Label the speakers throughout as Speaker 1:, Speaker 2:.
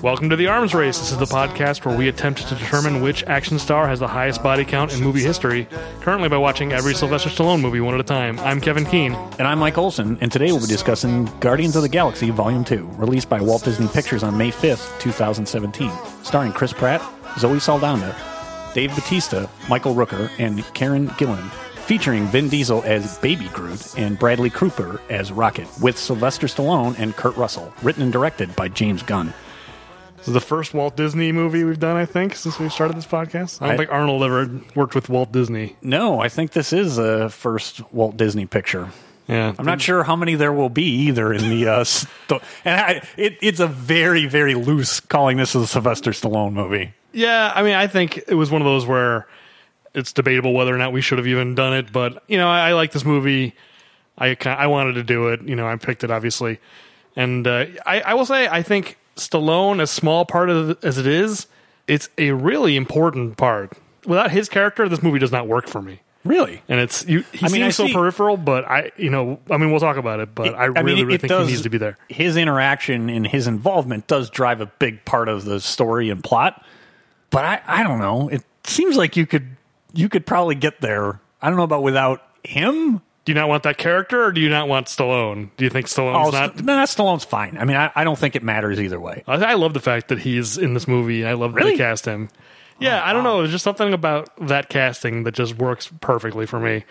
Speaker 1: Welcome to the Arms Race. This is the podcast where we attempt to determine which action star has the highest body count in movie history, currently by watching every Sylvester Stallone movie one at a time. I'm Kevin Keene.
Speaker 2: And I'm Mike Olson, and today we'll be discussing Guardians of the Galaxy Volume 2, released by Walt Disney Pictures on May 5th, 2017, starring Chris Pratt, Zoe Saldana, Dave Batista, Michael Rooker, and Karen Gillan, featuring Vin Diesel as Baby Groot and Bradley Cooper as Rocket, with Sylvester Stallone and Kurt Russell, written and directed by James Gunn.
Speaker 1: This is the first Walt Disney movie we've done, I think, since we started this podcast. I don't
Speaker 2: I-
Speaker 1: think Arnold ever worked with Walt Disney.
Speaker 2: No, I think this is a first Walt Disney picture.
Speaker 1: Yeah.
Speaker 2: I'm not sure how many there will be either in the uh, sto- and I, it, it's a very very loose calling this a Sylvester Stallone movie.
Speaker 1: Yeah, I mean, I think it was one of those where it's debatable whether or not we should have even done it, but you know, I, I like this movie. I ki- I wanted to do it. You know, I picked it obviously, and uh, I I will say I think Stallone, as small part of it as it is, it's a really important part. Without his character, this movie does not work for me.
Speaker 2: Really?
Speaker 1: And it's you. He
Speaker 2: I mean,
Speaker 1: seems
Speaker 2: I
Speaker 1: so
Speaker 2: see-
Speaker 1: peripheral, but I, you know, I mean, we'll talk about it. But I really, really think he needs to be there.
Speaker 2: His interaction and his involvement does drive a big part of the story and plot. But I, I don't know. It seems like you could you could probably get there. I don't know about without him.
Speaker 1: Do you not want that character, or do you not want Stallone? Do you think Stallone's
Speaker 2: Oh,
Speaker 1: not
Speaker 2: St- no, that Stallone's fine. I mean, I, I don't think it matters either way.
Speaker 1: I, I love the fact that he's in this movie. I love that they
Speaker 2: Really?
Speaker 1: cast him. Yeah, I don't know. There's just something about that casting that just works perfectly for me.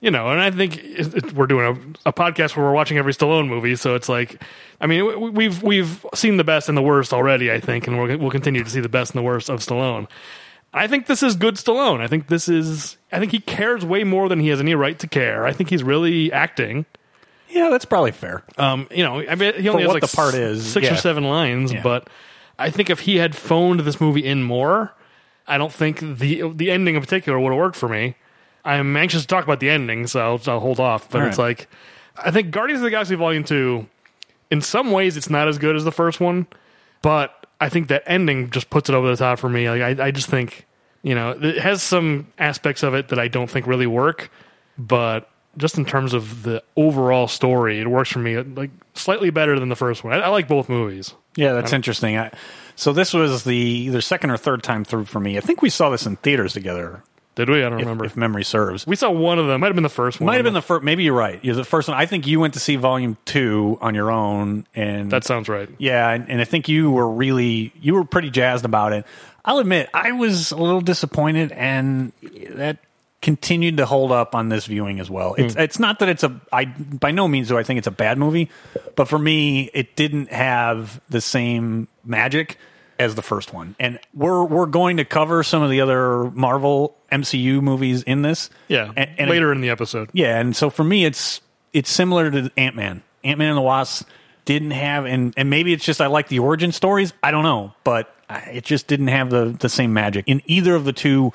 Speaker 1: You know, and I think it, it- we're doing a, a podcast where we're watching every Stallone movie, so it's like, I mean, we, we've we've seen the best and the worst already. I think, and we're, we'll continue to see the best and the worst of Stallone. I think this is good Stallone. I think this is. I think he cares way more than he has any right to care. I think he's really acting.
Speaker 2: Yeah, that's probably fair.
Speaker 1: Um, you know, I mean, he only has
Speaker 2: what
Speaker 1: like
Speaker 2: the part
Speaker 1: s-
Speaker 2: is,
Speaker 1: six or
Speaker 2: yeah.
Speaker 1: seven lines,
Speaker 2: Yeah.
Speaker 1: but I think if he had phoned this movie in more, I don't think the the ending in particular would have worked for me. I'm anxious to talk about the ending, so I'll, I'll hold off. But
Speaker 2: All
Speaker 1: it's
Speaker 2: right.
Speaker 1: like I think Guardians of the Galaxy Volume Two, in some ways, it's not as good as the first one, but I think that ending just puts it over the top for me. Like I, I just think you know it has some aspects of it that I don't think really work, but just in terms of the overall story, it works for me like slightly better than the first one. I, I like both movies.
Speaker 2: Yeah, that's interesting. I, so this was the either second or third time through for me. I think we saw this in theaters together,
Speaker 1: Did we? I don't remember.
Speaker 2: if memory serves.
Speaker 1: we saw one of them. Might have been the first one.
Speaker 2: Might have been the first. Maybe you're right. You're the first one. I think you went to see Volume Two on your own, and
Speaker 1: That sounds right.
Speaker 2: yeah, and, and I think you were really you were pretty jazzed about it. I'll admit I was a little disappointed, and that continued to hold up on this viewing as well. It's it's not that it's a I by no means do I think it's a bad movie, but for me it didn't have the same magic as the first one. And we're we're going to cover some of the other Marvel MCU movies in this.
Speaker 1: Yeah,
Speaker 2: And- and
Speaker 1: later in the episode.
Speaker 2: yeah, and so for me, it's it's similar to Ant Man. Ant Man and the Wasp didn't have, and and maybe it's just I like the origin stories. I don't know, but I- it just didn't have the the same magic in either of the two.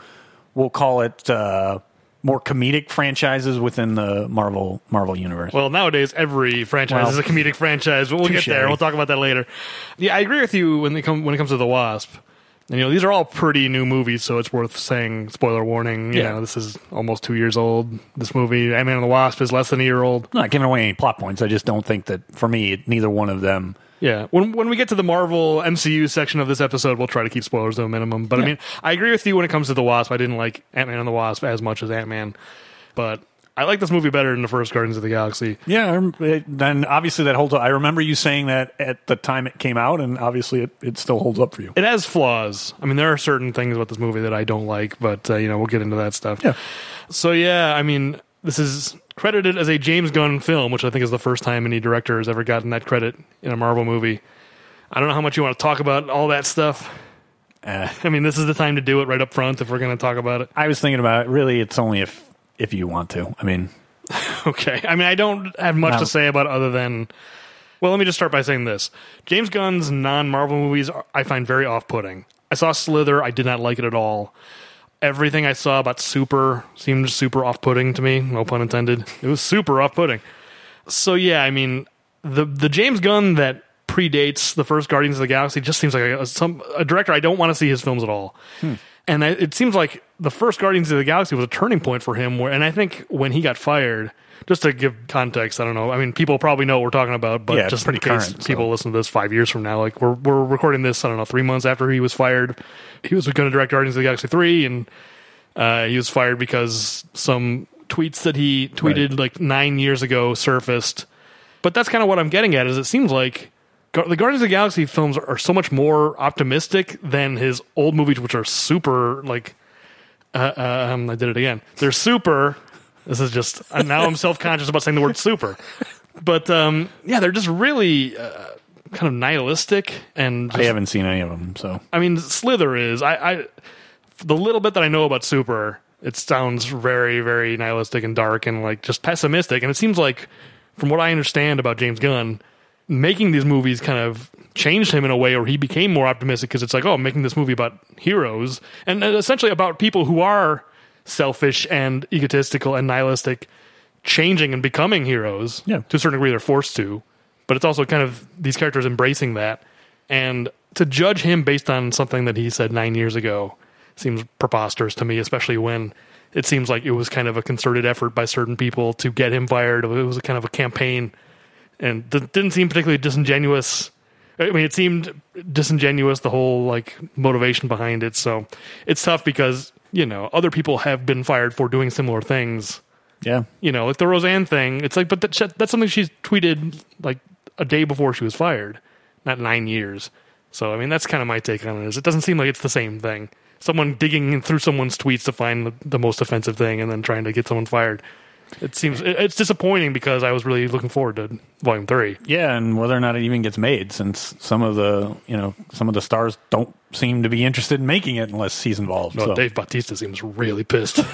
Speaker 2: We'll call it uh, more comedic franchises within the Marvel Marvel universe.
Speaker 1: Well, nowadays every franchise
Speaker 2: Well,
Speaker 1: is a comedic franchise. But we'll
Speaker 2: touche.
Speaker 1: get there. We'll talk about that later. Yeah, I agree with you when they come when it comes to the Wasp. And, you know, these are all pretty new movies, so it's worth saying. Spoiler warning. You
Speaker 2: Yeah.
Speaker 1: know, this is almost two years old. This movie, Ant Man and the Wasp, is less than a year old.
Speaker 2: I'm not giving away any plot points. I just don't think that for me, neither one of them.
Speaker 1: Yeah. When when we get to the Marvel MCU section of this episode, we'll try to keep spoilers to a minimum. But I mean, I agree with you when it comes to the Wasp. I didn't like Ant Man and the Wasp as much as Ant Man, but I like this movie better than the first Guardians of the Galaxy.
Speaker 2: Yeah, I rem- it- then obviously that holds up. I remember you saying that at the time it came out, and obviously it, it still holds up for you.
Speaker 1: it has flaws. I mean, there are certain things about this movie that I don't like, but uh, you know, we'll get into that stuff.
Speaker 2: Yeah.
Speaker 1: So yeah, I mean, this is credited as a James Gunn film, which I think is the first time any director has ever gotten that credit in a Marvel movie. I don't know how much you want to talk about all that stuff.
Speaker 2: Uh,
Speaker 1: I mean, this is the time to do it right up front if we're going to talk about it.
Speaker 2: I was thinking about it. Really, it's only if if you want to. I mean,
Speaker 1: Okay. I mean, I don't have much
Speaker 2: No.
Speaker 1: to say about it other than. Well, let me just start by saying this. James Gunn's non Marvel movies are, I find very off putting. I saw Slither, I did not like it at all. Everything I saw about Super seemed super off putting to me, no pun intended. It was super off putting. So, yeah, I mean, the, the James Gunn that
Speaker 2: Hmm.
Speaker 1: predates the first Guardians of the Galaxy just seems like a, some, a director I don't want to see his films at all. and I, it seems like the first Guardians of the Galaxy was a turning point for him. Where, and I think when he got fired, just to give context, I don't know. I mean, people probably know what we're talking about, but
Speaker 2: Yeah, it's
Speaker 1: just
Speaker 2: pretty
Speaker 1: in case
Speaker 2: current, so.
Speaker 1: people listen to this five years from now, like we're we're recording this, I don't know, three months after he was fired. He was going to direct Guardians of the Galaxy three, and uh, he was fired because some tweets that he tweeted like nine years ago surfaced. But that's kind of what I'm getting at. Is it seems like Gu- the Guardians of the Galaxy films are so much more optimistic than his old movies, which are super like. Uh, uh, um, I did it again. They're super. This is just uh, now I'm self conscious about saying the word super, but um, yeah, they're just really uh, kind of nihilistic and
Speaker 2: I
Speaker 1: just
Speaker 2: haven't seen any of them, so
Speaker 1: I mean, Slither is. I, I the little bit that I know about Super, it sounds very, very nihilistic and dark and like just pessimistic. And it seems like, from what I understand about James Gunn, making these movies kind of changed him in a way, or he became more optimistic because it's like, oh, I'm making this movie about heroes and uh, essentially about people who are selfish and egotistical and nihilistic changing and becoming heroes
Speaker 2: Yeah.
Speaker 1: to a certain degree they're forced to but it's also kind of these characters embracing that and to judge him based on something that he said nine years ago seems preposterous to me especially when it seems like it was kind of a concerted effort by certain people to get him fired it was a kind of a campaign and th- didn't seem particularly disingenuous i mean it seemed disingenuous the whole like motivation behind it so it's tough because you know other people have been fired for doing similar things
Speaker 2: yeah.
Speaker 1: you know, like the Roseanne thing. It's like, but that, shit- that's something she's tweeted like a day before she was fired, not nine years. So I mean, that's kind of my take on it. Is it doesn't seem like it's the same thing. Someone digging in through someone's tweets to find the, the most offensive thing and then trying to get someone fired. It seems it- it's disappointing because I was really looking forward to Volume Three.
Speaker 2: Yeah, and whether or not it even gets made, since some of the you know some of the stars don't seem to be interested in making it unless he's involved.
Speaker 1: But
Speaker 2: so.
Speaker 1: Dave Bautista seems really pissed.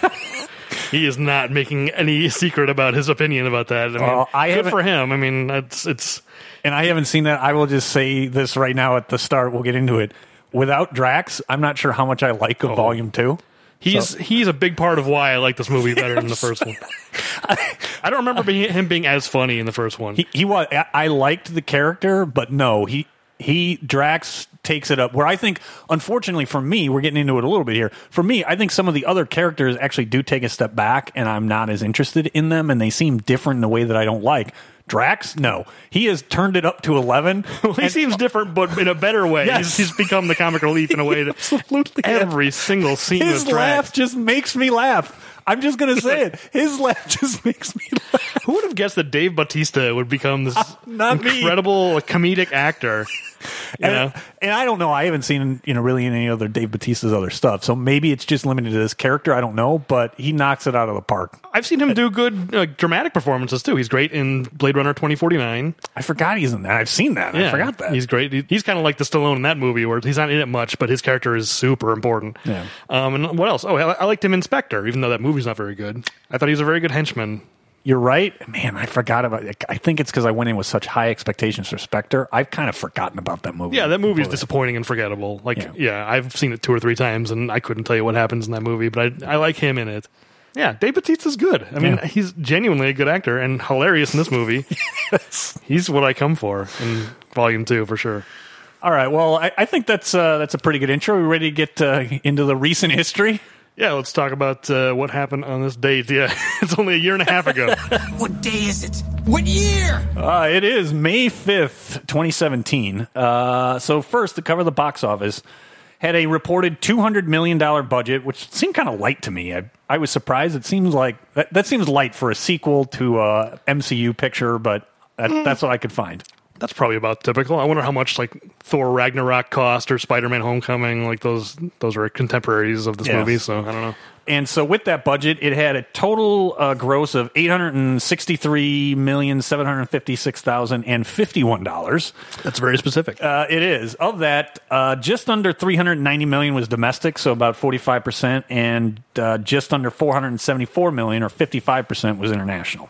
Speaker 1: he is not making any secret about his opinion about that. I mean,
Speaker 2: Well, I
Speaker 1: good
Speaker 2: haven't-
Speaker 1: for him. I mean, it's it's
Speaker 2: and I haven't seen that. I will just say this right now at the start. We'll get into it. Without Drax, I'm not sure how much I like of Volume Two.
Speaker 1: He's he's a big part of why I like this movie better than the first one. I don't remember being, him being as funny in the first one.
Speaker 2: He, he was. I- I liked the character, but no, he he Drax takes it up. Where I think, unfortunately for me, we're getting into it a little bit here. For me, I think some of the other characters actually do take a step back, and I'm not as interested in them, and they seem different in a way that I don't like. Drax, no, he has turned it up to eleven.
Speaker 1: Well, he seems different, but in a better way.
Speaker 2: Yes.
Speaker 1: He's, he's become the comic relief in a way that
Speaker 2: Absolutely.
Speaker 1: every single scene
Speaker 2: His
Speaker 1: with Drax.
Speaker 2: laugh just makes me laugh. I'm just gonna say it. His laugh just makes me laugh.
Speaker 1: Who would have guessed that Dave Bautista would become this
Speaker 2: Ah, Not me.
Speaker 1: incredible comedic actor? You know?
Speaker 2: And, and I don't know. I haven't seen you know really any other Dave Batista's other stuff. So maybe it's just limited to this character. I don't know, but he knocks it out of the park.
Speaker 1: I've seen him do good uh, dramatic performances too. He's great in Blade Runner twenty forty nine.
Speaker 2: I forgot he's in that. I've seen that. I forgot that.
Speaker 1: He's great. He- He's kind of like the Stallone in that movie where he's not in it much, but his character is super important.
Speaker 2: Yeah.
Speaker 1: Um, and what else? Oh, I, I liked him in Spectre, even though that movie's not very good. I thought he was a very good henchman.
Speaker 2: You're right, man. I forgot about. I think it's because I went in with such high expectations for Spectre. I've kind of forgotten about that movie.
Speaker 1: Yeah, that movie is disappointing and forgettable. Like, yeah.
Speaker 2: Yeah.
Speaker 1: I've seen it two or three times, and I couldn't tell you what happens in that movie, but I, I like him in it. Yeah, Dave Bautista's good. I mean,
Speaker 2: Yeah.
Speaker 1: he's genuinely a good actor and hilarious in this movie. he's what I come for in Volume Two for sure.
Speaker 2: All right. Well, I, I think that's uh, that's a pretty good intro. We ready to get uh, into the recent history?
Speaker 1: Yeah, let's talk about uh, what happened on this date. Yeah, it's only a year and a half ago.
Speaker 3: What day is it? What year?
Speaker 2: Uh, it is May 5th, 2017. Uh, so, first, to cover the box office, had a reported $200 million budget, which seemed kind of light to me. I, I was surprised. It seems like that, that seems light for a sequel to uh, MCU picture, but that, that's what I could find.
Speaker 1: That's probably about typical. I wonder how much like Thor Ragnarok cost or Spider Man Homecoming. Like those those are contemporaries of this
Speaker 2: Yeah.
Speaker 1: movie, so I don't know.
Speaker 2: And so, with that budget, it had a total uh, gross of $863,756,051.
Speaker 1: That's very specific.
Speaker 2: Uh, it is. Of that, uh, just under 390 million was domestic, so about 45%, and uh, just under 474 million, or 55%, was international.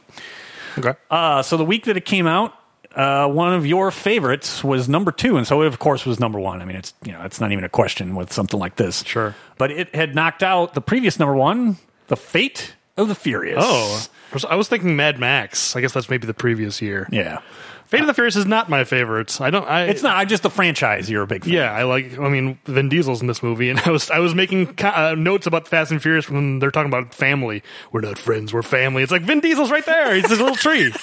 Speaker 1: okay.
Speaker 2: Uh, so the week that it came out, uh, one of your favorites was number two, and so it, of course, was number one. I mean, it's you know, it's not even a question with something like this.
Speaker 1: Sure.
Speaker 2: But it had knocked out the previous number one, The Fate of the Furious.
Speaker 1: oh, I was thinking Mad Max. I guess that's maybe the previous year.
Speaker 2: Yeah.
Speaker 1: Fate of the Furious is not my favorite. I don't. I,
Speaker 2: It's not I just the franchise. You're a big fan.
Speaker 1: Yeah, I like. I mean, Vin Diesel's in this movie, and I was I was making co- uh, notes about Fast and Furious when they're talking about family. We're not friends. We're family. It's like Vin Diesel's right there. He's his little tree.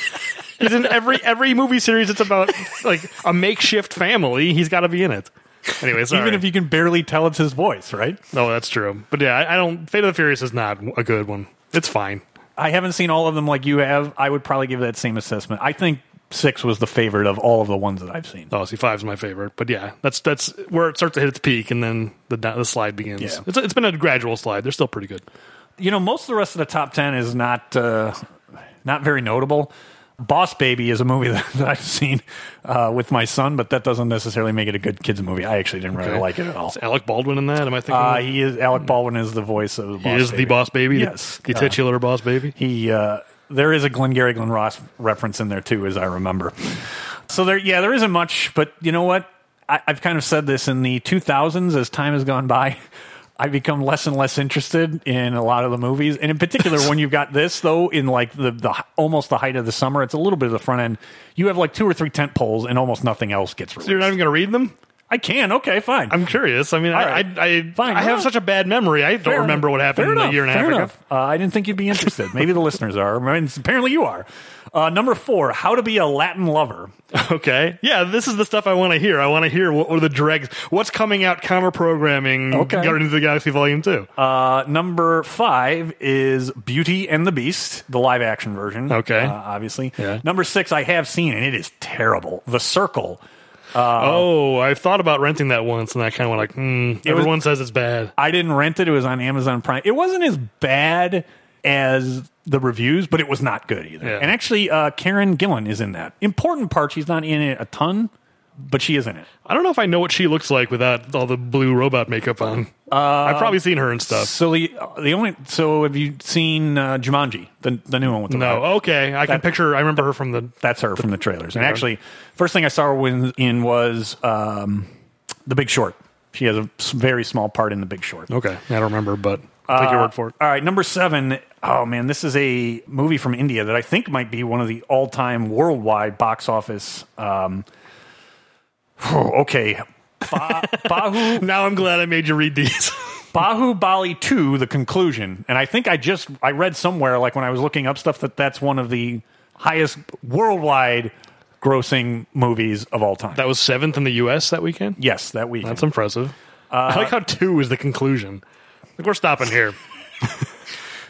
Speaker 1: He's in every every movie series. It's about like a makeshift family. He's got to be in it. Anyway, sorry.
Speaker 2: Even if you can barely tell it's his voice, right?
Speaker 1: no, that's true. But yeah, I, I don't. Fate of the Furious is not a good one. It's fine.
Speaker 2: I haven't seen all of them like you have. I would probably give that same assessment. I think six was the favorite of all of the ones that I've seen.
Speaker 1: Oh, see, five's my favorite. But yeah, that's that's where it starts to hit its peak, and then the da- the slide begins.
Speaker 2: Yeah.
Speaker 1: It's it's been a gradual slide. They're still pretty good.
Speaker 2: You know, most of the rest of the top ten is not uh, not very notable. Boss Baby is a movie that, that I've seen uh, with my son, but that doesn't necessarily make it a good kids movie. I actually didn't really like it at all.
Speaker 1: Is Alec Baldwin in that? Am I thinking?
Speaker 2: Uh, he is Alec Baldwin is the voice of the boss
Speaker 1: He is the
Speaker 2: Baby.
Speaker 1: boss baby. the-
Speaker 2: Yes,
Speaker 1: the,
Speaker 2: Uh,
Speaker 1: titular boss baby.
Speaker 2: He uh, there is a Glengarry Glen Ross reference in there too, as I remember. So there, yeah, there isn't much, but you know what? I, I've kind of said this in the 2000s. As time has gone by, I become less and less interested in a lot of the movies, and in particular when you've got this though, in like the the almost the height of the summer, it's a little bit of the front end. You have like two or three tent poles, and almost nothing else gets
Speaker 1: You're
Speaker 2: released.
Speaker 1: not even going to read them.
Speaker 2: I can, okay, fine.
Speaker 1: I'm curious. I mean, I,
Speaker 2: right.
Speaker 1: I, I,
Speaker 2: Fine,
Speaker 1: I have
Speaker 2: well,
Speaker 1: such a bad memory. I don't
Speaker 2: Fair
Speaker 1: remember
Speaker 2: enough.
Speaker 1: what happened
Speaker 2: Fair
Speaker 1: in
Speaker 2: enough.
Speaker 1: a year and a half
Speaker 2: Fair
Speaker 1: ago.
Speaker 2: enough. Uh, I didn't think you'd be interested. Maybe the listeners are. I mean, apparently you are. Uh, number four, how to be a Latin lover.
Speaker 1: Okay. Yeah, this is the stuff I want to hear. I want to hear what were the dregs. What's coming out counter programming
Speaker 2: Okay.
Speaker 1: Guardians of the Galaxy Volume 2?
Speaker 2: Uh, number five is Beauty and the Beast, the live action version.
Speaker 1: Okay.
Speaker 2: Uh, obviously.
Speaker 1: Yeah.
Speaker 2: Number six, I have seen, and it is terrible. The Circle.
Speaker 1: oh, I thought about renting that once and I kind of went like, hmm,
Speaker 2: was-
Speaker 1: everyone says it's bad.
Speaker 2: I didn't rent it. It was on Amazon Prime. It wasn't as bad as the reviews, but it was not good either.
Speaker 1: Yeah.
Speaker 2: And actually, uh, Karen Gillan is in that. Important part, she's not in it a ton, but she is in it.
Speaker 1: I don't know if I know what she looks like without all the blue robot makeup on.
Speaker 2: Uh,
Speaker 1: I've probably seen her and stuff.
Speaker 2: So the the only so have you seen uh, Jumanji the the new one with the
Speaker 1: No,
Speaker 2: rabbit?
Speaker 1: okay. I can
Speaker 2: uh, That-
Speaker 1: picture. I remember her from the
Speaker 2: that's her from the trailers and actually first thing I saw her win, in was um, the Big Short she has a s- very small part in the Big Short
Speaker 1: Okay, I don't remember, but
Speaker 2: Uh,
Speaker 1: I'll take your word for it.
Speaker 2: all right number seven oh man this is a movie from India that I think might be one of the all time worldwide box office um, okay ba- Bahu
Speaker 1: Now I'm glad I made you read these.
Speaker 2: Bahubali 2, the conclusion. And I think I just I read somewhere like when I was looking up stuff that that's one of the highest worldwide grossing movies of all time.
Speaker 1: that was seventh in the U.S. that weekend.
Speaker 2: yes, that week.
Speaker 1: That's impressive. I like how two is the conclusion. Like we're stopping here.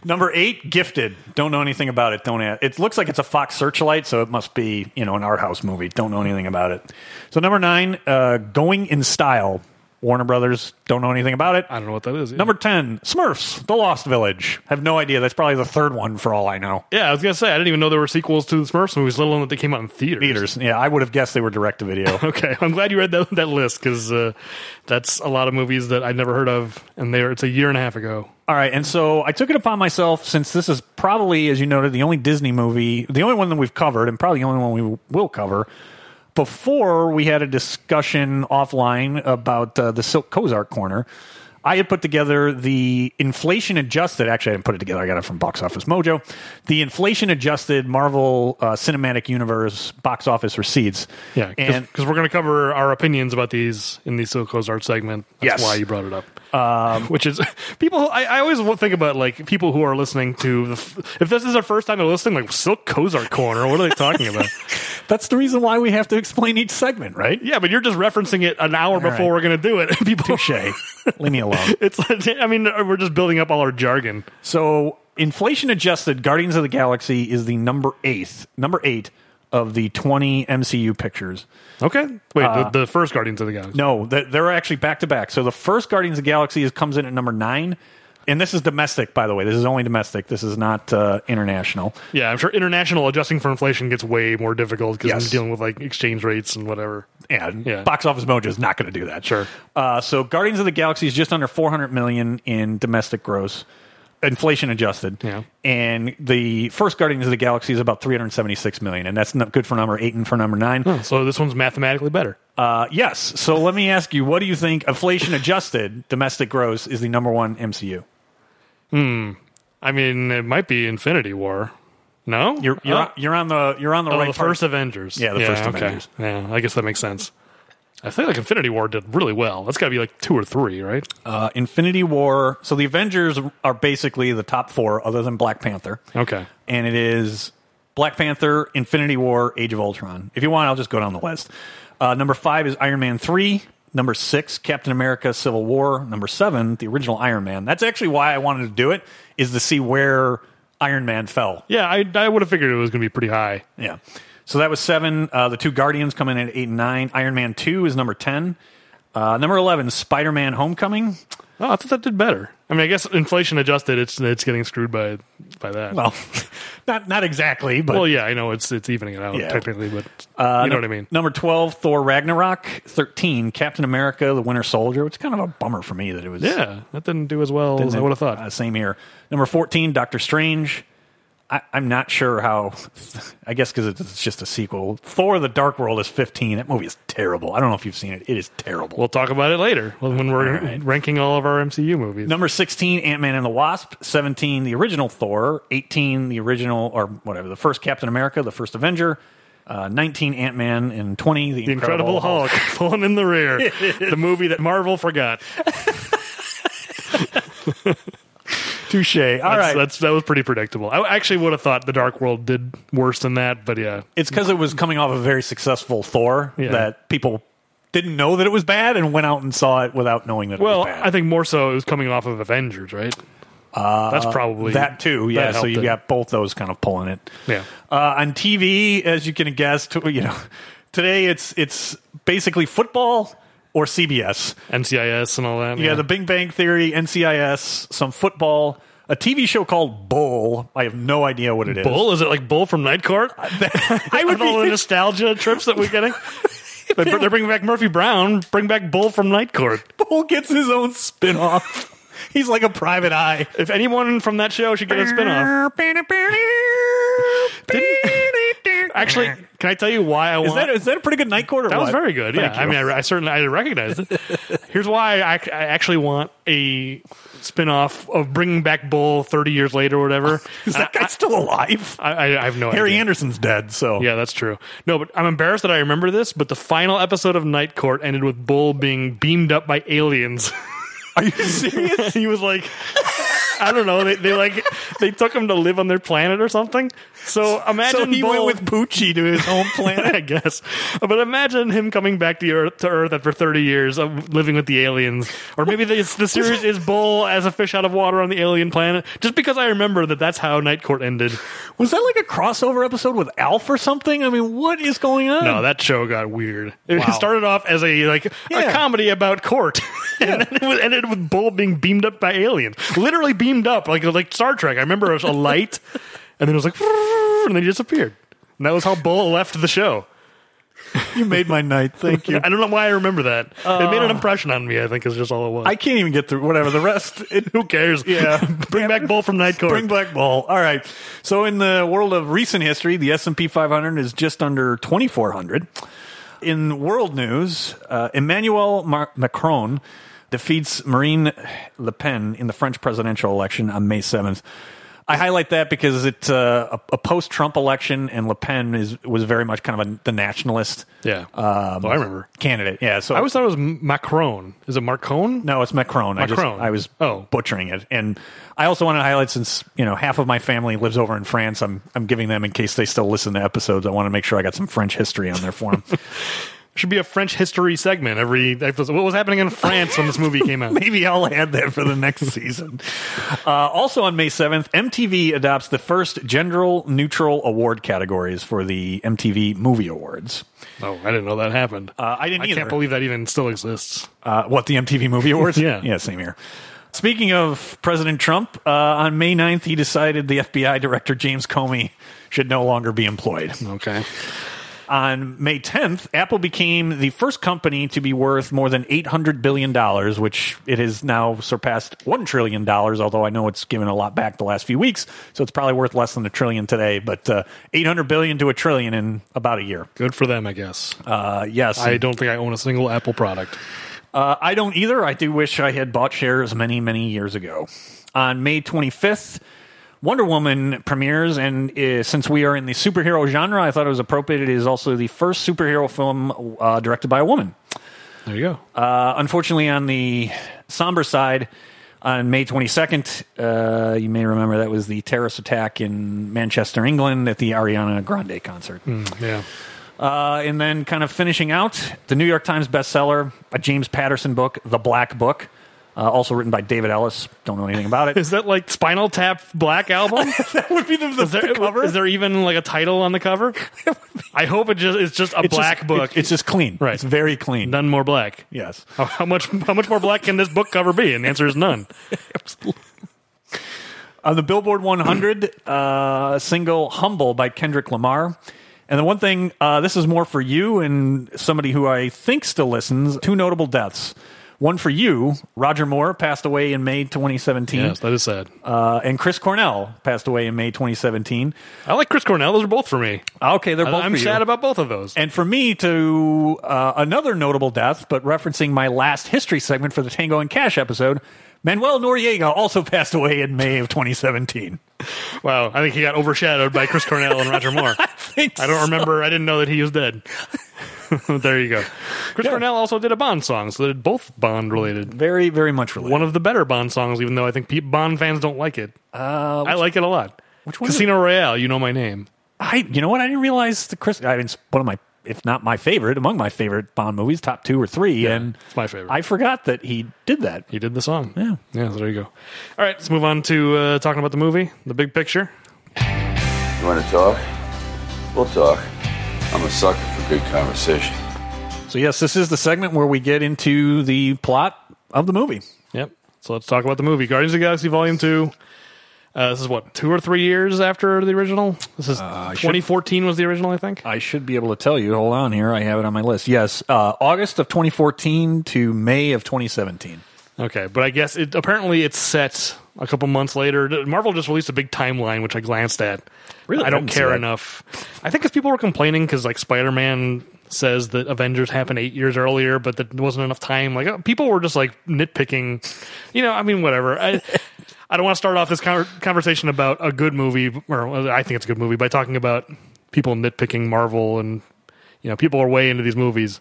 Speaker 2: Number 8, Gifted. Don't know anything about it. Don't ask. It looks like it's a Fox Searchlight, so it must be, you know, an art house movie. Don't know anything about it. So number 9, uh, Going in Style. Warner Brothers, don't know anything about it.
Speaker 1: I don't know what that is.
Speaker 2: Number 10, Smurfs, The Lost Village. Have no idea. That's probably the third one for all I know.
Speaker 1: yeah, I was gonna say I didn't even know there were sequels to the Smurfs movies, let alone that they came out in theaters.
Speaker 2: Theaters. Yeah, I would have guessed they were direct to video.
Speaker 1: Okay, I'm glad you read that that list because uh, that's a lot of movies that I'd never heard of, and they are it's a year and a half ago.
Speaker 2: All right, and so I took it upon myself since this is probably, as you noted, the only Disney movie, the only one that we've covered, and probably the only one we will cover. Before we had a discussion offline about uh, the Silk Kozark corner, I had put together the inflation adjusted. Actually, I didn't put it together. I got it from Box Office Mojo. The inflation adjusted Marvel uh, Cinematic Universe box office receipts.
Speaker 1: Yeah,
Speaker 2: and
Speaker 1: because we're gonna cover our opinions about these in the Silco's art segment. That's
Speaker 2: Yes. Um,
Speaker 1: why you brought it up. Which is people. I, I always will think about like people who are listening to the. f- If this is their first time they're listening, like Silk Cozart Corner, what are they talking about?
Speaker 2: that's the reason why we have to explain each segment, right?
Speaker 1: yeah, but you're just referencing it an hour before
Speaker 2: right.
Speaker 1: we're gonna do it. People,
Speaker 2: Touche. Leave me alone.
Speaker 1: it's. I mean, we're just building up all our jargon.
Speaker 2: So, inflation adjusted, Guardians of the Galaxy is the number eighth, number eight of the 20 MCU pictures.
Speaker 1: Okay, wait. the, the first Guardians of the Galaxy.
Speaker 2: Uh, No, th- they're actually back to back. So, the first Guardians of the Galaxy is, comes in at number nine. And this is domestic, by the way. This is only domestic. This is not uh, international.
Speaker 1: Yeah, I'm sure international adjusting for inflation gets way more difficult because
Speaker 2: Yes.
Speaker 1: I'm dealing with like exchange rates and whatever.
Speaker 2: And
Speaker 1: Yeah.
Speaker 2: Box Office Mojo is not going to do that.
Speaker 1: Sure.
Speaker 2: Uh, so, Guardians of the Galaxy is just under 400 million in domestic gross, inflation adjusted.
Speaker 1: Yeah.
Speaker 2: And the first Guardians of the Galaxy is about 376 million, and that's not good for number eight and for number nine.
Speaker 1: So this one's mathematically better.
Speaker 2: Uh, yes. So let me ask you, what do you think inflation adjusted domestic gross is the number one MCU?
Speaker 1: I mean, it might be Infinity War. No,
Speaker 2: You're you're,
Speaker 1: oh.
Speaker 2: on, you're on the you're on the
Speaker 1: Oh,
Speaker 2: right
Speaker 1: the
Speaker 2: part.
Speaker 1: first Avengers.
Speaker 2: Yeah, the first
Speaker 1: okay.
Speaker 2: Avengers.
Speaker 1: Yeah, I guess that makes sense. I feel like Infinity War did really well. That's got to be like two or three, right?
Speaker 2: Uh, Infinity War. So the Avengers are basically the top four, other than Black Panther,
Speaker 1: Okay.
Speaker 2: and it is Black Panther, Infinity War, Age of Ultron. If you want, I'll just go down the list. Uh, number five is Iron Man three. Number six, Captain America: Civil War. Number seven, the original Iron Man. That's actually why I wanted to do it is to see where Iron Man fell.
Speaker 1: Yeah, I, I would have figured it was going to be pretty high.
Speaker 2: Yeah. So that was seven. Uh, the two Guardians come in at eight and nine. Iron Man 2 is number 10. Uh, number 11, Spider Man Homecoming.
Speaker 1: Oh, I thought that did better. I mean, I guess inflation adjusted, it's it's getting screwed by by that.
Speaker 2: Well, not, not exactly, but
Speaker 1: Well, yeah, I know it's it's evening it out
Speaker 2: Yeah.
Speaker 1: technically, but uh, you know what I mean.
Speaker 2: number 12, Thor Ragnarok. 13, Captain America, The Winter Soldier, which is kind of a bummer for me that it was.
Speaker 1: Yeah, that didn't do as well as I
Speaker 2: Isn't it?
Speaker 1: would have thought.
Speaker 2: Uh, same here. Number 14, Doctor Strange. I, I'm not sure how. I guess because it's just a sequel. Thor: The Dark World is 15. That movie is terrible. I don't know if you've seen it. It is terrible.
Speaker 1: we'll talk about it later when when we're ranking all of our MCU movies.
Speaker 2: Number 16, Ant Man and the Wasp. 17, the original Thor. 18, the original, or whatever, the first Captain America, the first Avenger. Uh, 19, Ant Man. And 20, the,
Speaker 1: The Incredible, Hulk, pulling in the rear, the movie that Marvel forgot.
Speaker 2: Touche. All right,
Speaker 1: That's, that's that was pretty predictable. I actually would have thought the Dark World did worse than that, but yeah,
Speaker 2: it's because it was coming off a very successful Thor
Speaker 1: Yeah.
Speaker 2: that people didn't know that it was bad and went out and saw it without knowing that it
Speaker 1: Well,
Speaker 2: was bad.
Speaker 1: I think more so it was coming off of Avengers, right? Uh, That's probably
Speaker 2: that too, yeah. so
Speaker 1: helped
Speaker 2: you
Speaker 1: it.
Speaker 2: got both those kind of pulling it.
Speaker 1: Yeah.
Speaker 2: Uh, on TV, as you can guess, t- you know, today it's it's basically football or CBS.
Speaker 1: NCIS and all that.
Speaker 2: Yeah, The Big Bang Theory, NCIS, some football, a TV show called Bull. I have no idea what it is.
Speaker 1: Bull is it like Bull from Night Court?
Speaker 2: I
Speaker 1: With
Speaker 2: would
Speaker 1: all the
Speaker 2: be.
Speaker 1: nostalgia trips that we're getting. They- They're bringing back Murphy Brown. Bring back Bull from Night Court.
Speaker 2: Bull gets his own spinoff. He's like a private eye.
Speaker 1: If anyone from that show should get a spinoff, Didn't- actually, can I tell you why I
Speaker 2: Is
Speaker 1: want?
Speaker 2: that is that a pretty good night quarter?
Speaker 1: That was very good. Yeah,
Speaker 2: Thank
Speaker 1: I
Speaker 2: you.
Speaker 1: mean, I, I certainly I recognized it. Here's why I, ac- I actually want a spin-off of bringing back Bull 30 years later or whatever.
Speaker 2: Is that guy still alive?
Speaker 1: I, I, I have no
Speaker 2: Harry
Speaker 1: idea.
Speaker 2: Anderson's dead, so
Speaker 1: Yeah, that's true. No, but I'm embarrassed that I remember this. But the final episode of Night Court ended with Bull being beamed up by aliens.
Speaker 2: are you serious?
Speaker 1: he was like, I don't know. They, they like they took him to live on their planet or something. So imagine
Speaker 2: so he
Speaker 1: Bull,
Speaker 2: went with Poochie to his home planet.
Speaker 1: I guess. But imagine him coming back to Earth, to Earth after 30 years of living with the aliens. Or maybe the, the series is Bull as a fish out of water on the alien planet. Just because I remember that that's how Night Court ended.
Speaker 2: Was that like a crossover episode with Alf or something? I mean, what is going on?
Speaker 1: No, Oh, that show got weird.
Speaker 2: Wow.
Speaker 1: It started off as a like
Speaker 2: Yeah.
Speaker 1: a comedy about court, and then it was ended with Bull being beamed up by aliens, literally beamed up like like Star Trek. I remember it was a light, and then it was like, and then he disappeared. And that was how Bull left the show.
Speaker 2: you made my night. Thank you. Oh.
Speaker 1: I don't know why I remember that. it made an impression on me. I think is just all it was.
Speaker 2: I can't even get through whatever the rest. It,
Speaker 1: Who cares?
Speaker 2: Yeah.
Speaker 1: bring back Bull from Night Court.
Speaker 2: bring black ball. All right. So in the world of recent history, the S and P 500 is just under 2,400. In world news, uh, Emmanuel Mar- Macron defeats Marine Le Pen in the French presidential election on May 7th. I highlight that because it's uh, a, a post-Trump election, and Le Pen is was very much kind of a, the nationalist
Speaker 1: yeah,
Speaker 2: um,
Speaker 1: oh, I remember.
Speaker 2: candidate. Yeah, so
Speaker 1: I always thought it was M- Macron. Is it Marcone?
Speaker 2: No, it's Macron. I just
Speaker 1: Macron.
Speaker 2: I was
Speaker 1: Oh.
Speaker 2: butchering it. And I also want to highlight since, you know, half of my family lives over in France, I'm I'm giving them in case they still listen to episodes. I want to make sure I got some French history on there for them.
Speaker 1: Should be a French history segment every episode. What was happening in France when this movie came out?
Speaker 2: Maybe I'll add that for the next season. Uh, also on May 7th, MTV adopts the first gender neutral award categories for the MTV Movie Awards.
Speaker 1: Oh, I didn't know that happened.
Speaker 2: Uh, I didn't
Speaker 1: I
Speaker 2: either.
Speaker 1: can't believe that even still exists.
Speaker 2: Uh, what the MTV Movie Awards?
Speaker 1: Yeah.
Speaker 2: yeah, same here. Speaking of President Trump, uh, on May 9th, he decided the FBI director James Comey should no longer be employed.
Speaker 1: Okay.
Speaker 2: On May 10th, Apple became the first company to be worth more than $800 billion, which it has now surpassed $1 trillion, although I know it's given a lot back the last few weeks, so it's probably worth less than a trillion today, but uh, 800 billion to a trillion in about a year.
Speaker 1: Good for them, I guess.
Speaker 2: Uh, yes.
Speaker 1: I don't think I own a single Apple product.
Speaker 2: Uh, I don't either. I do wish I had bought shares many, many years ago. On May 25th, Wonder Woman premieres, and uh, since we are in the superhero genre, I thought it was appropriate. It is also the first superhero film uh, directed by a woman.
Speaker 1: There you go.
Speaker 2: Uh, unfortunately, on the somber side, on May 22nd, uh, you may remember that was the terrorist attack in Manchester, England, at the Ariana Grande concert.
Speaker 1: yeah.
Speaker 2: Uh, and then, kind of finishing out, the New York Times bestseller, a James Patterson book, The Black Book, uh, also written by David Ellis. Don't know anything about it.
Speaker 1: Is that like Spinal Tap Black Album? that would be the, is there,
Speaker 2: cover.
Speaker 1: Is there even like a title on the cover? I hope it just it's just a
Speaker 2: It's
Speaker 1: black
Speaker 2: just-
Speaker 1: book.
Speaker 2: it- it's just clean.
Speaker 1: Right.
Speaker 2: It's very clean.
Speaker 1: none more black.
Speaker 2: Yes.
Speaker 1: How, how much how much more black can this book cover be? And the answer is none.
Speaker 2: on Uh, the Billboard 100 uh, single "Humble" by Kendrick Lamar. And the one thing, uh, this is more for you and somebody who I think still listens. Two notable deaths. One for you, Roger Moore passed away in May 2017,
Speaker 1: Yes, that is sad.
Speaker 2: uh, and Chris Cornell passed away in May 2017.
Speaker 1: I like Chris Cornell. Those are both for me.
Speaker 2: Okay, they're both
Speaker 1: I'm
Speaker 2: for you.
Speaker 1: sad about both of those.
Speaker 2: And for me to uh, another notable death, but referencing my last history segment for the Tango and Cash episode, Manuel Noriega also passed away in May of 2017.
Speaker 1: Wow, I think he got overshadowed by Chris Cornell and Roger Moore. I don't remember. I didn't know that he was dead. there you go. Chris Cornell also did a Bond song, so they're both Bond related.
Speaker 2: Very, very much related.
Speaker 1: One of the better Bond songs, even though I think pe- Bond fans don't like it. Uh, I like it a lot.
Speaker 2: which one is
Speaker 1: Casino Royale, you know my name.
Speaker 2: I you know what I didn't realize the Chris I mean it's one of my if not my favorite among my favorite Bond movies top two or three and
Speaker 1: It's my favorite.
Speaker 2: I forgot that he did that
Speaker 1: you did the song.
Speaker 2: Yeah.
Speaker 1: Yeah, so there you go. All right, let's move on to uh, talking about the movie, the big picture.
Speaker 4: You want to talk? We'll talk. I'm a sucker for good conversation.
Speaker 2: so yes this is the segment where we get into the plot of the movie
Speaker 1: Yep. So let's talk about the movie Guardians of the Galaxy Volume 2. Uh, this is what, two or three years after the original? This is
Speaker 2: should-
Speaker 1: 2014 was the original, I think.
Speaker 2: I should be able to tell you hold on here I have it on my list yes uh, August of 2014 to May of 2017
Speaker 1: Okay, but I guess it apparently it's set a couple months later. Marvel just released a big timeline, which I glanced at.
Speaker 2: Really?
Speaker 1: I
Speaker 2: I
Speaker 1: don't
Speaker 2: didn't see
Speaker 1: care
Speaker 2: that.
Speaker 1: enough. I think because people were complaining because like Spider Man says that Avengers happened eight years earlier, but that there wasn't enough time. Like uh, people were just like nitpicking. You know, I mean, whatever. I, I don't want to start off this con- conversation about a good movie, or well, I think it's a good movie, by talking about people nitpicking Marvel and you know people are way into these movies.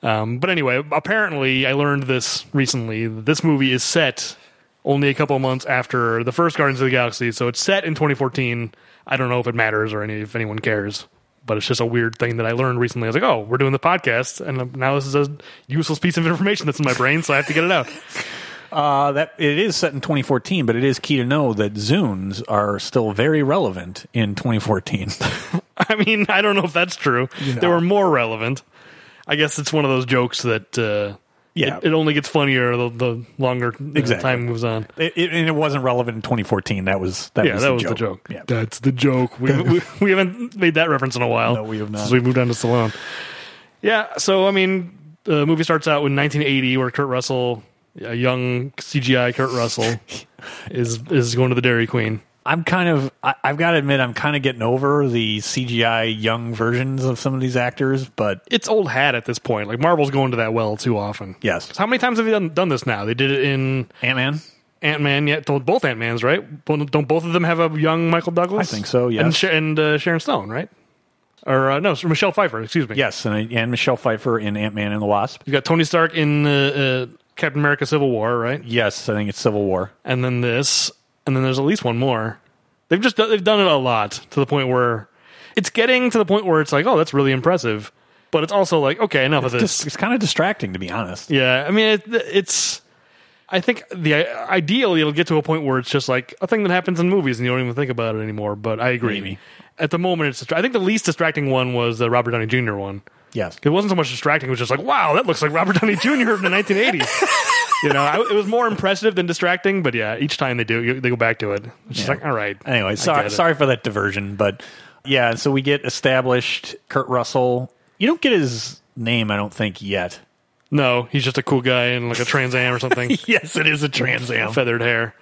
Speaker 1: Um, but anyway, apparently, I learned this recently. that This movie is set only a couple months after the first Guardians of the Galaxy, so it's set in 2014. I don't know if it matters or any if anyone cares, but it's just a weird thing that I learned recently. I was like, oh, we're doing the podcast, and now this is a useless piece of information that's in my brain, so I have to get it out.
Speaker 2: uh, that it is set in 2014 but it is key to know that Zunes are still very relevant in 2014
Speaker 1: I mean, I don't know if that's true. They were more relevant. I guess it's one of those jokes that uh,
Speaker 2: Yeah.
Speaker 1: it, it only gets funnier the, the longer uh,
Speaker 2: Exactly.
Speaker 1: time moves on.
Speaker 2: It, it, and it wasn't relevant in 2014. That was that
Speaker 1: yeah,
Speaker 2: was
Speaker 1: that
Speaker 2: the
Speaker 1: was
Speaker 2: joke.
Speaker 1: the joke.
Speaker 2: Yeah.
Speaker 1: That's the joke. We, we, we haven't made that reference in a while.
Speaker 2: No, we have not.
Speaker 1: Since we moved on to Stallone. Yeah, so, I mean, the movie starts out in 1980 where Kurt Russell, a young CGI Kurt Russell, is is going to the Dairy Queen.
Speaker 2: I'm kind of I, I've got to admit I'm kind of getting over the CGI young versions of some of these actors, but
Speaker 1: It's old hat at this point. Like, Marvel's going to that well too often.
Speaker 2: yes,
Speaker 1: How many times have they done, done this now? They did it in
Speaker 2: Ant Man.
Speaker 1: Ant Man, yet yeah, both Ant Mans, right? Don't don't both of them have a young Michael Douglas?
Speaker 2: I think so, yes.
Speaker 1: and, Sha- and uh, Sharon Stone, right? Or uh, no, it's Michelle Pfeiffer. Excuse me.
Speaker 2: Yes, and I- and Michelle Pfeiffer in Ant Man and the Wasp.
Speaker 1: You got Tony Stark in uh, uh, Captain America: Civil War, right?
Speaker 2: Yes, I think it's Civil War.
Speaker 1: And then this, and then there's at least one more. They've just done, they've done it a lot to the point where it's getting to the point where it's like, oh, that's really impressive, but it's also like, okay, enough of this.
Speaker 2: Just, it's kind of distracting to be honest.
Speaker 1: Yeah, I mean, it, it's. I think the ideally it'll get to a point where it's just like a thing that happens in movies and you don't even think about it anymore. But I agree.
Speaker 2: Maybe.
Speaker 1: At the moment, it's. distra- I think the least distracting one was the Robert Downey Jr. one.
Speaker 2: Yes,
Speaker 1: It wasn't so much distracting; it was just like, wow, that looks like Robert Downey Jr. in the 1980s. you know, I, it was more impressive than distracting. But yeah, each time they do, you- they go back to it. It's just
Speaker 2: Yeah.
Speaker 1: like, all right. I
Speaker 2: Anyway, sorry,
Speaker 1: get it.
Speaker 2: sorry for that diversion, but yeah. So we get established Kurt Russell. You don't get his name, I don't think yet.
Speaker 1: No, he's just a cool guy in like a Trans Am or something.
Speaker 2: Yes, it is a Trans Am.
Speaker 1: Feathered hair.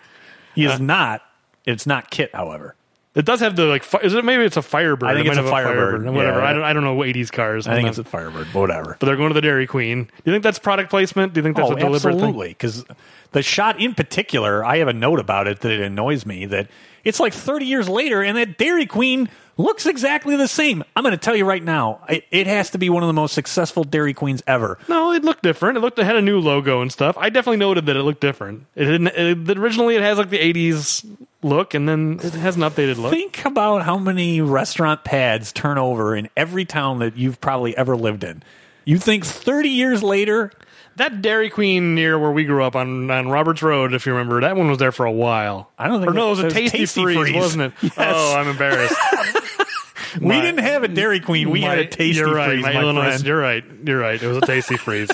Speaker 2: He is not. It's not Kit, however.
Speaker 1: It does have the like. Fi- is it maybe it's a Firebird?
Speaker 2: I think
Speaker 1: It
Speaker 2: it's
Speaker 1: might
Speaker 2: a
Speaker 1: have
Speaker 2: Firebird.
Speaker 1: Whatever.
Speaker 2: Yeah.
Speaker 1: I don't. I don't know eighties cars.
Speaker 2: I think it's a Firebird, but whatever.
Speaker 1: But they're going to the Dairy Queen. Do you think that's product placement? Do you think that's
Speaker 2: oh,
Speaker 1: a deliberate
Speaker 2: absolutely. Because the shot in particular, I have a note about it that it annoys me that It's like 30 years later, and that Dairy Queen looks exactly the same. I'm going to tell you right now, it, it has to be one of the most successful Dairy Queens ever.
Speaker 1: No, it looked different. It looked it had a new logo and stuff. I definitely noted that it looked different. It didn't. It, originally, it has like the '80s look, and then it has an updated look.
Speaker 2: Think about how many restaurant pads turn over in every town that you've probably ever lived in. You think 30 years later,
Speaker 1: That Dairy Queen near where we grew up on on Roberts Road, if you remember, that one was there for a while.
Speaker 2: I don't think
Speaker 1: Or no, it was a
Speaker 2: there's
Speaker 1: Tasty,
Speaker 2: Tasty
Speaker 1: freeze,
Speaker 2: Freeze.
Speaker 1: wasn't it?
Speaker 2: Yes.
Speaker 1: Oh, I'm embarrassed.
Speaker 2: we didn't have a Dairy Queen. We had a
Speaker 1: My-
Speaker 2: tasty
Speaker 1: you're right,
Speaker 2: freeze,
Speaker 1: my
Speaker 2: my
Speaker 1: Illinois-
Speaker 2: friend.
Speaker 1: You're right. You're right. It was a tasty freeze.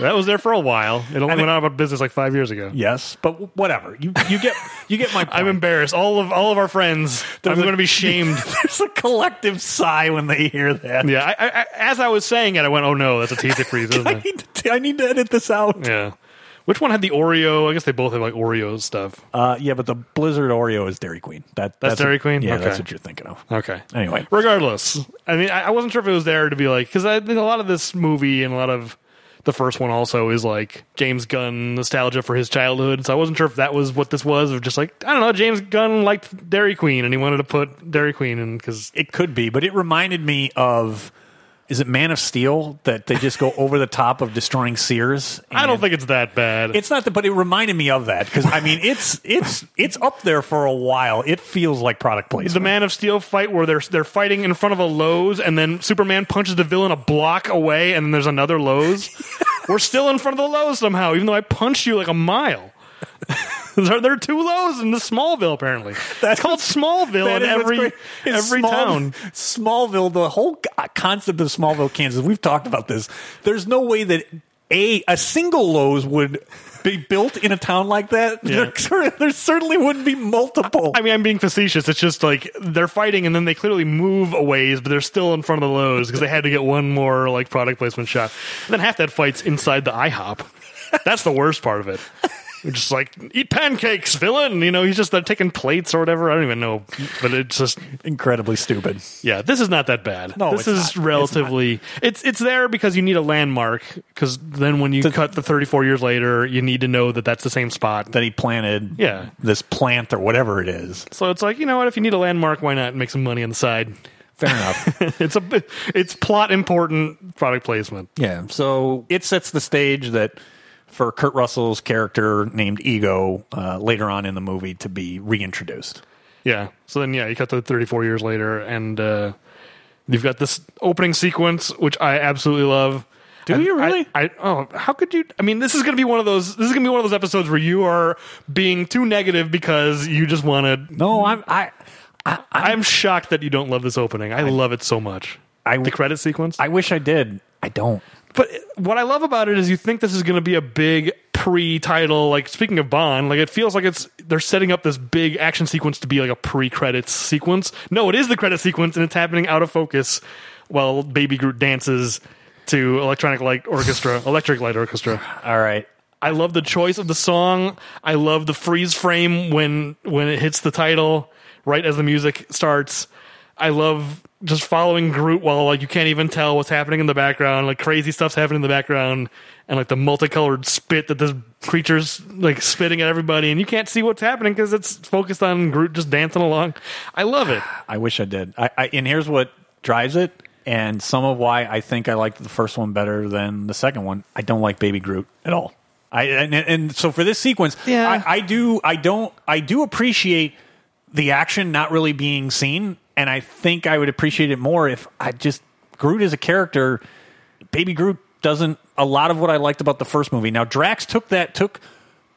Speaker 1: that was there for a while. It only went out of business like five years ago.
Speaker 2: Yes, but whatever. You you get you get my point.
Speaker 1: I'm embarrassed. All of all of our friends. I'm
Speaker 2: a-
Speaker 1: going to be shamed.
Speaker 2: There's a collective sigh when they hear that.
Speaker 1: yeah. I, I, I- as I was saying it, I went, "Oh no, that's a tasty freeze, isn't
Speaker 2: I
Speaker 1: it?"
Speaker 2: need to, I need to edit this out.
Speaker 1: Yeah. Which one had the Oreo? I guess they both have like Oreo stuff.
Speaker 2: Uh, yeah, but the Blizzard Oreo is Dairy Queen. That, that's,
Speaker 1: Dairy
Speaker 2: what-
Speaker 1: Queen?
Speaker 2: Yeah,
Speaker 1: Okay.
Speaker 2: that's what you're thinking of.
Speaker 1: Okay.
Speaker 2: Anyway.
Speaker 1: regardless, I mean, I, I wasn't sure if it was there to be like because I think a lot of this movie and a lot of the first one also is like James Gunn nostalgia for his childhood. So I wasn't sure if that was what this was, or just like I don't know. James Gunn liked Dairy Queen and he wanted to put Dairy Queen in because
Speaker 2: It could be, but it reminded me of is it Man of Steel that they just go over the top of destroying Sears?
Speaker 1: I don't
Speaker 2: And
Speaker 1: think it's that bad.
Speaker 2: it's not that, but it reminded me of that because I mean it's it's it's up there for a while. It feels like product placement.
Speaker 1: the Man of Steel fight where they're they're fighting in front of a Lowe's and then Superman punches the villain a block away and then there's another Lowe's. We're still in front of the Lowe's somehow, even though I punched you like a mile. there, there are two Lowe's in the Smallville apparently. That's called Smallville
Speaker 2: That
Speaker 1: in
Speaker 2: is what's
Speaker 1: every
Speaker 2: great. It's
Speaker 1: every
Speaker 2: Small-
Speaker 1: town.
Speaker 2: Smallville, the whole co- concept of Smallville, Kansas. We've talked about this. There's no way that a a single Lowe's would be built in a town like that.
Speaker 1: Yeah.
Speaker 2: There, cer- there certainly wouldn't be multiple.
Speaker 1: I mean, I'm being facetious. It's just like they're fighting, and then they clearly move a ways, but they're still in front of the Lowe's because they had to get one more like product placement shot. And then half that fight's inside the IHOP. That's the worst part of it. You're just like eat pancakes, villain. You know, he's just they're taking plates or whatever. I don't even know, but it's just
Speaker 2: Incredibly stupid.
Speaker 1: yeah, this is not that bad.
Speaker 2: No,
Speaker 1: this
Speaker 2: it's not.
Speaker 1: is
Speaker 2: It's not.
Speaker 1: relatively. It's, it's there because you need a landmark. Because then when you cut the 34 years later, you need to know that that's the same spot.
Speaker 2: That he planted
Speaker 1: Yeah.
Speaker 2: this plant or whatever it is.
Speaker 1: So it's like you know what? If you need a landmark, why not make some money on the side?
Speaker 2: Fair enough.
Speaker 1: it's a it's plot important product placement.
Speaker 2: yeah. So it sets the stage that for Kurt Russell's character named Ego uh, later on in the movie to be reintroduced.
Speaker 1: Yeah. So then yeah, you cut to 34 years later, and uh, you've got this opening sequence, which I absolutely love.
Speaker 2: Do
Speaker 1: I-
Speaker 2: you really?
Speaker 1: I, I oh, how could you? I mean, this is gonna be one of those. This is gonna be one of those episodes where you are being too negative because you just want to.
Speaker 2: No, I'm, I
Speaker 1: I'm shocked that you don't love this opening. I, love it so much.
Speaker 2: I-
Speaker 1: the credit sequence.
Speaker 2: I wish I did. I don't.
Speaker 1: But what I love about it is you think this is going to be a big pre-title. Like speaking of Bond, like it feels like it's they're setting up this big action sequence to be like a pre-credits sequence. No, it is the credit sequence, and it's happening out of focus while Baby Groot dances to Electronic Light Orchestra, Electric Light Orchestra.
Speaker 2: All right.
Speaker 1: I love the choice of the song. I love the freeze frame when when it hits the title right as the music starts. I love just following Groot while like you can't even tell what's happening in the background. Like crazy stuff's happening in the background and like the multicolored spit that this creature's like spitting at everybody and you can't see what's happening cuz it's focused on Groot just dancing along. I love it.
Speaker 2: I wish I did. I, I and here's what drives it, and some of why I think I liked the first one better than the second one. I don't like Baby Groot at all. I and, and so for this sequence,
Speaker 1: Yeah.
Speaker 2: I, I do. I don't. I do appreciate the action not really being seen, and I think I would appreciate it more if I just Groot as a character. Baby Groot doesn't. A lot of what I liked about the first movie. Now Drax took that took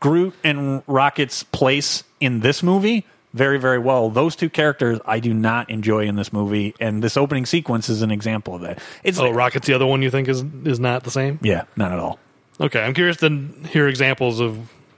Speaker 2: Groot and Rocket's place in this movie very, very well. Those two characters I do not enjoy in this movie, and this opening sequence is an example of that. It's
Speaker 1: Oh,
Speaker 2: like,
Speaker 1: Rocket's the other one you think is is not the same?
Speaker 2: yeah, not at all.
Speaker 1: Okay, I'm curious to hear examples of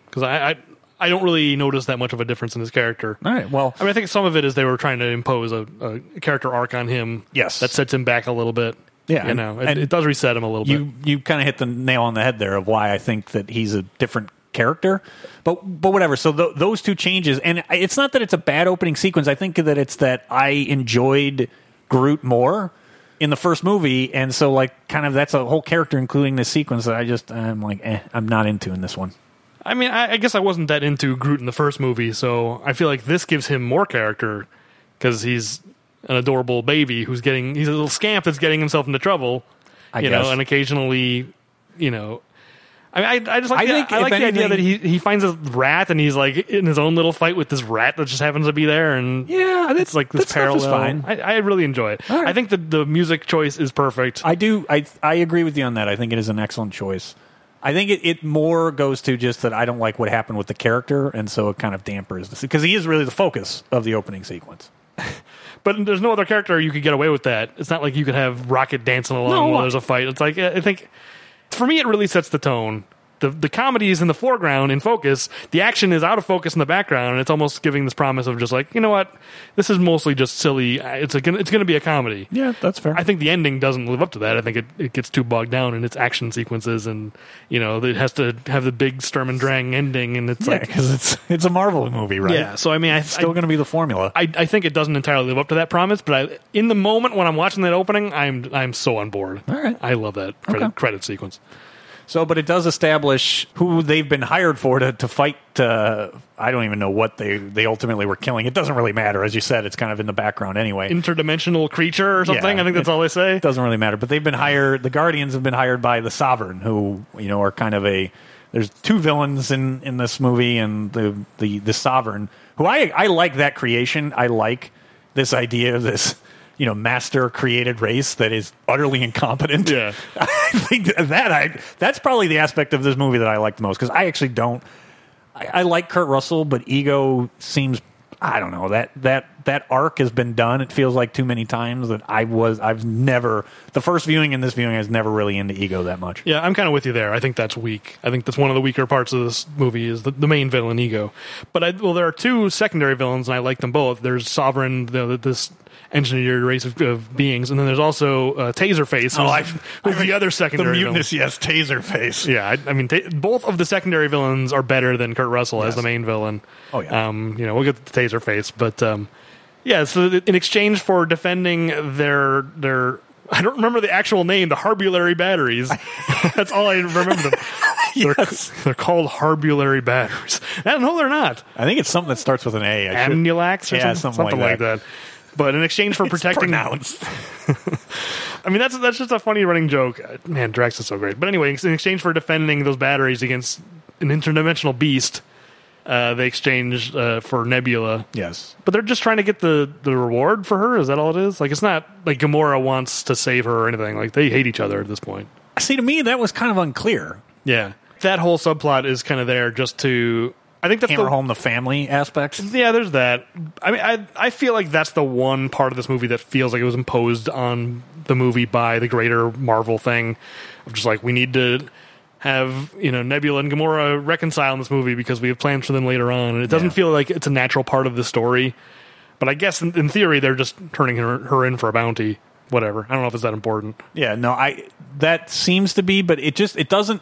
Speaker 1: because I, I I don't really notice that much of a difference in his character.
Speaker 2: All right, well,
Speaker 1: I mean, I think some of it is they were trying to impose a, a character arc on him.
Speaker 2: Yes.
Speaker 1: that sets him back a little bit.
Speaker 2: Yeah,
Speaker 1: you
Speaker 2: and-
Speaker 1: know, it,
Speaker 2: and
Speaker 1: it does reset him a little bit.
Speaker 2: you you kind of hit the nail on the head there of why I think that he's a different character. But but whatever. So th- those two changes, and I- it's not that it's a bad opening sequence. I think that it's that I enjoyed Groot more in the first movie, and so like kind of that's a whole character, including this sequence that I just I'm like eh, I'm not into in this one.
Speaker 1: I mean, I, I guess I wasn't that into Groot in the first movie, so I feel like this gives him more character because he's an adorable baby who's getting he's a little scamp that's getting himself into trouble.
Speaker 2: I
Speaker 1: you
Speaker 2: guess.
Speaker 1: know, and occasionally, you know. I, mean, I, I just like
Speaker 2: I
Speaker 1: the,
Speaker 2: think,
Speaker 1: I
Speaker 2: if
Speaker 1: like the idea
Speaker 2: anything-
Speaker 1: that he, he finds a rat and he's like in his own little fight with this rat that just happens to be there and
Speaker 2: Yeah,
Speaker 1: it's like this parallel. I, I really enjoy it.
Speaker 2: All right.
Speaker 1: I think the the music choice is perfect.
Speaker 2: I do. I I agree with you on that. I think it is an excellent choice. I think it, it more goes to just that I don't like what happened with the character, and so it kind of dampers this because he is really the focus of the opening sequence.
Speaker 1: But there's no other character you could get away with that. It's not like you could have Rocket dancing along
Speaker 2: No,
Speaker 1: while
Speaker 2: I-
Speaker 1: there's a fight. It's like I think for me it really sets the tone. The the comedy is in the foreground in focus. The action is out of focus in the background, and it's almost giving this promise of just like you know what, this is mostly just silly. Uh, It's a, gonna- it's going to be a comedy.
Speaker 2: Yeah, that's fair.
Speaker 1: I think the ending doesn't live up to that. I think it, it gets too bogged down in its action sequences, and you know it has to have the big Sturm and Drang ending, and it's like
Speaker 2: because it's it's a Marvel movie, right?
Speaker 1: yeah. So I mean, I,
Speaker 2: it's still
Speaker 1: I,
Speaker 2: going to be the formula.
Speaker 1: I, I think it doesn't entirely live up to that promise, but I, in the moment when I'm watching that opening, I'm I'm so on board. All
Speaker 2: right.
Speaker 1: I love that credit,
Speaker 2: Okay.
Speaker 1: credit sequence.
Speaker 2: So, but it does establish who they've been hired for to, to fight. Uh, I don't even know what they they ultimately were killing. It doesn't really matter, as you said. It's kind of in the background anyway.
Speaker 1: Interdimensional creature or something.
Speaker 2: Yeah.
Speaker 1: I think that's all they say.
Speaker 2: It doesn't really matter. But they've been hired. The Guardians have been hired by the Sovereign, who you know are kind of a. There's two villains in in this movie, and the the the Sovereign, who I I like that creation. I like this idea of this. You know, master created race that is utterly incompetent.
Speaker 1: Yeah.
Speaker 2: I think that I that's probably the aspect of this movie that I like the most because I actually don't. I, I like Kurt Russell, but ego seems I don't know that that that arc has been done. It feels like too many times that I was I've never the first viewing and this viewing I was never really into ego that much.
Speaker 1: Yeah, I'm kind of with you there. I think that's weak. I think that's one of the weaker parts of this movie is the, the main villain ego. But I, well, there are two secondary villains, and I like them both. There's Sovereign, the, this engineered race of, of beings, and then there's also uh, Taserface,
Speaker 2: Oh,
Speaker 1: who's,
Speaker 2: I've-
Speaker 1: who's
Speaker 2: I've-
Speaker 1: the other
Speaker 2: The
Speaker 1: secondary villain.
Speaker 2: mutinous, yes, taser face.
Speaker 1: Yeah, I, I mean, ta both of the secondary villains are better than Kurt Russell as
Speaker 2: Yes.
Speaker 1: the main villain.
Speaker 2: Oh, yeah.
Speaker 1: Um, you know, we'll get to Taser Face, but um, yeah. So th- in exchange for defending their their, I don't remember the actual name, the Harbulary batteries. That's all I remember. Them.
Speaker 2: Yes.
Speaker 1: They're, they're called Harbulary batteries. And no, they're not.
Speaker 2: I think it's something that starts with an A. I should-
Speaker 1: Amnulax or
Speaker 2: Yeah,
Speaker 1: something,
Speaker 2: something like
Speaker 1: like, that. But in exchange for
Speaker 2: It's
Speaker 1: protecting
Speaker 2: pronounced.
Speaker 1: I mean, that's that's just a funny running joke. Uh, Man, Drax is so great. But anyway, in exchange for defending those batteries against an interdimensional beast, uh, they exchange uh, for Nebula.
Speaker 2: Yes.
Speaker 1: But they're just trying to get the, the reward for her. Is that all it is? Like, it's not like Gamora wants to save her or anything. Like, they hate each other at this point.
Speaker 2: See, to me that was kind of unclear.
Speaker 1: Yeah, that whole subplot is kind of there just to. I think that's
Speaker 2: Hammer
Speaker 1: the
Speaker 2: home the family aspects.
Speaker 1: yeah, there's that. I mean, I I feel like that's the one part of this movie that feels like it was imposed on the movie by the greater Marvel thing of just like we need to have you know Nebula and Gamora reconcile in this movie because we have plans for them later on, and it doesn't
Speaker 2: Yeah.
Speaker 1: feel like it's a natural part of the story. But I guess in, in theory, they're just turning her, her in for a bounty. Whatever. I don't know if it's that important.
Speaker 2: Yeah, no, I that seems to be, but it just it doesn't.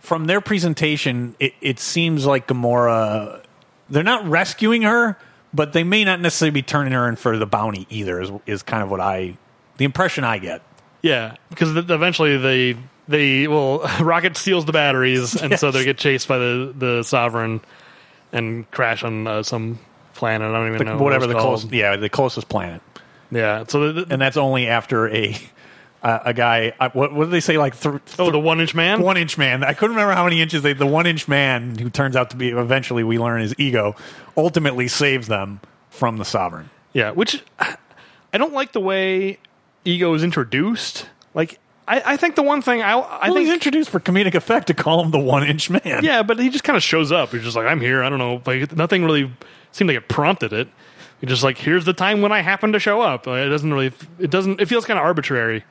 Speaker 2: From their presentation, it, it seems like Gamora. They're not rescuing her, but they may not necessarily be turning her in for the bounty either. Is is kind of what I, the impression I get.
Speaker 1: Yeah, because th- eventually they they well, Rocket steals the batteries, and so they get chased by the the Sovereign and crash on uh, some planet. I don't even know what
Speaker 2: Whatever
Speaker 1: it's
Speaker 2: the
Speaker 1: called.
Speaker 2: closest, yeah, the closest planet,
Speaker 1: Yeah, so the, the,
Speaker 2: and that's only after a uh, a guy. Uh, what, what did they say? Like th-
Speaker 1: oh, the One Inch Man.
Speaker 2: one inch man. I couldn't remember how many inches they. The one inch man who turns out to be eventually we learn is ego. Ultimately saves them from the sovereign.
Speaker 1: Yeah, which I don't like the way Ego is introduced. Like, I, I think the one thing I I
Speaker 2: I think
Speaker 1: think
Speaker 2: he's introduced for comedic effect to call him the one inch man.
Speaker 1: Yeah, but he just kind of shows up. He's just like, I'm here. I don't know. Like nothing really seemed like it prompted it. He's just like, here's the time when I happen to show up. Like, it doesn't really. It doesn't. It feels kind of arbitrary.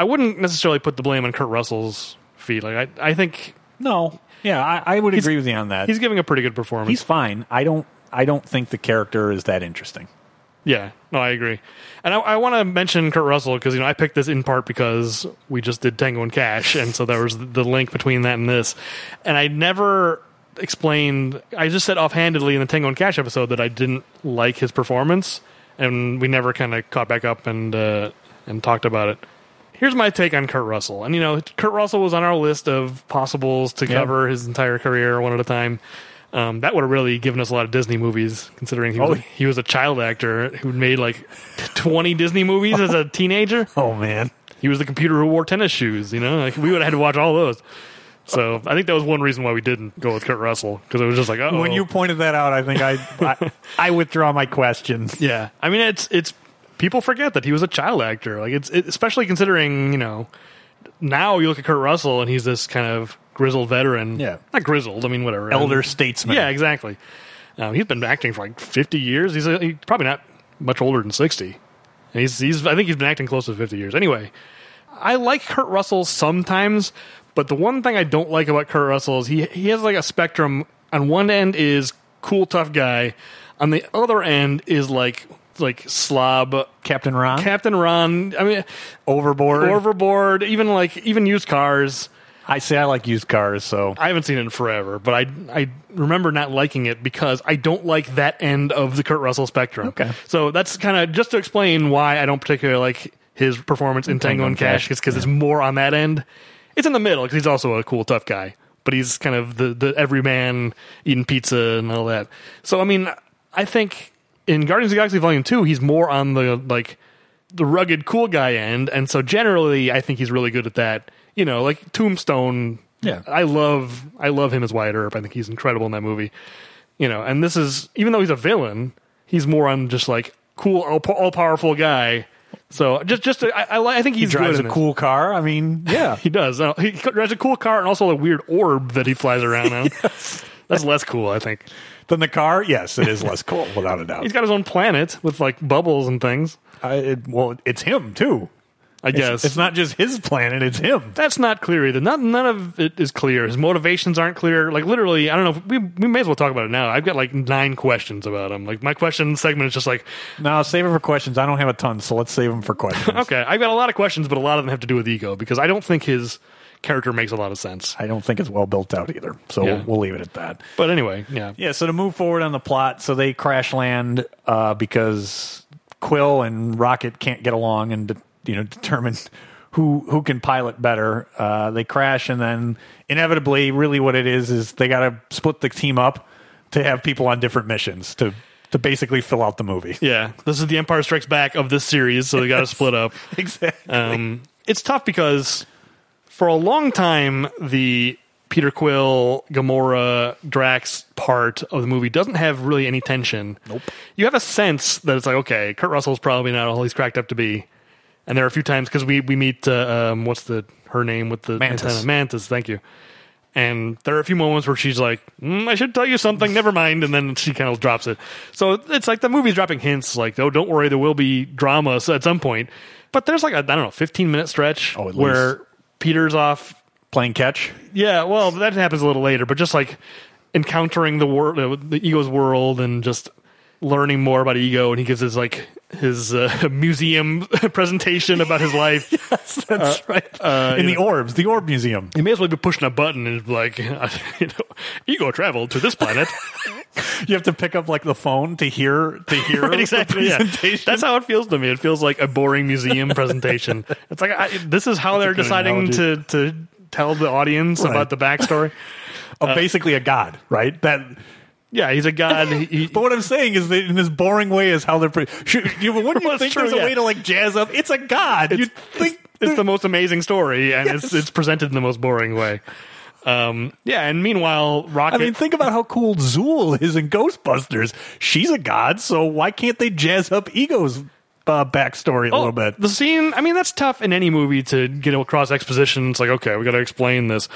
Speaker 1: I wouldn't necessarily put the blame on Kurt Russell's feet. Like I, I think
Speaker 2: No. Yeah, I, I would
Speaker 1: He's-
Speaker 2: agree with you on that.
Speaker 1: he's
Speaker 2: He's,
Speaker 1: giving a pretty good performance.
Speaker 2: fine. I don't I don't think the character is that interesting.
Speaker 1: yeah, no, I agree. And I, I want to mention Kurt Russell because you know I picked this in part because we just did Tango and Cash, and so there was the link between that and this. And I never explained. I just said offhandedly in the Tango and Cash episode that I didn't like his performance, and we never kind of caught back up and uh, and talked about it. here's my take on Kurt Russell. And you know, Kurt Russell was on our list of possibles to cover his entire career one at a time. Um, that would have really given us a lot of Disney movies, considering he was,
Speaker 2: Oh.
Speaker 1: he was a child actor who made like 20 Disney movies as a teenager.
Speaker 2: Oh man.
Speaker 1: He was the computer who wore tennis shoes. You know, like we would have had to watch all those. So I think that was one reason why we didn't go with Kurt Russell because it was just like, oh,
Speaker 2: When you pointed that out, I think I I, I withdraw my question.
Speaker 1: yeah. I mean, it's it's people forget that he was a child actor. Like it's it, especially considering you know now you look at Kurt Russell and he's this kind of grizzled veteran.
Speaker 2: Yeah.
Speaker 1: not grizzled. I mean, whatever.
Speaker 2: Elder
Speaker 1: And-
Speaker 2: statesman.
Speaker 1: Yeah, exactly. Um, he's been acting for like 50 years. He's, uh he's probably not much older than 60. And he's, he's, I think he's been acting close to 50 years. Anyway, I like Kurt Russell sometimes, but the one thing I don't like about Kurt Russell is he, he has like a spectrum. On one end is cool, tough guy. On the other end is like, like slob
Speaker 2: Captain Ron.
Speaker 1: Captain Ron. I mean,
Speaker 2: overboard.
Speaker 1: overboard, even like, even used cars.
Speaker 2: I say I like used cars, so
Speaker 1: I haven't seen it in forever, but I I remember not liking it because I don't like that end of the Kurt Russell spectrum.
Speaker 2: Okay.
Speaker 1: So that's kind of just to explain why I don't particularly like his performance in Tango and Cash is because it's more on that end. It's in the middle because he's also a cool tough guy, but he's kind of the the everyman eating pizza and all that. So I mean, I think in Guardians of the Galaxy Volume Two, he's more on the like the rugged cool guy end, and so generally, I think he's really good at that. You know, like Tombstone.
Speaker 2: Yeah.
Speaker 1: I love I love him as Wyatt Earp. I think he's incredible in that movie. You know, and this is even though he's a villain, he's more on just like cool, all powerful guy. So just just I I, li- I think he's
Speaker 2: he
Speaker 1: good
Speaker 2: drives a
Speaker 1: in this.
Speaker 2: cool car. I mean, yeah.
Speaker 1: He does. Uh, He drives a cool car and also a weird orb that he flies around on. That's less cool, I think.
Speaker 2: Than the car, yes, it is less cool without a doubt.
Speaker 1: He's got his own planet with like bubbles and things.
Speaker 2: I, it, well, it's him too.
Speaker 1: I
Speaker 2: It's-
Speaker 1: guess
Speaker 2: it's not just his planet; it's him.
Speaker 1: that's not clear either. Not, none of it is clear. His motivations aren't clear. Like literally, I don't know. If we we may as well talk about it now. I've got like nine questions about him. Like my question segment is just like,
Speaker 2: Now save him for questions. I don't have a ton, so let's save him for questions.
Speaker 1: okay, I've got a lot of questions, but a lot of them have to do with ego because I don't think his character makes a lot of sense.
Speaker 2: I don't think it's well built out either, so
Speaker 1: Yeah.
Speaker 2: we'll, we'll leave it at that.
Speaker 1: But anyway, yeah,
Speaker 2: Yeah. So to move forward on the plot, so they crash land uh, because Quill and Rocket can't get along and de- you know determine who who can pilot better. Uh, they crash and then inevitably, really, what it is is they got to split the team up to have people on different missions to to basically fill out the movie.
Speaker 1: yeah. This is the Empire Strikes Back of this series, so they got to split up.
Speaker 2: exactly.
Speaker 1: Um, it's tough because for a long time the Peter Quill, Gamora, Drax part of the movie doesn't have really any tension. Nope. You have a sense that it's like okay, Kurt Russell's probably not all he's cracked up to be, and there are a few times because we we meet uh, um, what's the her name with the
Speaker 2: Mantis.
Speaker 1: antenna Mantis. Thank you. And there are a few moments where she's like, mm, "I should tell you something. Never mind." And then she kind of drops it. So it's like the movie's dropping hints, like, "Oh, don't worry, there will be drama s- at some point." But there's like a I don't know, 15 minute stretch
Speaker 2: Oh, at
Speaker 1: where Peter's off.
Speaker 2: Playing catch.
Speaker 1: Yeah, well, that happens a little later, but just like encountering the world, uh, the ego's world, and just learning more about ego. And he gives his like his uh, museum presentation about his life.
Speaker 2: That's right. In the orbs, the orb museum.
Speaker 1: He may as well be pushing a button and like, you know, ego traveled to this planet.
Speaker 2: You have to pick up like the phone to hear to hear
Speaker 1: Right, exactly.
Speaker 2: the
Speaker 1: yeah.
Speaker 2: presentation.
Speaker 1: That's how it feels to me. It feels like a boring museum presentation. It's like I, this is how they're
Speaker 2: good
Speaker 1: deciding to, to tell the audience
Speaker 2: Right.
Speaker 1: about the backstory.
Speaker 2: Oh,
Speaker 1: Uh,
Speaker 2: basically a god, right? That
Speaker 1: yeah, he's a god. He, he-
Speaker 2: But what I'm saying is that in this boring way is how they're. Pre- Shoot, you, wouldn't you
Speaker 1: That's
Speaker 2: think
Speaker 1: true,
Speaker 2: there's
Speaker 1: yeah.
Speaker 2: a way to like jazz up? It's a god. You think
Speaker 1: it's the most amazing story, and it's it's presented in the most boring way. Um, yeah, and meanwhile,
Speaker 2: I
Speaker 1: Rocket.
Speaker 2: mean, think about how cool Zool is in Ghostbusters. She's a god, so why can't they jazz up Ego's uh, backstory a little bit?
Speaker 1: Oh, The scene, I mean, that's tough in any movie to get across exposition. It's like, okay, we got to explain this.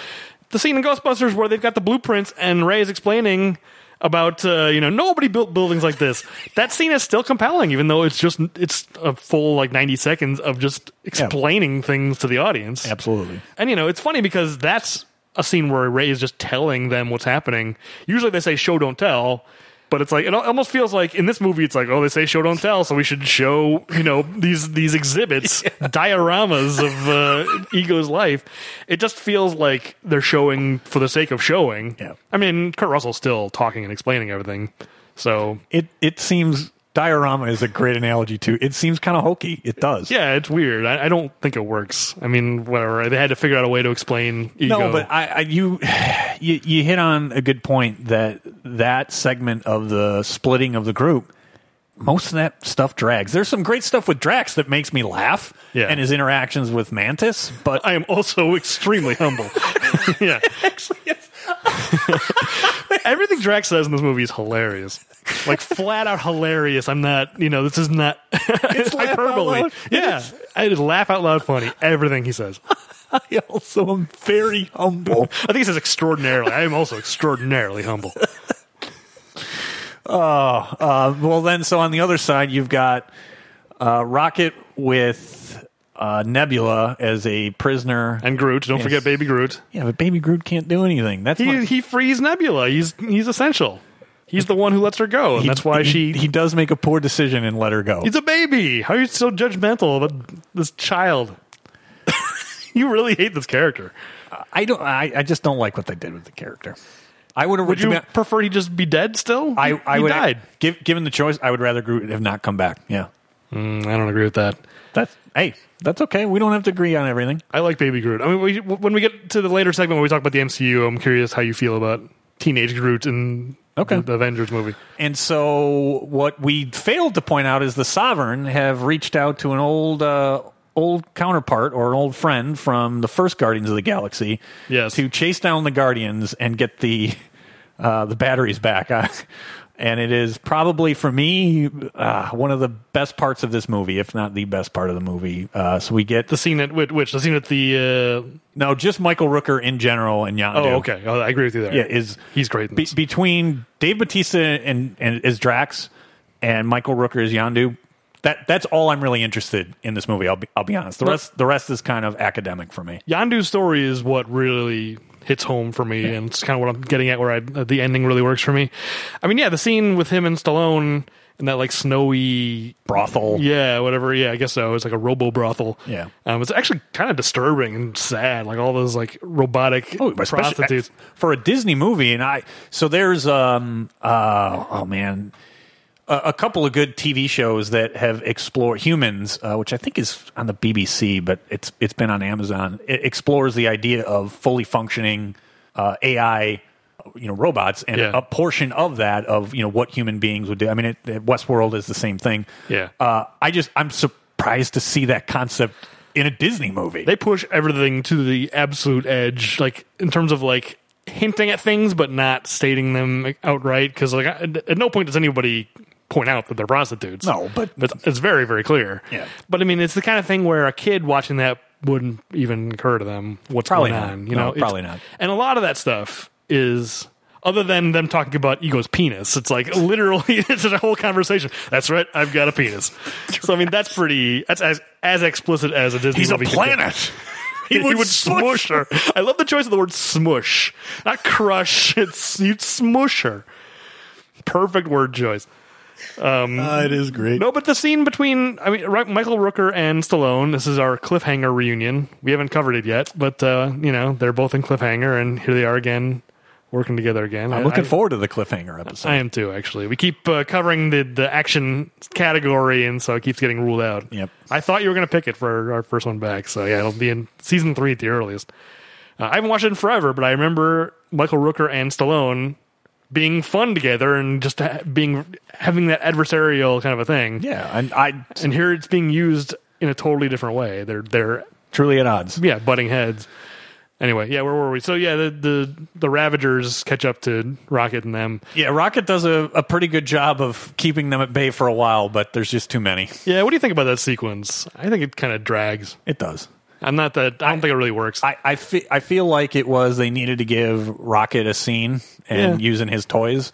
Speaker 1: The scene in Ghostbusters where they've got the blueprints and Ray is explaining about uh, you know nobody built buildings like this. that scene is still compelling, even though it's just it's a full like ninety seconds of just explaining things to the audience.
Speaker 2: Absolutely.
Speaker 1: And you know, it's funny because that's a scene where Ray is just telling them what's happening. Usually they say show don't tell, but it's like it al- almost feels like in this movie it's like oh they say show don't tell, so we should show you know these these exhibits, dioramas of uh, Ego's life. It just feels like they're showing for the sake of showing.
Speaker 2: Yeah.
Speaker 1: I mean, Kurt Russell's still talking and explaining everything, so
Speaker 2: It it seems diorama is a great analogy too. It seems kind of hokey. It does.
Speaker 1: Yeah, it's weird. I, I don't think it works. I mean, whatever. They had to figure out a way to explain ego.
Speaker 2: No, but I, I you, you you hit on a good point that that segment of the splitting of the group, most of that stuff drags. There's some great stuff with Drax that makes me laugh,
Speaker 1: Yeah.
Speaker 2: and his interactions with Mantis. But
Speaker 1: I am also extremely humble. yeah. Everything Drax says in this movie is hilarious. Like flat out hilarious. I'm not, you know, this is not it's
Speaker 2: laugh out
Speaker 1: hyperbole.
Speaker 2: loud.
Speaker 1: Yeah. I just laugh out loud funny. Everything he says.
Speaker 2: I also am very humble.
Speaker 1: I think he says extraordinarily. I am also extraordinarily humble.
Speaker 2: Uh, well, then, so on the other side, you've got uh, Rocket with uh, Nebula as a prisoner.
Speaker 1: And Groot, don't
Speaker 2: Yes.
Speaker 1: forget baby Groot.
Speaker 2: yeah, but Baby Groot can't do anything. That's
Speaker 1: He
Speaker 2: my-
Speaker 1: he frees Nebula. He's he's essential. He's the one who lets her go, and
Speaker 2: he-
Speaker 1: that's why
Speaker 2: he-
Speaker 1: she
Speaker 2: he does make a poor decision and let her go.
Speaker 1: He's a baby. How are you so judgmental about this child? you really hate this character.
Speaker 2: I don't. I, I just don't like what they did with the character. I would have.
Speaker 1: Would you prefer he just be dead still?
Speaker 2: I, I
Speaker 1: he
Speaker 2: would.
Speaker 1: died.
Speaker 2: Give, given the choice, I would rather Groot have not come back. Yeah.
Speaker 1: Mm, I don't agree with that.
Speaker 2: That's hey. That's okay. We don't have to agree on everything.
Speaker 1: I like Baby Groot. I mean, we, when we get to the later segment where we talk about the MCU, I'm curious how you feel about teenage Groot in
Speaker 2: Okay.
Speaker 1: the, the Avengers movie.
Speaker 2: And so, what we failed to point out is the Sovereign have reached out to an old. Uh, Old counterpart or an old friend from the first Guardians of the Galaxy,
Speaker 1: Yes.
Speaker 2: to chase down the Guardians and get the uh, the batteries back. and it is probably for me uh, one of the best parts of this movie, if not the best part of the movie. Uh, so we get
Speaker 1: The scene at which, which the scene at the uh,
Speaker 2: no, just Michael Rooker in general and Yondu.
Speaker 1: oh okay, oh, I agree with you there.
Speaker 2: yeah, is
Speaker 1: he's great. In
Speaker 2: be-
Speaker 1: this.
Speaker 2: between Dave Batista and and as Drax and Michael Rooker as Yondu. That that's all I'm really interested in this movie. I'll be I'll be honest. The rest the rest is kind of academic for me.
Speaker 1: Yandu's story is what really hits home for me, and it's kind of what I'm getting at. Where I, uh, the ending really works for me. I mean, yeah, the scene with him and Stallone in that like snowy,
Speaker 2: Brothel.
Speaker 1: yeah, whatever. Yeah, I guess so. It's like a robo brothel.
Speaker 2: Yeah.
Speaker 1: um, it's actually kind of disturbing and sad. Like all those like robotic
Speaker 2: Oh, especially-
Speaker 1: Oh, prostitutes.
Speaker 2: for a Disney movie. And I so there's um uh oh man. A a couple of good TV shows that have explored humans, uh, which I think is on the BBC, but it's it's been on Amazon. It explores the idea of fully functioning uh, AI, you know, robots, and
Speaker 1: Yeah.
Speaker 2: a portion of that of you know what human beings would do. I mean, it, it- Westworld is the same thing.
Speaker 1: Yeah.
Speaker 2: uh, I just I'm surprised to see that concept in a Disney movie.
Speaker 1: They push everything to the absolute edge, like in terms of like hinting at things but not stating them outright. Because like I- at no point does anybody point out that they're prostitutes.
Speaker 2: No, but-
Speaker 1: it's, it's very very clear.
Speaker 2: Yeah.
Speaker 1: But I mean, it's the kind of thing where a kid watching that wouldn't even occur to them what's
Speaker 2: Probably
Speaker 1: going
Speaker 2: not.
Speaker 1: on. You
Speaker 2: No,
Speaker 1: know, It's-
Speaker 2: probably not.
Speaker 1: And a lot of that stuff is. Other than them talking about ego's penis, it's like literally it's a whole conversation. That's right, I've got a penis. So I mean, that's pretty. That's as as explicit as a Disney
Speaker 2: He's a
Speaker 1: movie could get.
Speaker 2: planet.
Speaker 1: He would, smush her. I love the choice of the word smush, not crush. It's you'd smush her. Perfect word choice.
Speaker 2: it is great.
Speaker 1: No, but the scene between I mean Ro- Michael Rooker and Stallone. This is our cliffhanger reunion. We haven't covered it yet, but uh, you know they're both in cliffhanger, and here they are again, working together again.
Speaker 2: I'm looking forward to the cliffhanger episode.
Speaker 1: I am too. Actually, we keep uh, covering the the action category, and so it keeps getting ruled out.
Speaker 2: Yep.
Speaker 1: I thought you were going to pick it for our first one back. So yeah, it'll be in season three at the earliest. Uh, I haven't watched it in forever, but I remember Michael Rooker and Stallone being fun together and just ha- being having that adversarial kind of a thing.
Speaker 2: yeah, and I
Speaker 1: And here it's being used in a totally different way. They're they're
Speaker 2: truly at odds.
Speaker 1: yeah, butting heads. Anyway, yeah, where were we? So yeah, the the, the Ravagers catch up to Rocket and them.
Speaker 2: Yeah, Rocket does a, a pretty good job of keeping them at bay for a while, but there's just too many.
Speaker 1: Yeah, what do you think about that sequence? I think it kind of drags.
Speaker 2: It does.
Speaker 1: I'm not that. I don't think it really works.
Speaker 2: I I, fe- I feel like it was they needed to give Rocket a scene and
Speaker 1: Yeah.
Speaker 2: using his toys,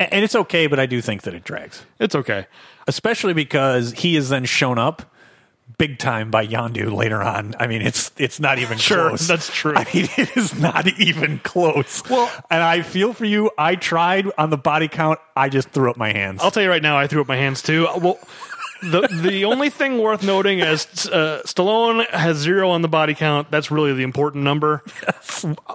Speaker 2: A- and, it's okay, but I do think that it drags,
Speaker 1: it's okay.
Speaker 2: especially because he is then shown up. Big time by Yondu later on. I mean, it's it's not even
Speaker 1: Sure,
Speaker 2: close.
Speaker 1: that's true.
Speaker 2: I mean, it is not even close. Well, and I feel for you. I tried on the body count. I just threw up my hands.
Speaker 1: Oh. I'll tell you right now, I threw up my hands too. Uh, Well, the the only thing worth noting is uh, Stallone has zero on the body count. That's really the important number.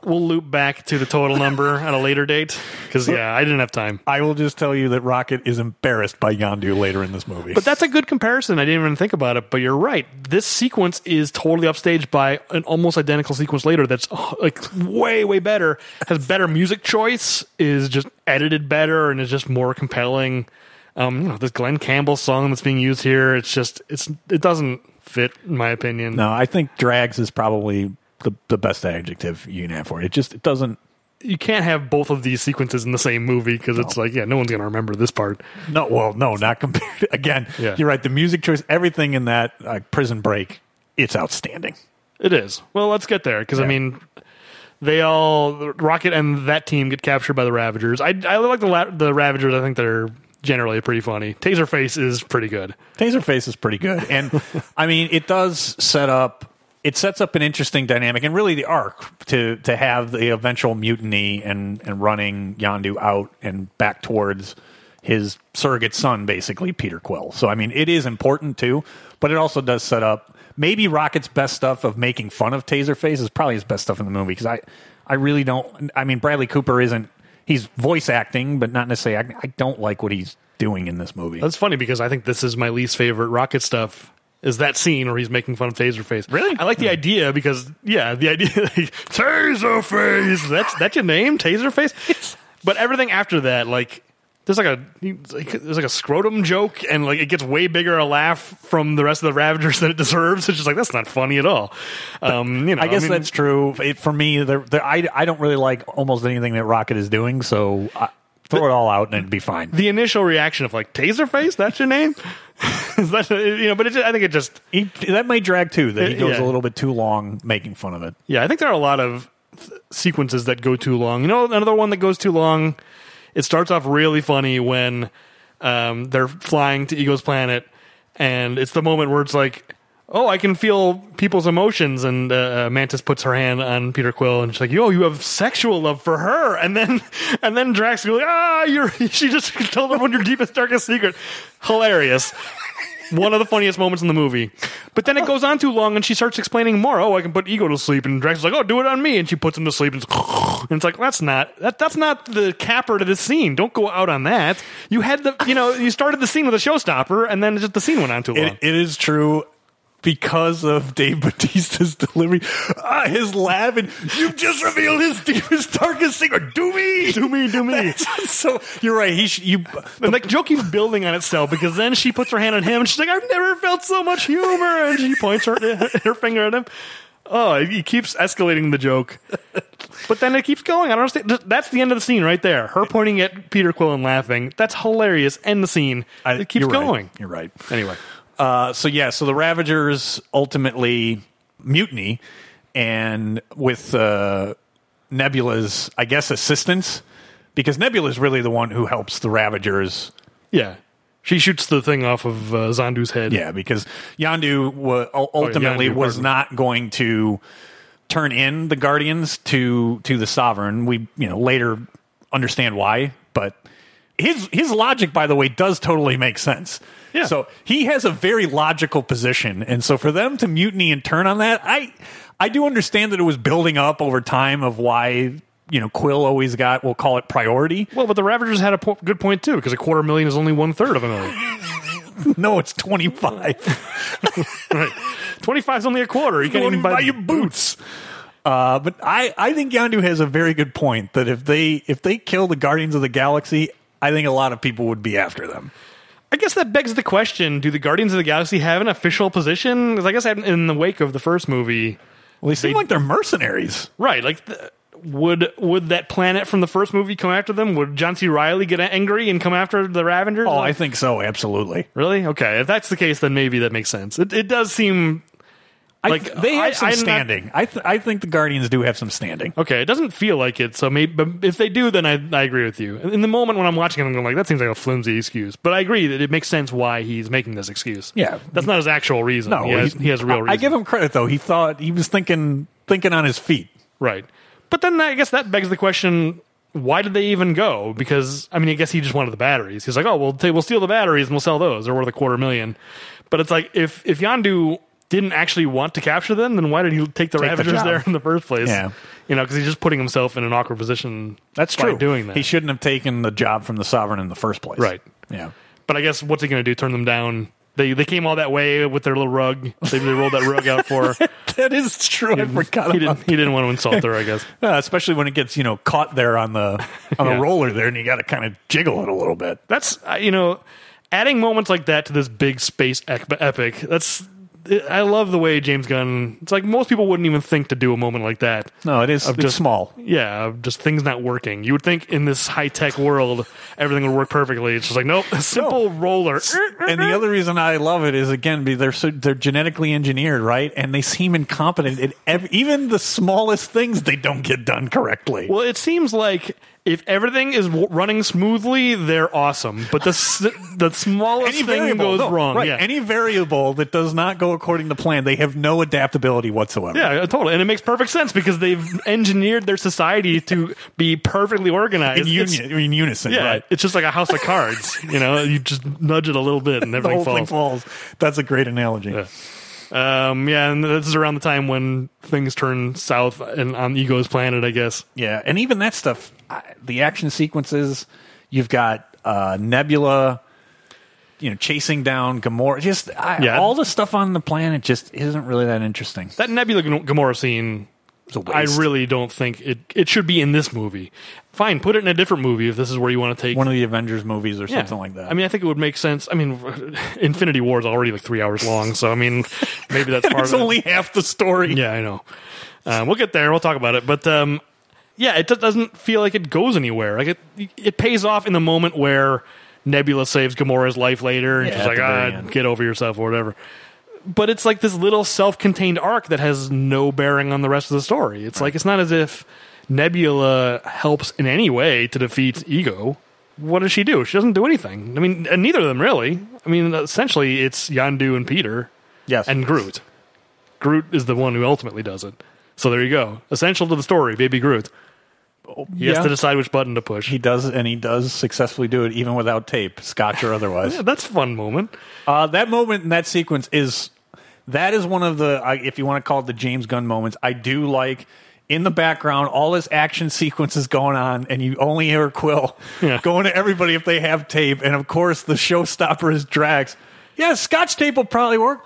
Speaker 1: We'll loop back to the total number at a later date because yeah, I didn't have time.
Speaker 2: I will just tell you that Rocket is embarrassed by Yondu later in this movie.
Speaker 1: But that's a good comparison. I didn't even think about it. But you're right. This sequence is totally upstaged by an almost identical sequence later. That's oh, like way way better. Has better music choice. Is just edited better and is just more compelling. Um, you know this Glenn Campbell song that's being used here. It's just it's it doesn't fit in my opinion.
Speaker 2: no, I think drags is probably the, the best adjective you can have for it. It just it doesn't.
Speaker 1: You can't have both of these sequences in the same movie because it's like yeah, no one's gonna remember this part.
Speaker 2: No, well, no, not compared. to- Again,
Speaker 1: Yeah.
Speaker 2: you're right. The music choice, everything in that uh, Prison Break, it's outstanding.
Speaker 1: It is. Well, let's get there because I
Speaker 2: Yeah.
Speaker 1: mean, they all Rocket and that team get captured by the Ravagers. I I like the la- the Ravagers. I think they're generally pretty funny. Taserface is pretty good.
Speaker 2: Taserface is pretty good, and I mean, it does set up. It sets up an interesting dynamic, and really the arc to to have the eventual mutiny and and running Yandu out and back towards his surrogate son, basically Peter Quill. So I mean, it is important too, but it also does set up maybe Rocket's best stuff of making fun of Taserface is probably his best stuff in the movie because I I really don't. I mean, Bradley Cooper isn't. He's voice acting, but not necessarily. I, I don't like what he's doing in this movie.
Speaker 1: That's funny because I think this is my least favorite Rocket stuff. Is that scene where he's making fun of Taserface?
Speaker 2: Really? Hmm.
Speaker 1: I like the idea because yeah, the idea like, Taserface. That's that's your name, Taserface. But everything after that, like there's like a like, there's like a scrotum joke, and like it gets way bigger a laugh from the rest of the Ravagers than it deserves. It's just like that's not funny at all. Um, you know,
Speaker 2: I guess
Speaker 1: mean,
Speaker 2: that's true. It, for me, there there I, I don't really like almost anything that Rocket is doing, so I, throw it all out and it'd be fine.
Speaker 1: the initial reaction of like Taserface. That's your name. Is that- you know, but it just, I think it just
Speaker 2: He, that may drag too, that he
Speaker 1: Uh,
Speaker 2: goes
Speaker 1: yeah.
Speaker 2: a little bit too long making fun of it.
Speaker 1: Yeah, I think there are a lot of th- sequences that go too long. You know, another one that goes too long. It starts off really funny when um, they're flying to Ego's planet, and it's the moment where it's like, "Oh, I can feel people's emotions." And uh, uh, Mantis puts her hand on Peter Quill, and she's like, "Yo, you have sexual love for her." And then, and then Drax goes, "Ah, you're." She just told everyone your deepest, darkest secret. Hilarious one of the funniest moments in the movie. But then it goes on too long, and she starts explaining more. Oh, I can put ego to sleep, and Drax is like, "Oh, do it on me," and she puts him to sleep, and it's, and it's like that's not that that's not the capper to this scene. Don't go out on that. You had the you know you started the scene with a showstopper, and then just the scene went on too long.
Speaker 2: it is true because of Dave Batista's delivery, Ah, his laugh, and you've just revealed his deepest, darkest secret. Do me,
Speaker 1: do me, do me.
Speaker 2: That's- so you're right. He sh- you
Speaker 1: And like joke keeps building on itself because then she puts her hand on him and she's like, "I've never felt so much humor," and she points her her finger at him. Oh, it it keeps escalating the joke, but then it keeps going. I don't understand. Th- That's the end of the scene right there. Her pointing at Peter Quill and laughing. That's hilarious. End the scene.
Speaker 2: I-
Speaker 1: it keeps
Speaker 2: you're right.
Speaker 1: going.
Speaker 2: You're right.
Speaker 1: Anyway,
Speaker 2: Uh, so yeah, so the Ravagers ultimately mutiny, and with uh, Nebula's, I guess, assistance, because Nebula's really the one who helps the Ravagers.
Speaker 1: yeah, she shoots the thing off of uh, Zandu's head.
Speaker 2: Yeah, because Yandu wa- u- ultimately
Speaker 1: Yandu,
Speaker 2: was
Speaker 1: Oh, pardon.
Speaker 2: not going to turn in the Guardians to to the Sovereign. We you know later understand why, but his his logic, by the way, does totally make sense.
Speaker 1: Yeah.
Speaker 2: So he has a very logical position, and so for them to mutiny and turn on that, I I do understand that it was building up over time of why you know Quill always got we'll call it priority.
Speaker 1: Well, but the Ravagers had a po- good point too because a quarter million is only one third of a million.
Speaker 2: No, it's twenty five.
Speaker 1: Twenty five is only a quarter. You can't
Speaker 2: Don't
Speaker 1: even buy,
Speaker 2: your boots. Uh, but I, I think Yondu has a very good point that if they if they kill the Guardians of the Galaxy, I think a lot of people would be after them.
Speaker 1: I guess that begs the question: Do the Guardians of the Galaxy have an official position? Because I guess in the wake of the first movie,
Speaker 2: Well, they seem like they're mercenaries.
Speaker 1: right? Like, th- would would that planet from the first movie come after them? Would John C. Riley get angry and come after the Ravengers?
Speaker 2: Oh,
Speaker 1: Like,
Speaker 2: I think so. Absolutely.
Speaker 1: really? Okay, if that's the case, then maybe that makes sense. It, it does seem
Speaker 2: Like they have some
Speaker 1: I'm not-
Speaker 2: standing. I th- I think the Guardians do have some standing.
Speaker 1: okay. It doesn't feel like it. So maybe but if they do, then I, I agree with you. In the moment when I'm watching it, I'm going like, that seems like a flimsy excuse. But I agree that it makes sense why he's making this excuse.
Speaker 2: Yeah.
Speaker 1: that's not his actual reason.
Speaker 2: No,
Speaker 1: he has,
Speaker 2: he's-
Speaker 1: he has real.
Speaker 2: I-
Speaker 1: reason.
Speaker 2: I give him credit though. He thought he was thinking thinking on his feet.
Speaker 1: Right. But then that, I guess that begs the question why did they even go? Because I mean, I guess he just wanted the batteries. He's like, oh, we'll ta- we'll steal the batteries and we'll sell those. They're worth a quarter million. But it's like if if Yandu didn't actually want to capture them, then why did he take the
Speaker 2: the
Speaker 1: Ravagers
Speaker 2: job.
Speaker 1: there in the first place?
Speaker 2: Yeah.
Speaker 1: you know, because he's just putting himself in an awkward position.
Speaker 2: That's
Speaker 1: by
Speaker 2: true.
Speaker 1: Doing that,
Speaker 2: he shouldn't have taken the job from the sovereign in the first place.
Speaker 1: Right.
Speaker 2: Yeah.
Speaker 1: But I guess what's he going to do? Turn them down? They they came all that way with their little rug. They, they rolled that rug out for. her.
Speaker 2: That is true. I forgot
Speaker 1: he
Speaker 2: about
Speaker 1: didn't he didn't want to insult her. I guess.
Speaker 2: that. Uh, especially when it gets you know caught there on the on
Speaker 1: Yeah.
Speaker 2: the roller there, and you got to kind of jiggle it a little bit.
Speaker 1: that's uh, you know adding moments like that to this big space ec- epic that's i love the way james gunn it's like most people wouldn't even think to do a moment like that
Speaker 2: No, it is. It's
Speaker 1: just-
Speaker 2: small.
Speaker 1: yeah of just things not working you would think in this high-tech world everything would work perfectly it's just like nope a simple roller
Speaker 2: and the other reason I love it is again be- they're so they're genetically engineered, right? And they seem incompetent at ev- even the smallest things they don't get done correctly.
Speaker 1: well it seems like if everything is w- running smoothly they're awesome but the s- the smallest thing goes
Speaker 2: no,
Speaker 1: wrong
Speaker 2: right,
Speaker 1: yeah
Speaker 2: Any variable that does not go according to plan, they have no adaptability whatsoever.
Speaker 1: Yeah, uh, totally. And it makes perfect sense because they've engineered their society to be perfectly organized.
Speaker 2: in,
Speaker 1: It's-
Speaker 2: union, in unison,
Speaker 1: yeah,
Speaker 2: right?
Speaker 1: it's just like a house of cards. you know, you just nudge it a little bit and
Speaker 2: The
Speaker 1: everything
Speaker 2: whole
Speaker 1: falls.
Speaker 2: thing falls. That's a great analogy.
Speaker 1: Um, yeah, and this is around the time when things turn south and on Ego's planet, I guess.
Speaker 2: Yeah, and even that stuff, I, the action sequences, you've got uh, Nebula, you know, chasing down Gamora. Just I,
Speaker 1: Yeah.
Speaker 2: all the stuff on the planet just isn't really that interesting.
Speaker 1: That Nebula Gam- Gamora scene,
Speaker 2: It's a waste.
Speaker 1: I really don't think it, it should be in this movie. Fine, put it in a different movie if this is where you want to take
Speaker 2: one of the Avengers movies or
Speaker 1: Yeah.
Speaker 2: something like that.
Speaker 1: I mean, I think it would make sense. I mean, Infinity War is already like three hours long, so I mean, maybe that's part
Speaker 2: it's
Speaker 1: of it.
Speaker 2: only half the story.
Speaker 1: Yeah, I know. Uh, we'll get there. We'll talk about it. But um, yeah, it just doesn't feel like it goes anywhere. Like it, it pays off in the moment where Nebula saves Gamora's life later, and
Speaker 2: Yeah,
Speaker 1: she's
Speaker 2: at
Speaker 1: like,
Speaker 2: the very
Speaker 1: "Ah,
Speaker 2: end."
Speaker 1: get over yourself" or whatever. But it's like this little self-contained arc that has no bearing on the rest of the story. It's like it's not as if Nebula helps in any way to defeat Ego. What does she do? She doesn't do anything. I mean, and neither of them really. I mean, essentially, it's Yandu and Peter
Speaker 2: Yes.
Speaker 1: and Groot. Groot is the one who ultimately does it. So there you go. Essential to the story, baby Groot. He has
Speaker 2: yeah.
Speaker 1: to decide which button to push.
Speaker 2: he does, and he does successfully do it, even without tape, scotch or otherwise.
Speaker 1: Yeah, that's a fun moment.
Speaker 2: Uh, that moment in that sequence is that is one of the I- if you want to call it the James Gunn moments. I do like in the background all this action sequence is going on, and you only hear Quill
Speaker 1: Yeah.
Speaker 2: going to everybody if they have tape, and of course the showstopper is Drax. Yeah, Scotch tape will probably work.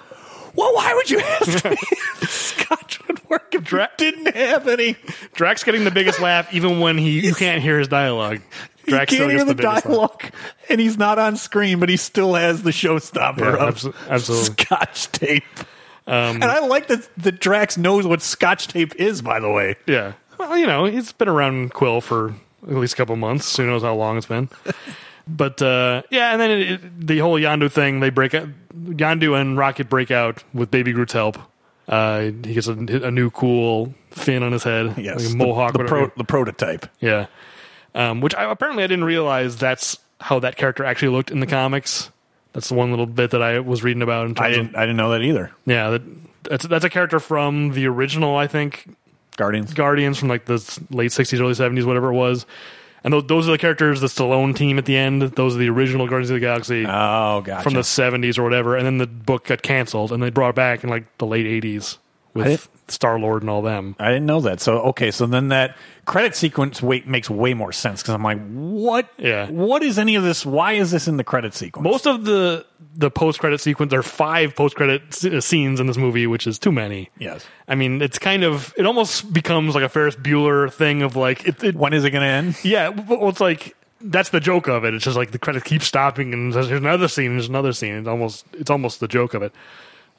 Speaker 2: Well, why would you ask me if Scotch would work if Drax didn't have any?
Speaker 1: Drax getting the biggest laugh even when he you can't hear his dialogue.
Speaker 2: You
Speaker 1: Drax still
Speaker 2: can't
Speaker 1: gets
Speaker 2: hear the,
Speaker 1: biggest laugh.
Speaker 2: dialogue, and he's not on screen, but he still has the showstopper
Speaker 1: Yeah,
Speaker 2: of
Speaker 1: abso- absolutely. Um,
Speaker 2: Scotch tape. and I like that that Drax knows what Scotch tape is. By the way,
Speaker 1: Yeah. Well, you know, he's been around Quill for at least a couple months. Who knows how long it's been. But uh, yeah, and then it, it, the whole Yandu thing, they break out. Yandu and Rocket break out with Baby Groot's help. Uh, he gets a, a new cool fin on his head,
Speaker 2: yes,
Speaker 1: like a
Speaker 2: the-
Speaker 1: mohawk,
Speaker 2: the,
Speaker 1: whatever.
Speaker 2: pro, the prototype.
Speaker 1: yeah. Um, which I, apparently I didn't realize that's how that character actually looked in the comics. That's the one little bit that I was reading about. In terms
Speaker 2: I didn't, I didn't know that either.
Speaker 1: Of, yeah, that, that's that's a character from the original, I think,
Speaker 2: Guardians.
Speaker 1: Guardians from like the s- late sixties, early seventies, whatever it was. And those, those are the characters, the Stallone team at the end. Those are the original Guardians of the Galaxy
Speaker 2: Oh, gotcha.
Speaker 1: from the seventies or whatever. And then the book got canceled, and they brought it back in like the late eighties with
Speaker 2: didn't-
Speaker 1: Star Lord and all them.
Speaker 2: I didn't know that. So okay, so then that credit sequence wait, makes way more sense because I'm like, what?
Speaker 1: Yeah.
Speaker 2: What is any of this? Why is this in the credit sequence?
Speaker 1: Most of the the post credit sequence, there are five post credit s- uh, scenes in this movie, which is too many.
Speaker 2: yes.
Speaker 1: I mean, it's kind of it almost becomes like a Ferris Bueller thing of like it, it
Speaker 2: When is it going to end?
Speaker 1: Yeah, well, it's like that's the joke of it. It's just like the credits keep stopping, and there's another scene, there's another scene. It's almost it's almost the joke of it.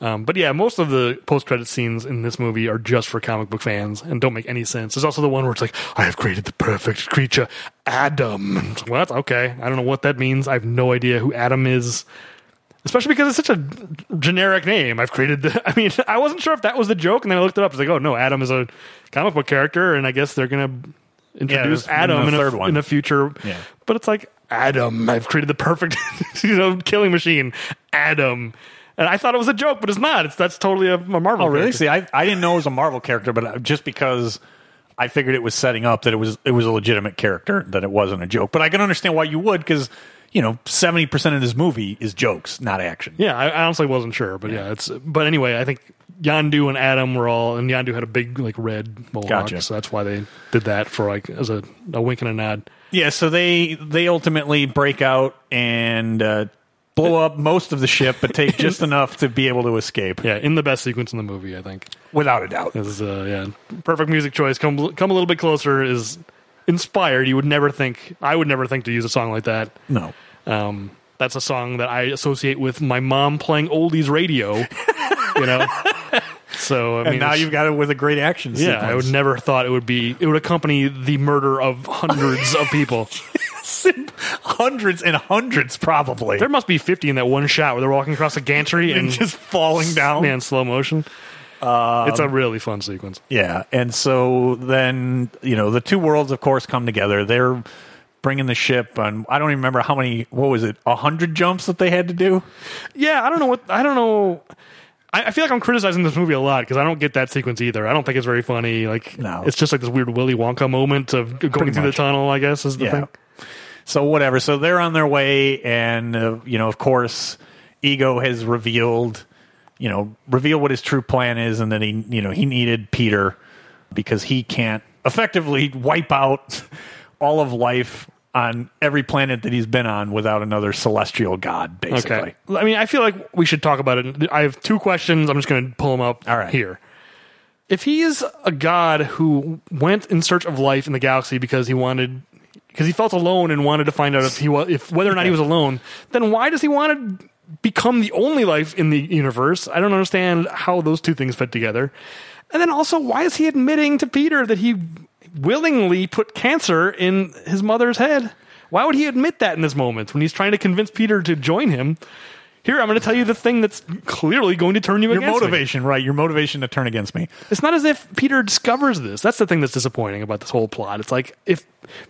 Speaker 1: Um, but yeah, most of the post credit scenes in this movie are just for comic book fans and don't make any sense. There's also the one where it's like, "I have created the perfect creature, Adam." It's like, What? Okay, I don't know what that means. I have no idea who Adam is. Especially because it's such a generic name. I've created the. I mean, I wasn't sure if that was the joke, and then I looked it up. It's like, oh no, Adam is a comic book character, and I guess they're gonna introduce
Speaker 2: there's- in
Speaker 1: Adam
Speaker 2: the
Speaker 1: in, a,
Speaker 2: third one.
Speaker 1: in a future.
Speaker 2: Yeah.
Speaker 1: But it's like Adam. I've created the perfect, you know, killing machine. Adam, and I thought it was a joke, but it's not. It's that's totally a, a Marvel.
Speaker 2: Oh, really?
Speaker 1: character.
Speaker 2: See, I, I didn't know it was a Marvel character, but I- just uh, because I figured it was setting up that it was it was a legitimate character that it wasn't a joke. But I can understand why you would because you know seventy percent of this movie is jokes, not action.
Speaker 1: Yeah, I, I honestly wasn't sure, but yeah. it's but anyway, I think Yandu and Adam were all, and Yandu had a big like red mohawk,
Speaker 2: Gotcha.
Speaker 1: so that's why they did that for like as a, a wink and a nod.
Speaker 2: Yeah, so they they ultimately break out and uh, blow up most of the ship, but take just enough to be able to escape,
Speaker 1: Yeah, in the best sequence in the movie, I think.
Speaker 2: without a doubt.
Speaker 1: This is uh, yeah, perfect music choice. Come come a little bit closer is inspired. You would never think I would never think to use a song like that.
Speaker 2: No,
Speaker 1: Um, that's a song that I associate with my mom playing oldies radio. you know, so I mean,
Speaker 2: and now
Speaker 1: it's-
Speaker 2: you've got it with a great action.
Speaker 1: yeah,
Speaker 2: sequence.
Speaker 1: I would never thought it would be it would accompany the murder of hundreds of people.
Speaker 2: hundreds and hundreds probably.
Speaker 1: There must be fifty in that one shot where they're walking across a gantry and
Speaker 2: and just falling down. Um,
Speaker 1: man slow motion. it's a really fun sequence.
Speaker 2: Yeah, and so then you know the two worlds, of course, come together. They're bringing the ship on. I don't even remember how many. What was it? A hundred jumps that they had to do.
Speaker 1: Yeah, I don't know what I don't know. I, I feel like I'm criticizing this movie a lot because I don't get that sequence either. I don't think it's very funny. Like,
Speaker 2: No.
Speaker 1: it's just like this weird Willy Wonka moment of going through
Speaker 2: much.
Speaker 1: the tunnel. I guess is the thing.
Speaker 2: So whatever. So they're on their way, and uh, you know, of course, ego has revealed, you know, revealed what his true plan is, and that he, you know, he needed Peter because he can't effectively wipe out all of life on every planet that he's been on without another celestial god, basically.
Speaker 1: Okay. I mean, I feel like we should talk about it. I have two questions. I'm just going to pull them up
Speaker 2: All right.
Speaker 1: here. If he is a god who went in search of life in the galaxy because he wanted, because he felt alone and wanted to find out if he was, if whether or not he was alone, then why does he want to become the only life in the universe? I don't understand how those two things fit together. And then also, why is he admitting to Peter that he willingly put cancer in his mother's head? Why would he admit that in this moment when he's trying to convince Peter to join him? Here, I'm going to tell you the thing that's clearly going to turn you
Speaker 2: Your
Speaker 1: against me.
Speaker 2: motivation, right? Your motivation to turn against me.
Speaker 1: It's not as if Peter discovers this. That's the thing that's disappointing about this whole plot. It's like if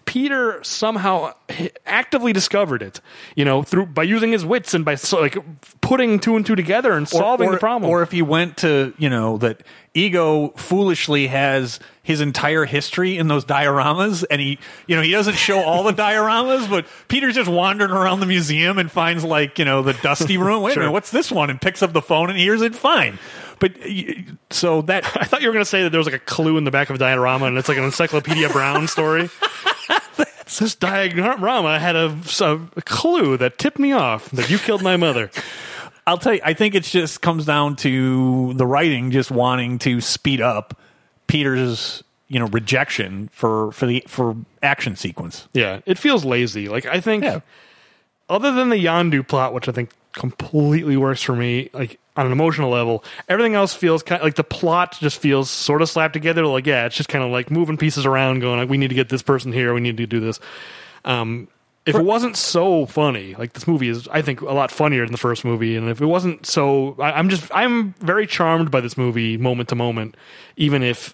Speaker 1: Peter somehow h- actively discovered it, you know, through by using his wits and by so, like putting two and two together and solving
Speaker 2: or,
Speaker 1: the problem.
Speaker 2: Or if he went to, you know, that ego foolishly has his entire history in those dioramas and he, you know, he doesn't show all the dioramas, but Peter's just wandering around the museum and finds like, you know, the dusty room. Wait
Speaker 1: Sure.
Speaker 2: a minute, what's this one? And picks up the phone and hears it fine. But y- so
Speaker 1: I
Speaker 2: that
Speaker 1: thought you were going to say that there was like a clue in the back of a diorama, and it's like an Encyclopedia Brown story. this diorama had a, a clue that tipped me off that you killed my mother.
Speaker 2: I'll tell you, I think it just comes down to the writing just wanting to speed up Peter's, you know, rejection for, for the, for action sequence.
Speaker 1: Yeah, it feels lazy. Like I think,
Speaker 2: Yeah.
Speaker 1: other than the Yandu plot, which I think completely works for me, like on an emotional level, everything else feels kind like the plot just feels sort of slapped together. Like yeah, it's just kind of like moving pieces around, going like we need to get this person here, we need to do this. Um, if it wasn't so funny, like this movie is, I think a lot funnier than the first movie, and if it wasn't so, I, I'm just I'm very charmed by this movie moment to moment, even if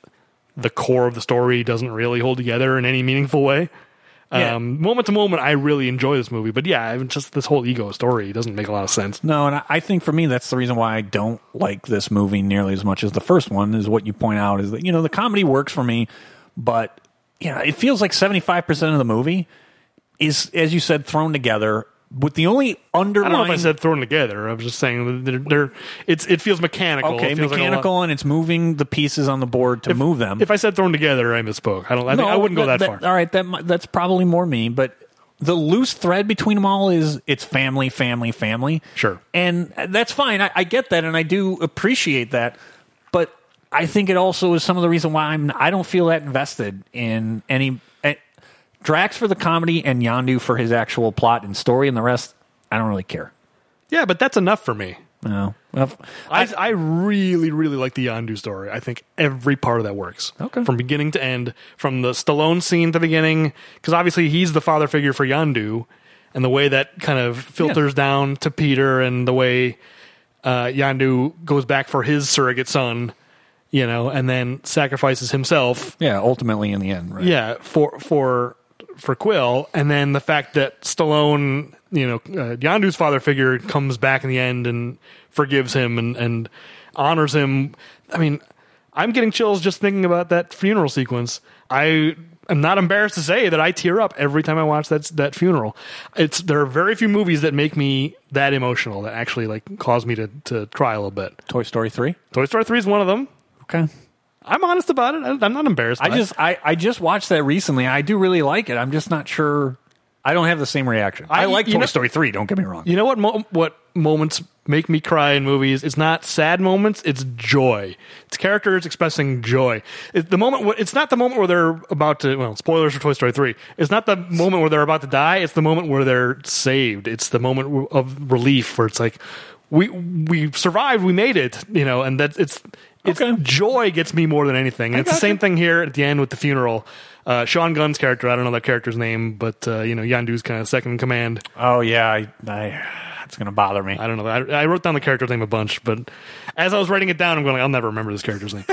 Speaker 1: the core of the story doesn't really hold together in any meaningful way.
Speaker 2: Yeah.
Speaker 1: Um, moment to moment, I really enjoy this movie, but yeah, I'm just this whole ego story doesn't make a lot of sense.
Speaker 2: No, and I- I think for me that's the reason why I don't like this movie nearly as much as the first one. Is what you point out is that you know the comedy works for me, but you know it feels like seventy five percent of the movie is, as you said, thrown together with the only
Speaker 1: I
Speaker 2: underlying.
Speaker 1: don't know if I said thrown together. I was just saying that they're, they're it's it feels mechanical.
Speaker 2: okay,
Speaker 1: It feels like a lot-
Speaker 2: mechanical, and it's moving the pieces on the board to move them.
Speaker 1: if I said thrown together, I misspoke. I don't. I, think, I wouldn't go that, far.
Speaker 2: All right, that mi- that's probably more me, but the loose thread between them all is it's family, family, family.
Speaker 1: Sure.
Speaker 2: and that's fine. I, I get that, and I do appreciate that, but I think it also is some of the reason why I'm I don't feel that invested in any eh, Drax for the comedy and Yandu for his actual plot and story, and the rest I don't really care.
Speaker 1: yeah, but that's enough for me.
Speaker 2: No, well,
Speaker 1: I, I really, really like the Yondu story. I think every part of that works.
Speaker 2: Okay.
Speaker 1: From beginning to end, from the Stallone scene at the beginning, because obviously he's the father figure for Yondu, and the way that kind of filters down to Peter and the way uh, Yondu goes back for his surrogate son, you know, and then sacrifices himself
Speaker 2: yeah, ultimately in the end, right?
Speaker 1: yeah, for for for Quill, and then the fact that Stallone, you know, uh, Yondu's father figure comes back in the end and forgives him and and honors him. I mean, I'm getting chills just thinking about that funeral sequence. I am not embarrassed to say that I tear up every time I watch that that funeral. It's there are very few movies that make me that emotional that actually like cause me to to cry a little bit.
Speaker 2: Toy Story three.
Speaker 1: Toy Story three is one of them.
Speaker 2: Okay.
Speaker 1: I'm honest about it. I- I'm not embarrassed.
Speaker 2: I
Speaker 1: by it.
Speaker 2: just I, I just watched that recently. I do really like it. I'm just not sure. I don't have the same reaction. I,
Speaker 1: I-
Speaker 2: like
Speaker 1: you
Speaker 2: Toy
Speaker 1: know-
Speaker 2: Story three. Don't get me wrong.
Speaker 1: you know what mo- what moments make me cry in movies it's not sad moments it's joy it's characters expressing joy it, the moment wh- it's not the moment where they're about to well spoilers for toy story 3 it's not the moment where they're about to die it's the moment where they're saved it's the moment w- of relief where it's like we we survived we made it you know and that it's it's
Speaker 2: Okay.
Speaker 1: joy gets me more than anything and it's the
Speaker 2: gotcha.
Speaker 1: same thing here at the end with the funeral uh, Sean Gunn's character, I don't know that character's name, but uh, you know Yandu's kind of second in command.
Speaker 2: Oh yeah, I, I it's gonna bother me.
Speaker 1: I don't know. I, I wrote down the character's name a bunch, but as I was writing it down, I'm going, like, I'll never remember this character's name.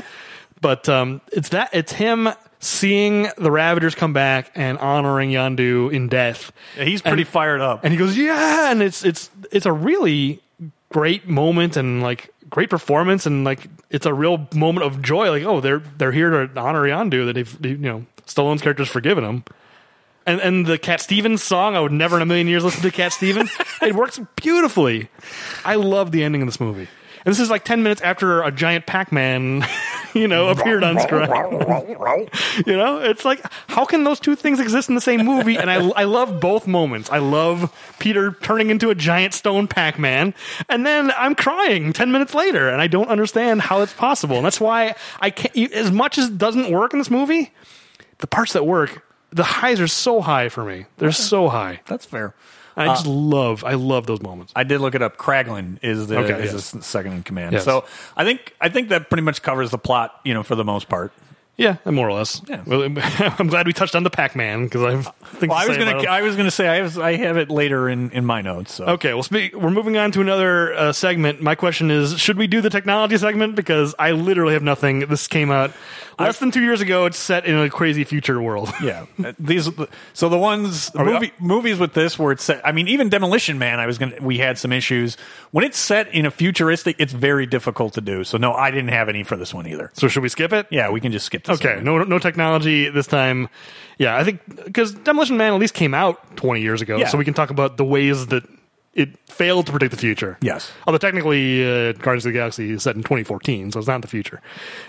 Speaker 1: but um, it's that it's him seeing the Ravagers come back and honoring Yandu in death,
Speaker 2: He's pretty
Speaker 1: And-
Speaker 2: fired up.
Speaker 1: and he goes, "Yeah!" And it's it's it's a really great moment and like great performance and like it's a real moment of joy. Like, oh, they're they're here to honor Yandu that they've they, you know Stallone's character's forgiven him. And, and the Cat Stevens song, I would never in a million years listen to Cat Stevens. it works beautifully. I love the ending of this movie. And this is like 10 minutes after a giant Pac Man, you know, appeared on screen. You know, it's like how can those two things exist in the same movie? And I, I love both moments. I love Peter turning into a giant stone Pac-Man, and then I'm crying ten minutes later, and I don't understand how it's possible. And that's why I can't. e- As much as it doesn't work in this movie, the parts that work, the highs are so high for me. They're so high.
Speaker 2: That's fair.
Speaker 1: I
Speaker 2: Uh,
Speaker 1: just love. I love those moments.
Speaker 2: I did look it up. Kraglin is the
Speaker 1: Okay,
Speaker 2: is
Speaker 1: yes.
Speaker 2: the second in command.
Speaker 1: Yes.
Speaker 2: So I think I think that pretty much covers the plot. You know, for the most part.
Speaker 1: Yeah, more or less.
Speaker 2: Yeah.
Speaker 1: Well, I'm glad we touched on the Pac-Man because I've. things
Speaker 2: Well,
Speaker 1: to
Speaker 2: I was
Speaker 1: say about
Speaker 2: gonna
Speaker 1: him.
Speaker 2: I was gonna say I was I have it later in in my notes. So
Speaker 1: Okay, well, speak, we're moving on to another uh, segment. My question is, should we do the technology segment? Because I literally have nothing. This came out less than two years ago. It's set in a crazy future world.
Speaker 2: Yeah, Uh, these. So the ones the
Speaker 1: we-
Speaker 2: movie, movies with this where it's set. I mean, even Demolition Man. I was gonna. We had some issues when it's set in a futuristic. It's very difficult to do. So no, I didn't have any for this one either.
Speaker 1: So should we skip it?
Speaker 2: Yeah, we can just skip this.
Speaker 1: Okay,
Speaker 2: one.
Speaker 1: no, no technology this time. Yeah, I think because Demolition Man at least came out 20 years ago,
Speaker 2: Yeah.
Speaker 1: so we can talk about the ways that it failed to predict the future.
Speaker 2: Yes.
Speaker 1: Although technically, uh, Guardians of the Galaxy is set in 2014, so it's not the future.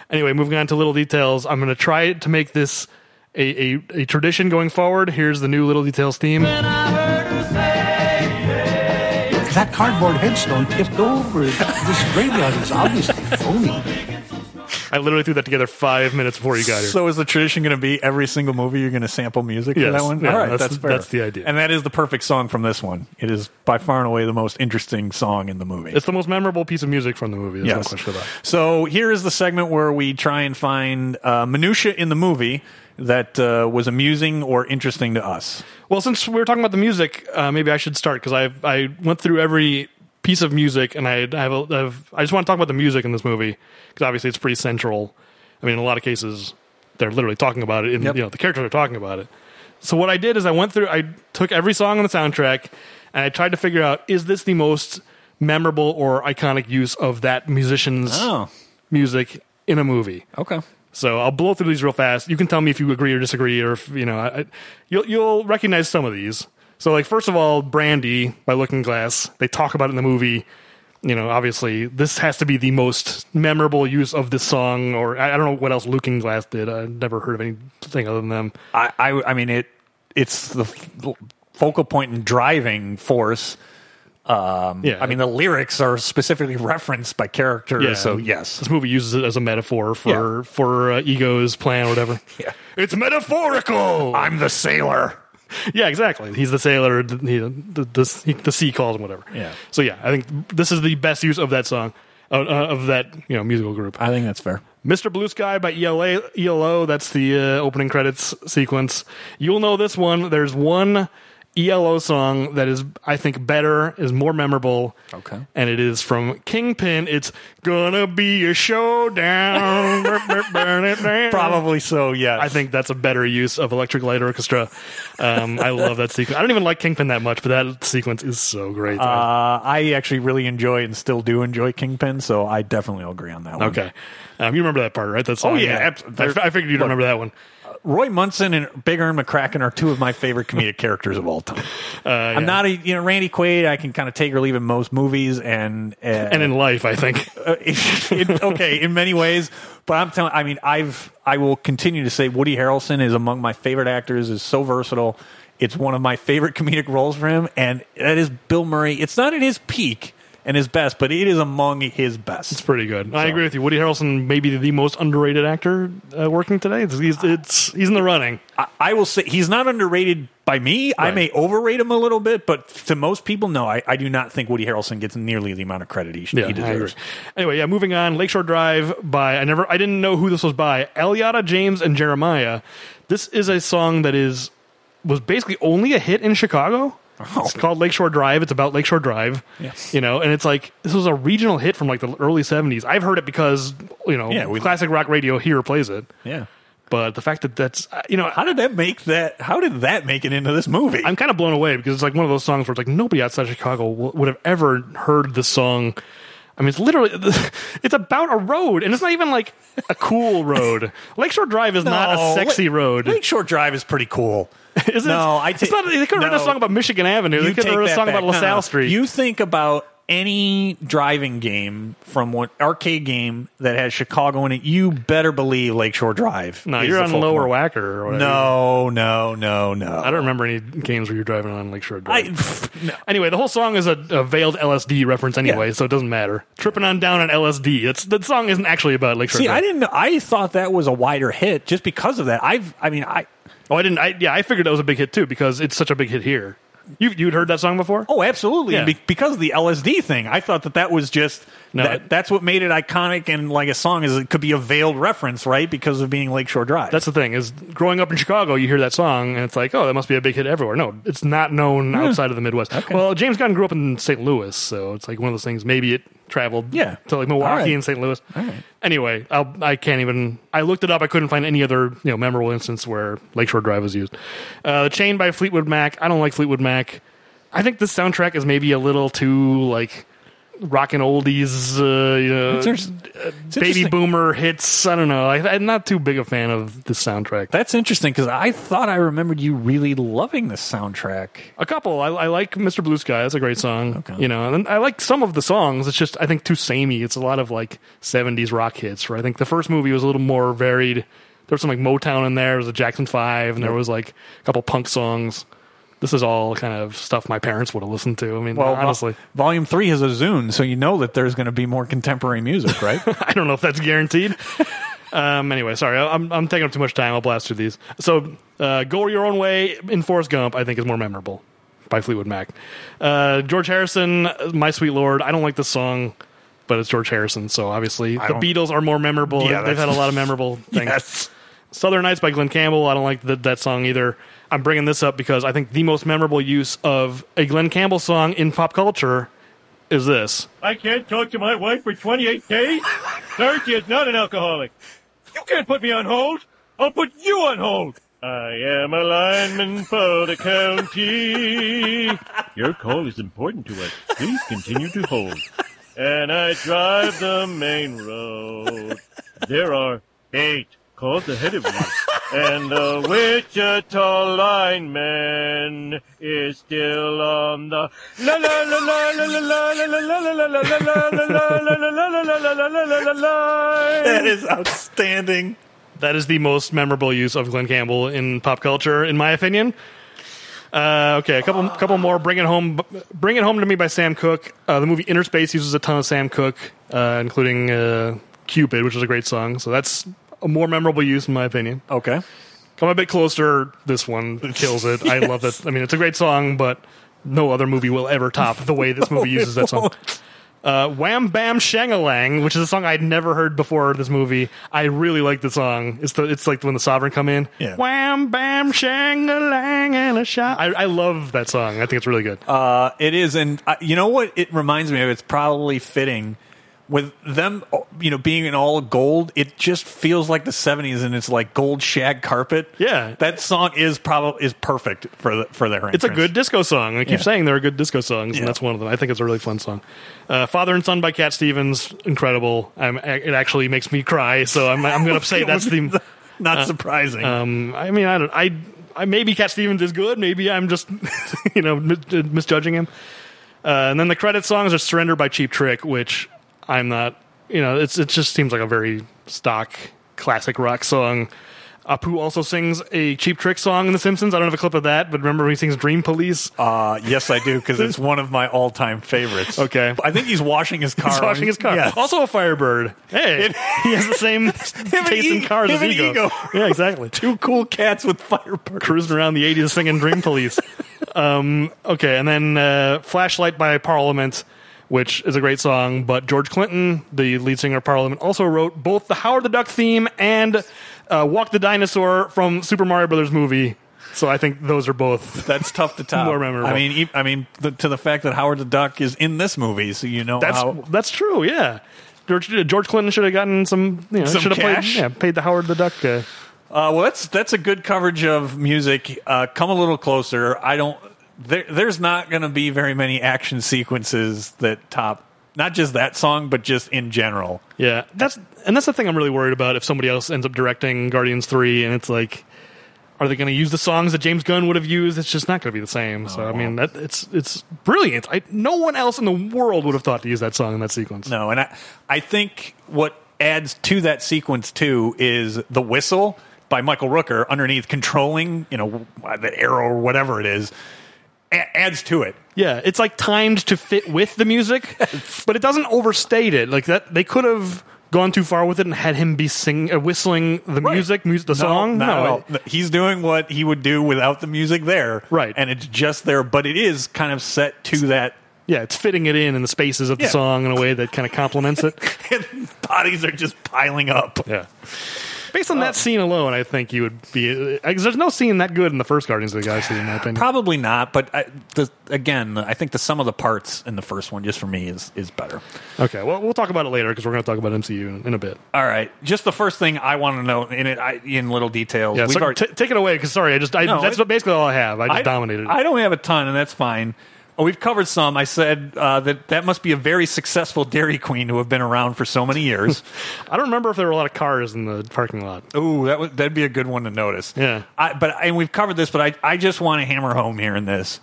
Speaker 1: Anyway, moving on to little details. I'm going to try to make this a, a, a tradition going forward. Here's the new little details theme.
Speaker 5: That cardboard headstone tipped over. This graveyard is obviously phony.
Speaker 1: I literally threw that together five minutes before you got here.
Speaker 2: So is the tradition going to be every single movie you're going to sample music for
Speaker 1: Yes.
Speaker 2: that one?
Speaker 1: Yeah,
Speaker 2: All right,
Speaker 1: that's-
Speaker 2: that's, fair.
Speaker 1: that's the idea.
Speaker 2: and that is the perfect song from this one. It is by far and away the most interesting song in the movie.
Speaker 1: it's the most memorable piece of music from the movie. There's no
Speaker 2: Yes.
Speaker 1: question about it.
Speaker 2: So here is the segment where we try and find uh, minutia in the movie that uh, was amusing or interesting to us.
Speaker 1: Well, since we were talking about the music, uh, maybe I should start because I I went through every piece of music and I I have, a, I have I just want to talk about the music in this movie because obviously it's pretty central. I mean, in a lot of cases, they're literally talking about it. In,
Speaker 2: Yep.
Speaker 1: You know, the characters are talking about it. So what I did is I went through. I took every song on the soundtrack and I tried to figure out is this the most memorable or iconic use of that musician's
Speaker 2: Oh.
Speaker 1: music in a movie.
Speaker 2: Okay.
Speaker 1: So I'll blow through these real fast. You can tell me if you agree or disagree, or if you know, I, I, you'll you'll recognize some of these. So like first of all, Brandy by Looking Glass. They talk about it in the movie. You know, obviously this has to be the most memorable use of this song. Or I, I don't know what else Looking Glass did. I never heard of anything other than them.
Speaker 2: I, I, I mean, it. it's the f- focal point and driving force. Um,
Speaker 1: Yeah.
Speaker 2: I mean, the lyrics are specifically referenced by characters. So,
Speaker 1: and
Speaker 2: yes.
Speaker 1: this movie uses it as a metaphor for for uh, ego's plan or whatever.
Speaker 2: Yeah.
Speaker 1: it's metaphorical.
Speaker 2: I'm the sailor.
Speaker 1: Yeah, exactly. He's the sailor. th- He, the, the, he, the sea calls him whatever.
Speaker 2: Yeah.
Speaker 1: So yeah, I think this is the best use of that song, uh, uh, of that you know musical group.
Speaker 2: I think that's fair.
Speaker 1: Mr. Blue Sky by E ELA, ELO. That's the uh, opening credits sequence. You'll know this one. There's one ELO song that is, I think, better, is more memorable.
Speaker 2: Okay.
Speaker 1: And it is from Kingpin. It's gonna be a showdown. Probably.
Speaker 2: Probably so, yes.
Speaker 1: I think that's a better use of Electric Light Orchestra. Um, I love that sequence. I don't even like Kingpin that much, but that sequence is so great.
Speaker 2: Uh, I actually really enjoy and still do enjoy Kingpin, so I definitely agree on that one.
Speaker 1: okay. Um, you remember that part, right? That's
Speaker 2: Oh, yeah, abs-
Speaker 1: I, f- I figured you'd
Speaker 2: Look.
Speaker 1: remember that one.
Speaker 2: Roy Munson and Big Earn McCracken are two of my favorite comedic characters of all time.
Speaker 1: Uh, yeah.
Speaker 2: I'm not a you know Randy Quaid. I can kind of take or leave in most movies, and uh,
Speaker 1: And in life, I think.
Speaker 2: uh, it- okay in many ways. But I'm telling. I mean, I've I will continue to say Woody Harrelson is among my favorite actors. is so versatile. It's one of my favorite comedic roles for him, and that is Bill Murray. It's not at his peak and his best, but it is among his best.
Speaker 1: It's pretty good. I agree with you. Woody Harrelson may be the most underrated actor uh, working today. It's, he's, it's, he's in the running.
Speaker 2: I, I will say he's not underrated by me. I
Speaker 1: Right.
Speaker 2: may overrate him a little bit, but to most people, no, I, I do not think Woody Harrelson gets nearly the amount of credit he, should
Speaker 1: Yeah,
Speaker 2: he
Speaker 1: I agree.
Speaker 2: deserves.
Speaker 1: Anyway, yeah, moving on. Lakeshore Drive by I never I didn't know who this was by Eliada James and Jeremiah. This is a song that is was basically only a hit in Chicago. It's called Lakeshore Drive. It's about Lakeshore Drive.
Speaker 2: Oh. Yes.
Speaker 1: You know, and it's like this was a regional hit from like the early '70s. I've heard it because you know,
Speaker 2: Yeah, we-
Speaker 1: classic rock radio here plays it.
Speaker 2: Yeah.
Speaker 1: But the fact that that's uh, you know,
Speaker 2: How did that make that? How did that make it into this movie?
Speaker 1: I'm kind of blown away because it's like one of those songs where it's like nobody outside Chicago w- would have ever heard this song. I mean, it's literally it's about a road, and it's not even like a cool road. Lakeshore Drive is not
Speaker 2: No,
Speaker 1: a sexy
Speaker 2: Lake-
Speaker 1: road.
Speaker 2: Lakeshore Drive is pretty cool.
Speaker 1: Is it?
Speaker 2: no, I
Speaker 1: it's
Speaker 2: ta-
Speaker 1: not, they could have written a
Speaker 2: no.
Speaker 1: song about Michigan Avenue. They
Speaker 2: You
Speaker 1: could have
Speaker 2: take
Speaker 1: written a
Speaker 2: that
Speaker 1: song
Speaker 2: back.
Speaker 1: about
Speaker 2: No, no,
Speaker 1: LaSalle
Speaker 2: no.
Speaker 1: Street.
Speaker 2: You think about any driving game from what arcade game that has Chicago in it, you better believe Lakeshore Drive.
Speaker 1: no,
Speaker 2: is
Speaker 1: you're
Speaker 2: the
Speaker 1: on
Speaker 2: focal
Speaker 1: Lower
Speaker 2: point.
Speaker 1: Wacker. Or whatever.
Speaker 2: No, no, no, no.
Speaker 1: I don't remember any games where you're driving on Lakeshore
Speaker 2: I,
Speaker 1: Drive. Anyway, the whole song is a, a veiled LSD reference anyway,
Speaker 2: Yeah.
Speaker 1: so it doesn't matter. Tripping on down on LSD. It's, that song isn't actually about Lakeshore
Speaker 2: See,
Speaker 1: Drive.
Speaker 2: I didn't. know I thought that was a wider hit just because of that. I've. I mean, I.
Speaker 1: Oh, I didn't. I, yeah, I figured that was a big hit too because it's such a big hit here. You you'd heard that song before?
Speaker 2: Oh, absolutely.
Speaker 1: Yeah.
Speaker 2: Be- because of the LSD thing, I thought that that was just.
Speaker 1: No,
Speaker 2: that,
Speaker 1: it-
Speaker 2: that's what made it iconic and like a song is it could be a veiled reference, right? Because of being Lakeshore Drive.
Speaker 1: That's the thing is growing up in Chicago, you hear that song and it's like, oh, that must be a big hit everywhere. No, it's not known
Speaker 2: Hmm.
Speaker 1: outside of the Midwest. Well, James Gunn grew up in St. Louis, so it's like one of those things. Maybe it traveled
Speaker 2: Yeah.
Speaker 1: to like Milwaukee
Speaker 2: All right.
Speaker 1: and St. Louis.
Speaker 2: All right.
Speaker 1: Anyway, I'll, I can't even. I looked it up. I couldn't find any other you know memorable instance where Lakeshore Drive was used. Uh, the Chain by Fleetwood Mac. I don't like Fleetwood Mac. I think this soundtrack is maybe a little too like rock and oldies. Uh, you know,
Speaker 2: It's- it's
Speaker 1: baby
Speaker 2: interesting.
Speaker 1: boomer hits. I don't know. I, I'm not too big a fan of this soundtrack.
Speaker 2: That's interesting because I thought I remembered you really loving this soundtrack.
Speaker 1: A couple. I, I like Mr. Blue Sky. That's a great song.
Speaker 2: Okay.
Speaker 1: You know, and then I like some of the songs. It's just I think too samey. It's a lot of like '70s rock hits. Where I think the first movie was a little more varied. There was some like Motown in there. There was a Jackson Five, and there was like a couple punk songs. This is all kind of stuff my parents would have listened to. I mean,
Speaker 2: Well,
Speaker 1: honestly,
Speaker 2: Vol- Uh, Volume Three has a Zune, so you know that there's going to be more contemporary music, right?
Speaker 1: I don't know if that's guaranteed. um, anyway, sorry, I- I'm, I'm taking up too much time. I'll blast through these. So, uh, "Go Your Own Way" in Forrest Gump, I think, is more memorable by Fleetwood Mac. Uh, George Harrison, "My Sweet Lord." I don't like this song, but it's George Harrison, so obviously the
Speaker 2: don't-
Speaker 1: Beatles are more memorable.
Speaker 2: Yeah,
Speaker 1: They've
Speaker 2: that's-
Speaker 1: had a lot of memorable things. Southern Nights by Glenn Campbell. I don't like th- that song either. I'm bringing this up because I think the most memorable use of a Glenn Campbell song in pop culture is this.
Speaker 6: I can't talk to my wife for 28 days? Sir, she is not an alcoholic. You can't put me on hold. I'll put you on hold. I am a lineman for the county. Your call is important to us. Please continue to hold. And I drive the main road. There are eight calls ahead of me. And the Wichita lineman is still on the la la la la la la la la la la la la la la la la la la la
Speaker 2: is outstanding.
Speaker 1: That is the most memorable use of Glenn Campbell in pop culture, in my opinion. Uh, okay, a couple, couple more. Bring it home, bring it home to me by Sam Cooke. Uh, the movie Interspace uses a ton of Sam Cooke, uh, including uh, Cupid, which is a great song. So that's a more memorable use, in my opinion.
Speaker 2: Okay.
Speaker 1: Come a bit closer. This one kills it. I love that. I mean, it's a great song, but no other movie will ever top the way this movie uses that song. Uh, Wham Bam Shangalang, which is a song I'd never heard before this movie. I really like the song. It's the it's like when the Sovereign come in.
Speaker 2: Yeah.
Speaker 1: Wham Bam Shangalang and a shot. I, I love that song. I think it's really good.
Speaker 2: Uh, it is, and uh, you know what? It reminds me of. It's probably fitting with them, uh, you know, being in all gold. It just feels like the '70s, and it's like gold shag carpet.
Speaker 1: Yeah.
Speaker 2: that song is probably is perfect for the, for their.
Speaker 1: It's a good disco song. I keep
Speaker 2: Yeah.
Speaker 1: saying there are good disco songs,
Speaker 2: Yeah.
Speaker 1: and that's one of them. I think it's a really fun song. Uh, Father and Son by Cat Stevens, incredible. I'm, it actually makes me cry, so I'm, I'm going to say that's the.
Speaker 2: Not
Speaker 1: uh,
Speaker 2: surprising.
Speaker 1: Um, I mean, I don't. I, I maybe Cat Stevens is good. Maybe I'm just, you know, mis- misjudging him. Uh, and then the credit songs are "Surrender" by Cheap Trick, which I'm not. You know, it's it just seems like a very stock classic rock song. Apu also sings a Cheap Trick song in The Simpsons. I don't have a clip of that, but remember when he sings "Dream Police."
Speaker 2: uh, yes, I do because it's one of my all time favorites.
Speaker 1: Okay.
Speaker 2: I think he's washing his car.
Speaker 1: He's washing his car.
Speaker 2: Yeah.
Speaker 1: Also a Firebird. Hey, he has the same
Speaker 2: and
Speaker 1: taste in
Speaker 2: E-
Speaker 1: cars
Speaker 2: him
Speaker 1: as
Speaker 2: and
Speaker 1: Ego.
Speaker 2: Ego.
Speaker 1: Yeah, exactly.
Speaker 2: Two cool cats with firebird.
Speaker 1: Cruising around the 80s singing Dream Police. um, okay, and then uh, Flashlight by Parliament, which is a great song, but George Clinton, the lead singer of Parliament, also wrote both the Howard the Duck theme and uh, Walk the Dinosaur from Super Mario Brothers movie. So I think those are both.
Speaker 2: That's tough to top.
Speaker 1: More memorable.
Speaker 2: I mean, e- I mean, the, to the fact that Howard the Duck is in this movie, so you know
Speaker 1: That's
Speaker 2: how
Speaker 1: that's true. Yeah, George George Clinton should have gotten some. You know,
Speaker 2: Some
Speaker 1: should have played.
Speaker 2: cash?
Speaker 1: Yeah, paid the Howard the Duck. Uh,
Speaker 2: Uh, well, that's that's a good coverage of music. Uh, come a little closer. I don't. There, there's not going to be very many action sequences that top not just that song, but just in general.
Speaker 1: Yeah, that's and that's the thing I'm really worried about. If somebody else ends up directing Guardians Three, and it's like, are they going to use the songs that James Gunn would have used? It's just not going to be the same. so I mean, that it's it's brilliant. I, no one else in the world would have thought to use that song in that sequence.
Speaker 2: No, and I I think what adds to that sequence too is the whistle by Michael Rooker underneath controlling you know the arrow or whatever it is a- adds to it.
Speaker 1: Yeah, it's like timed to fit with the music, but it doesn't overstate it. Like that, they could have gone too far with it and had him be sing uh, whistling the music, mu- the
Speaker 2: No,
Speaker 1: song.
Speaker 2: not at
Speaker 1: No,
Speaker 2: all. he's doing what he would do without the music there,
Speaker 1: Right.
Speaker 2: And it's just there, but it is kind of set to that.
Speaker 1: yeah, it's fitting it in in the spaces of the
Speaker 2: Yeah.
Speaker 1: song in a way that kind of complements it.
Speaker 2: And bodies are just piling up.
Speaker 1: Yeah. Based on that scene alone, I think you would be. Because there's no scene that good in the first Guardians of the Galaxy, in my opinion.
Speaker 2: Probably not, but I, the, again, I think the sum of the parts in the first one, just for me, is is better.
Speaker 1: Okay, well, we'll talk about it later because we're going to talk about MCU in, in a bit.
Speaker 2: All right, just the first thing I want to know in it, I, in little detail.
Speaker 1: Yeah, so t- take it away because sorry, I just I,
Speaker 2: No,
Speaker 1: that's
Speaker 2: it-
Speaker 1: basically all I have. I just
Speaker 2: I-
Speaker 1: dominated.
Speaker 2: I don't have a ton, and that's fine. Oh, We've covered some. I said uh, that that must be a very successful Dairy Queen to have been around for so many years.
Speaker 1: I don't remember if there were a lot of cars in the parking lot.
Speaker 2: Ooh, that would that'd be a good one to notice.
Speaker 1: Yeah.
Speaker 2: I, but and we've covered this, but I I just want to hammer home here in this.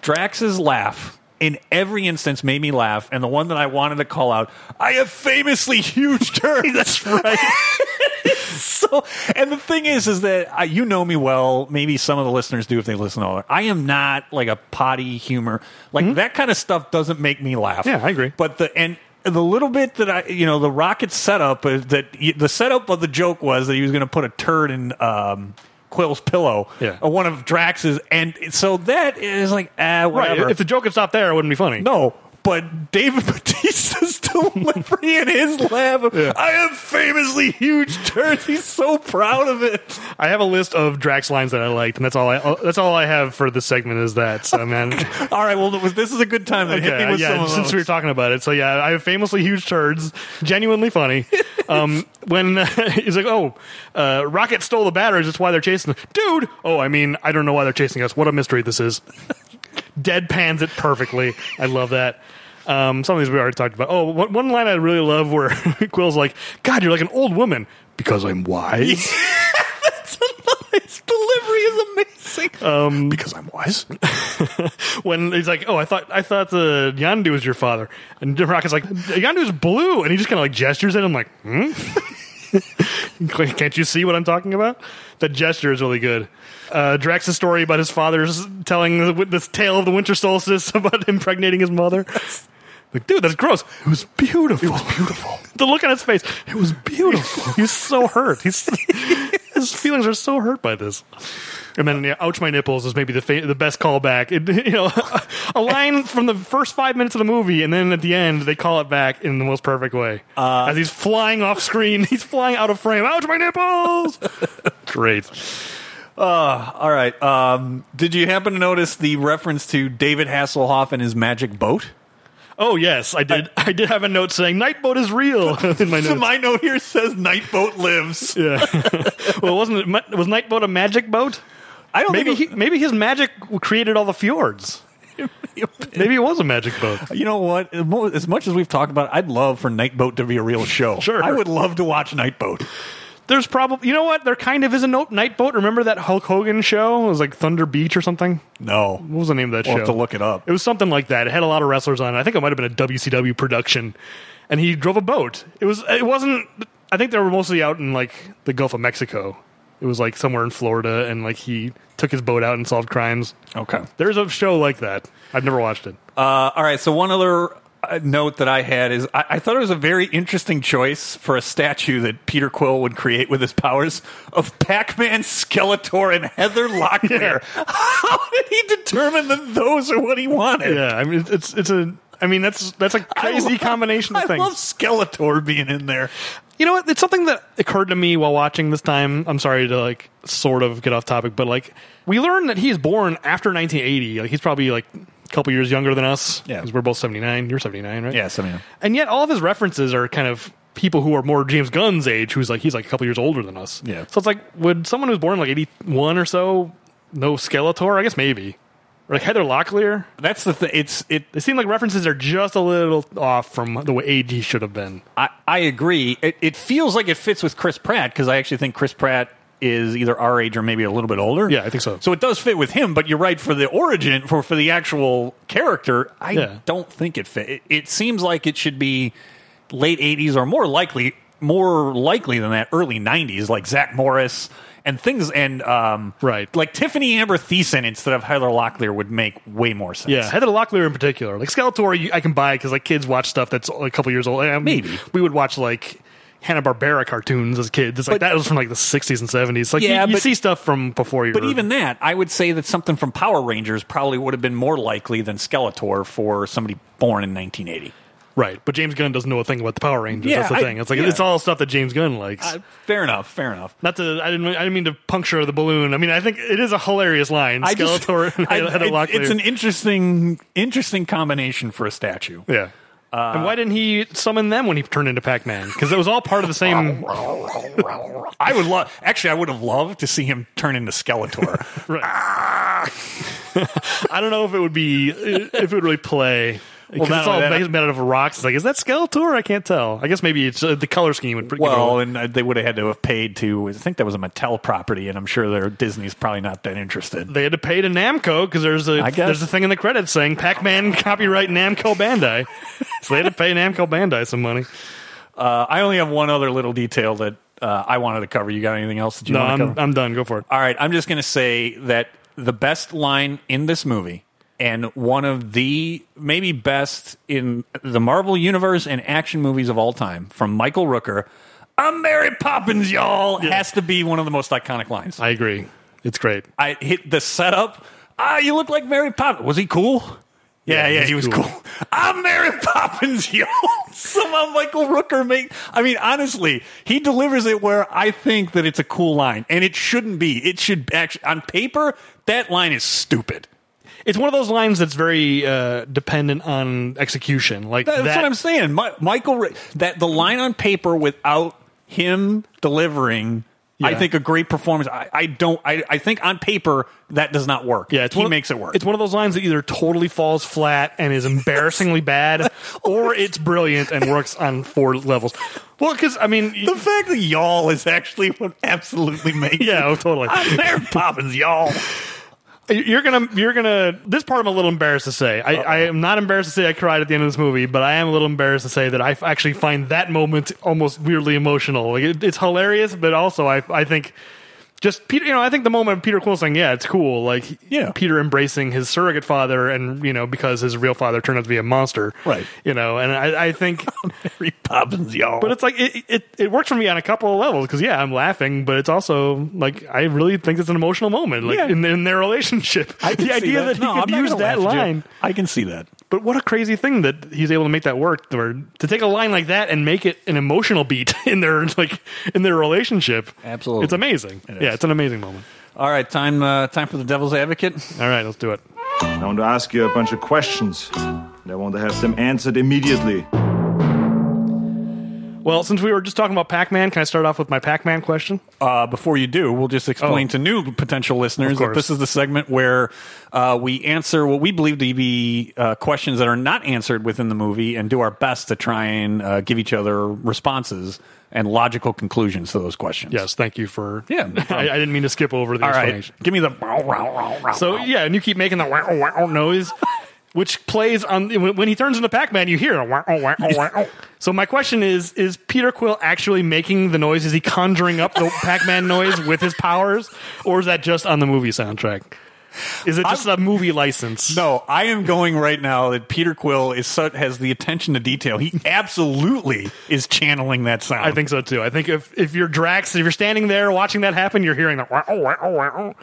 Speaker 2: Drax's laugh in every instance made me laugh, and the one that I wanted to call out, I have famously huge turns. That's right. so, and the thing is, is that I, you know me well. Maybe some of the listeners do if they listen to all. I am not like a potty humor. Like that kind of stuff doesn't make me laugh.
Speaker 1: Hmm? Yeah, I agree.
Speaker 2: But the and the little bit that I, you know, the rocket setup is that the setup of the joke was that he was going to put a turd in um, Quill's pillow,
Speaker 1: Yeah.
Speaker 2: or one of Drax's, and so that is like, ah, whatever.
Speaker 1: Right, if the joke had stopped there, it wouldn't be funny.
Speaker 2: no. But David Batista's delivery in his lab, I have famously huge turds. He's so proud of it.
Speaker 1: I have a list of Drax lines that I liked, and that's all I uh, that's all I have for this segment is that. So man,
Speaker 2: All right, well, this is a good time to hit me
Speaker 1: Okay,
Speaker 2: with some
Speaker 1: yeah,
Speaker 2: of
Speaker 1: since we
Speaker 2: those.
Speaker 1: were talking about it. So yeah, I have famously huge turds, genuinely funny. Um, when he's like, "Oh, uh, Rocket stole the batteries. That's why they're chasing." us." Dude, oh, I mean, I don't know why they're chasing us. What a mystery this is. Deadpans it perfectly. I love that. Um, some of these we already talked about. Oh, one, one line I really love where Quill's like, "God, you're like an old woman." Because I'm wise.
Speaker 2: His delivery is amazing.
Speaker 1: because I'm wise. when he's like, "Oh, I thought I thought the Yandu was your father," and Rocket's like, "Yandu's blue," and he just kind of like gestures at him, like, "Hmm." Can't you see what I'm talking about? The gesture is really good. Uh, Drax's story about his father's telling the, this tale of the winter solstice about impregnating his mother. Like, dude, that's gross. It was beautiful. It was beautiful. the look on his face. It was beautiful. He's so hurt. He's his feelings are so hurt by this. And then, yeah, ouch, my nipples is maybe the fa- the best callback. It, you know, a line from the first five minutes of the movie, and then at the end they call it back in the most perfect way. As he's flying off screen, he's flying out of frame. Ouch, my nipples! Great.
Speaker 2: Uh, All right. Um, did you happen to notice the reference to David Hasselhoff and his magic boat?
Speaker 1: Oh yes, I did. I, did have a note saying "Nightboat is real" in my
Speaker 2: So
Speaker 1: notes.
Speaker 2: my note here says night boat lives.
Speaker 1: yeah. well, wasn't it, ma- was Nightboat a magic boat?
Speaker 2: I don't
Speaker 1: Maybe
Speaker 2: think
Speaker 1: he,
Speaker 2: it-
Speaker 1: maybe his magic created all the fjords. Maybe it was a magic boat.
Speaker 2: You know what? As much as we've talked about, it, I'd love for Night Boat to be a real show.
Speaker 1: Sure.
Speaker 2: I would love to watch Night Boat.
Speaker 1: There's probably you know what? There kind of is a note night boat. Remember that Hulk Hogan show? It was like Thunder Beach or something.
Speaker 2: No,
Speaker 1: What was the name of that
Speaker 2: we'll
Speaker 1: show?
Speaker 2: have to look it up.
Speaker 1: It was something like that. It had a lot of wrestlers on it. I think it might have been a WCW production. And he drove a boat. It was it wasn't I think they were mostly out in like the Gulf of Mexico. It was like somewhere in Florida and like he took his boat out and solved crimes.
Speaker 2: Okay.
Speaker 1: There's a show like that. I've never watched it.
Speaker 2: Uh, all right. So one other uh, note that I had is I, I thought it was a very interesting choice for a statue that Peter Quill would create with his powers of Pac-Man, Skeletor, and Heather Locklear. How did he determine that those are what he wanted?
Speaker 1: Yeah, I mean it's it's a I mean that's that's a
Speaker 2: I
Speaker 1: crazy
Speaker 2: love-
Speaker 1: combination of
Speaker 2: I
Speaker 1: things.
Speaker 2: love Skeletor being in there.
Speaker 1: You know what? It's something that occurred to me while watching this time. I'm sorry to like sort of get off topic, but like we learned that he's born after 1980. Like he's probably like a couple years younger than us.
Speaker 2: Yeah.
Speaker 1: 'Cause we're both 79. You're 79, right?
Speaker 2: Yes, I mean.
Speaker 1: And yet all of his references are kind of people who are more James Gunn's age, who's like he's like a couple years older than us.
Speaker 2: Yeah.
Speaker 1: So it's like would someone who's born like 81 or so know Skeletor? I guess maybe. Or like Heather Locklear.
Speaker 2: That's the thing. It's it.
Speaker 1: They seem like references are just a little off from the way age he should have been.
Speaker 2: I, I agree. It, it feels like it fits with Chris Pratt because I actually think Chris Pratt is either our age or maybe a little bit older.
Speaker 1: Yeah, I think so.
Speaker 2: So it does fit with him, but you're right for the origin for for the actual character. I
Speaker 1: Yeah.
Speaker 2: don't think it fit. It, it seems like it should be late 80s or more likely more likely than that early 90s like Zach Morris and things and um
Speaker 1: Right.
Speaker 2: like Tiffany Amber Thiessen instead of Heather Locklear would make way more sense.
Speaker 1: Yeah, Heather Locklear in particular. Like Skeletor, you, I can buy because like kids watch stuff that's a couple years old. And
Speaker 2: Maybe.
Speaker 1: we would watch like Hanna Barbera cartoons as kids. It's like
Speaker 2: But-
Speaker 1: that was from like the sixties and seventies. Like
Speaker 2: Yeah,
Speaker 1: you, you
Speaker 2: but-
Speaker 1: see stuff from before you.
Speaker 2: But even that, I would say that something from Power Rangers probably would have been more likely than Skeletor for somebody born in 1980.
Speaker 1: right, but James Gunn doesn't know a thing about the Power Rangers.
Speaker 2: Yeah,
Speaker 1: that's the
Speaker 2: I-
Speaker 1: thing. It's like
Speaker 2: yeah.
Speaker 1: it's all stuff that James Gunn likes.
Speaker 2: Uh, fair enough. Fair enough.
Speaker 1: Not to I didn't I didn't mean to puncture the balloon. I mean I think it is a hilarious line.
Speaker 2: I just-
Speaker 1: Skeletor and
Speaker 2: I-
Speaker 1: Heather
Speaker 2: it-
Speaker 1: Locklear.
Speaker 2: It's an interesting, interesting combination for a statue.
Speaker 1: yeah. and why didn't he summon them when he turned into Pac Man? Because it was all part of the same.
Speaker 2: I would love. Actually, I would have loved to see him turn into Skeletor.
Speaker 1: Right. I don't know if it would be if it would really play. Because
Speaker 2: not
Speaker 1: it's all
Speaker 2: only that-
Speaker 1: made made out of rocks. It's like, is that Skeletor? I can't tell. I guess maybe it's uh, the color scheme would. give it
Speaker 2: well,
Speaker 1: away.
Speaker 2: and uh, they would have had to have paid to. I think that was a Mattel property, and I'm sure their Disney's probably not that interested.
Speaker 1: they had to pay to Namco because there's a
Speaker 2: I guess.
Speaker 1: there's a thing in the credits saying Pac-Man copyright Namco Bandai, so they had to pay Namco Bandai some money.
Speaker 2: Uh, I only have one other little detail that uh, I wanted to cover. You got anything else that you
Speaker 1: No,
Speaker 2: want to cover?
Speaker 1: I'm I'm done. Go for it.
Speaker 2: All right, I'm just going to say that the best line in this movie and one of the maybe best in the Marvel universe and action movies of all time from Michael Rooker, "I'm Mary Poppins, y'all," has to be one of the most iconic lines.
Speaker 1: I agree. It's great.
Speaker 2: I hit the setup. Ah, you look like Mary Poppins. Was he cool? Yeah, yeah,
Speaker 1: he's
Speaker 2: he was
Speaker 1: cool.
Speaker 2: cool. I'm Mary Poppins, yo. Somehow Michael Rooker make. I mean, honestly, he delivers it where I think that it's a cool line, and it shouldn't be. It should actually, on paper, that line is stupid.
Speaker 1: It's one of those lines that's very uh, dependent on execution. Like
Speaker 2: That's
Speaker 1: that,
Speaker 2: what I'm saying. Mi- Michael, Ri- that the line on paper without him delivering, I
Speaker 1: Yeah.
Speaker 2: think a great performance. I, I don't. I, I think on paper that does not work.
Speaker 1: Yeah, it's
Speaker 2: he
Speaker 1: one of-
Speaker 2: makes it work.
Speaker 1: It's one of those lines that either totally falls flat and is embarrassingly bad, or it's brilliant and works on four levels. Well, because I mean,
Speaker 2: The fact that y'all is actually what absolutely makes
Speaker 1: yeah, oh, totally.
Speaker 2: I'm Mary Poppins, y'all.
Speaker 1: You're gonna, you're gonna. This part I'm a little embarrassed to say. I, I am not embarrassed to say I cried at the end of this movie, but I am a little embarrassed to say that I f- actually find that moment almost weirdly emotional. Like it, it's hilarious, but also I, I think just Peter, you know, I think the moment of Peter Quill saying, "Yeah, it's cool," like
Speaker 2: Yeah.
Speaker 1: Peter embracing his surrogate father, and you know, because his real father turned out to be a monster,
Speaker 2: Right.
Speaker 1: You know, and I, I think,
Speaker 2: Mary Poppins, y'all.
Speaker 1: but it's like it, it it works for me on a couple of levels because yeah, I'm laughing, but it's also like I really think it's an emotional moment, like
Speaker 2: Yeah.
Speaker 1: in, in their relationship. the idea that, he
Speaker 2: No, I'm
Speaker 1: could
Speaker 2: not
Speaker 1: use
Speaker 2: gonna
Speaker 1: that
Speaker 2: laugh at you.
Speaker 1: line,
Speaker 2: I can see that.
Speaker 1: but what a crazy thing that he's able to make that work, or to take a line like that and make it an emotional beat in their like in their relationship.
Speaker 2: Absolutely.
Speaker 1: it's amazing. yeah,
Speaker 2: It is.
Speaker 1: it's an amazing moment.
Speaker 2: All right, time uh, time for the devil's advocate.
Speaker 1: All right, let's do it.
Speaker 7: I want to ask you a bunch of questions, and I want to have them answered immediately.
Speaker 1: Well, since we were just talking about Pac-Man, can I start off with my Pac-Man question?
Speaker 2: Uh, before you do, we'll just explain
Speaker 1: Oh.
Speaker 2: to new potential listeners
Speaker 1: Of
Speaker 2: that
Speaker 1: course.
Speaker 2: this is the segment where uh, we answer what we believe to be uh, questions that are not answered within the movie, and do our best to try and uh, give each other responses and logical conclusions to those questions.
Speaker 1: Yes, thank you for.
Speaker 2: Yeah, no
Speaker 1: I,
Speaker 2: problem.
Speaker 1: I didn't mean to skip over the
Speaker 2: All right.
Speaker 1: explanation.
Speaker 2: Give me the. wow, wow, wow, wow,
Speaker 1: So
Speaker 2: wow.
Speaker 1: yeah, and you keep making the wow wow noise, which plays on when, when he turns into Pac-Man. You hear a wow wow wow. So my question is: Is Peter Quill actually making the noise? Is he conjuring up the Pac-Man noise with his powers, or is that just on the movie soundtrack? Is it just a movie license?
Speaker 2: No, I am going right now that Peter Quill is so, has the attention to detail. He absolutely is channeling that sound.
Speaker 1: I think so too. I think if if you're Drax, if you're standing there watching that happen, you're hearing that. Wow, wow, wow.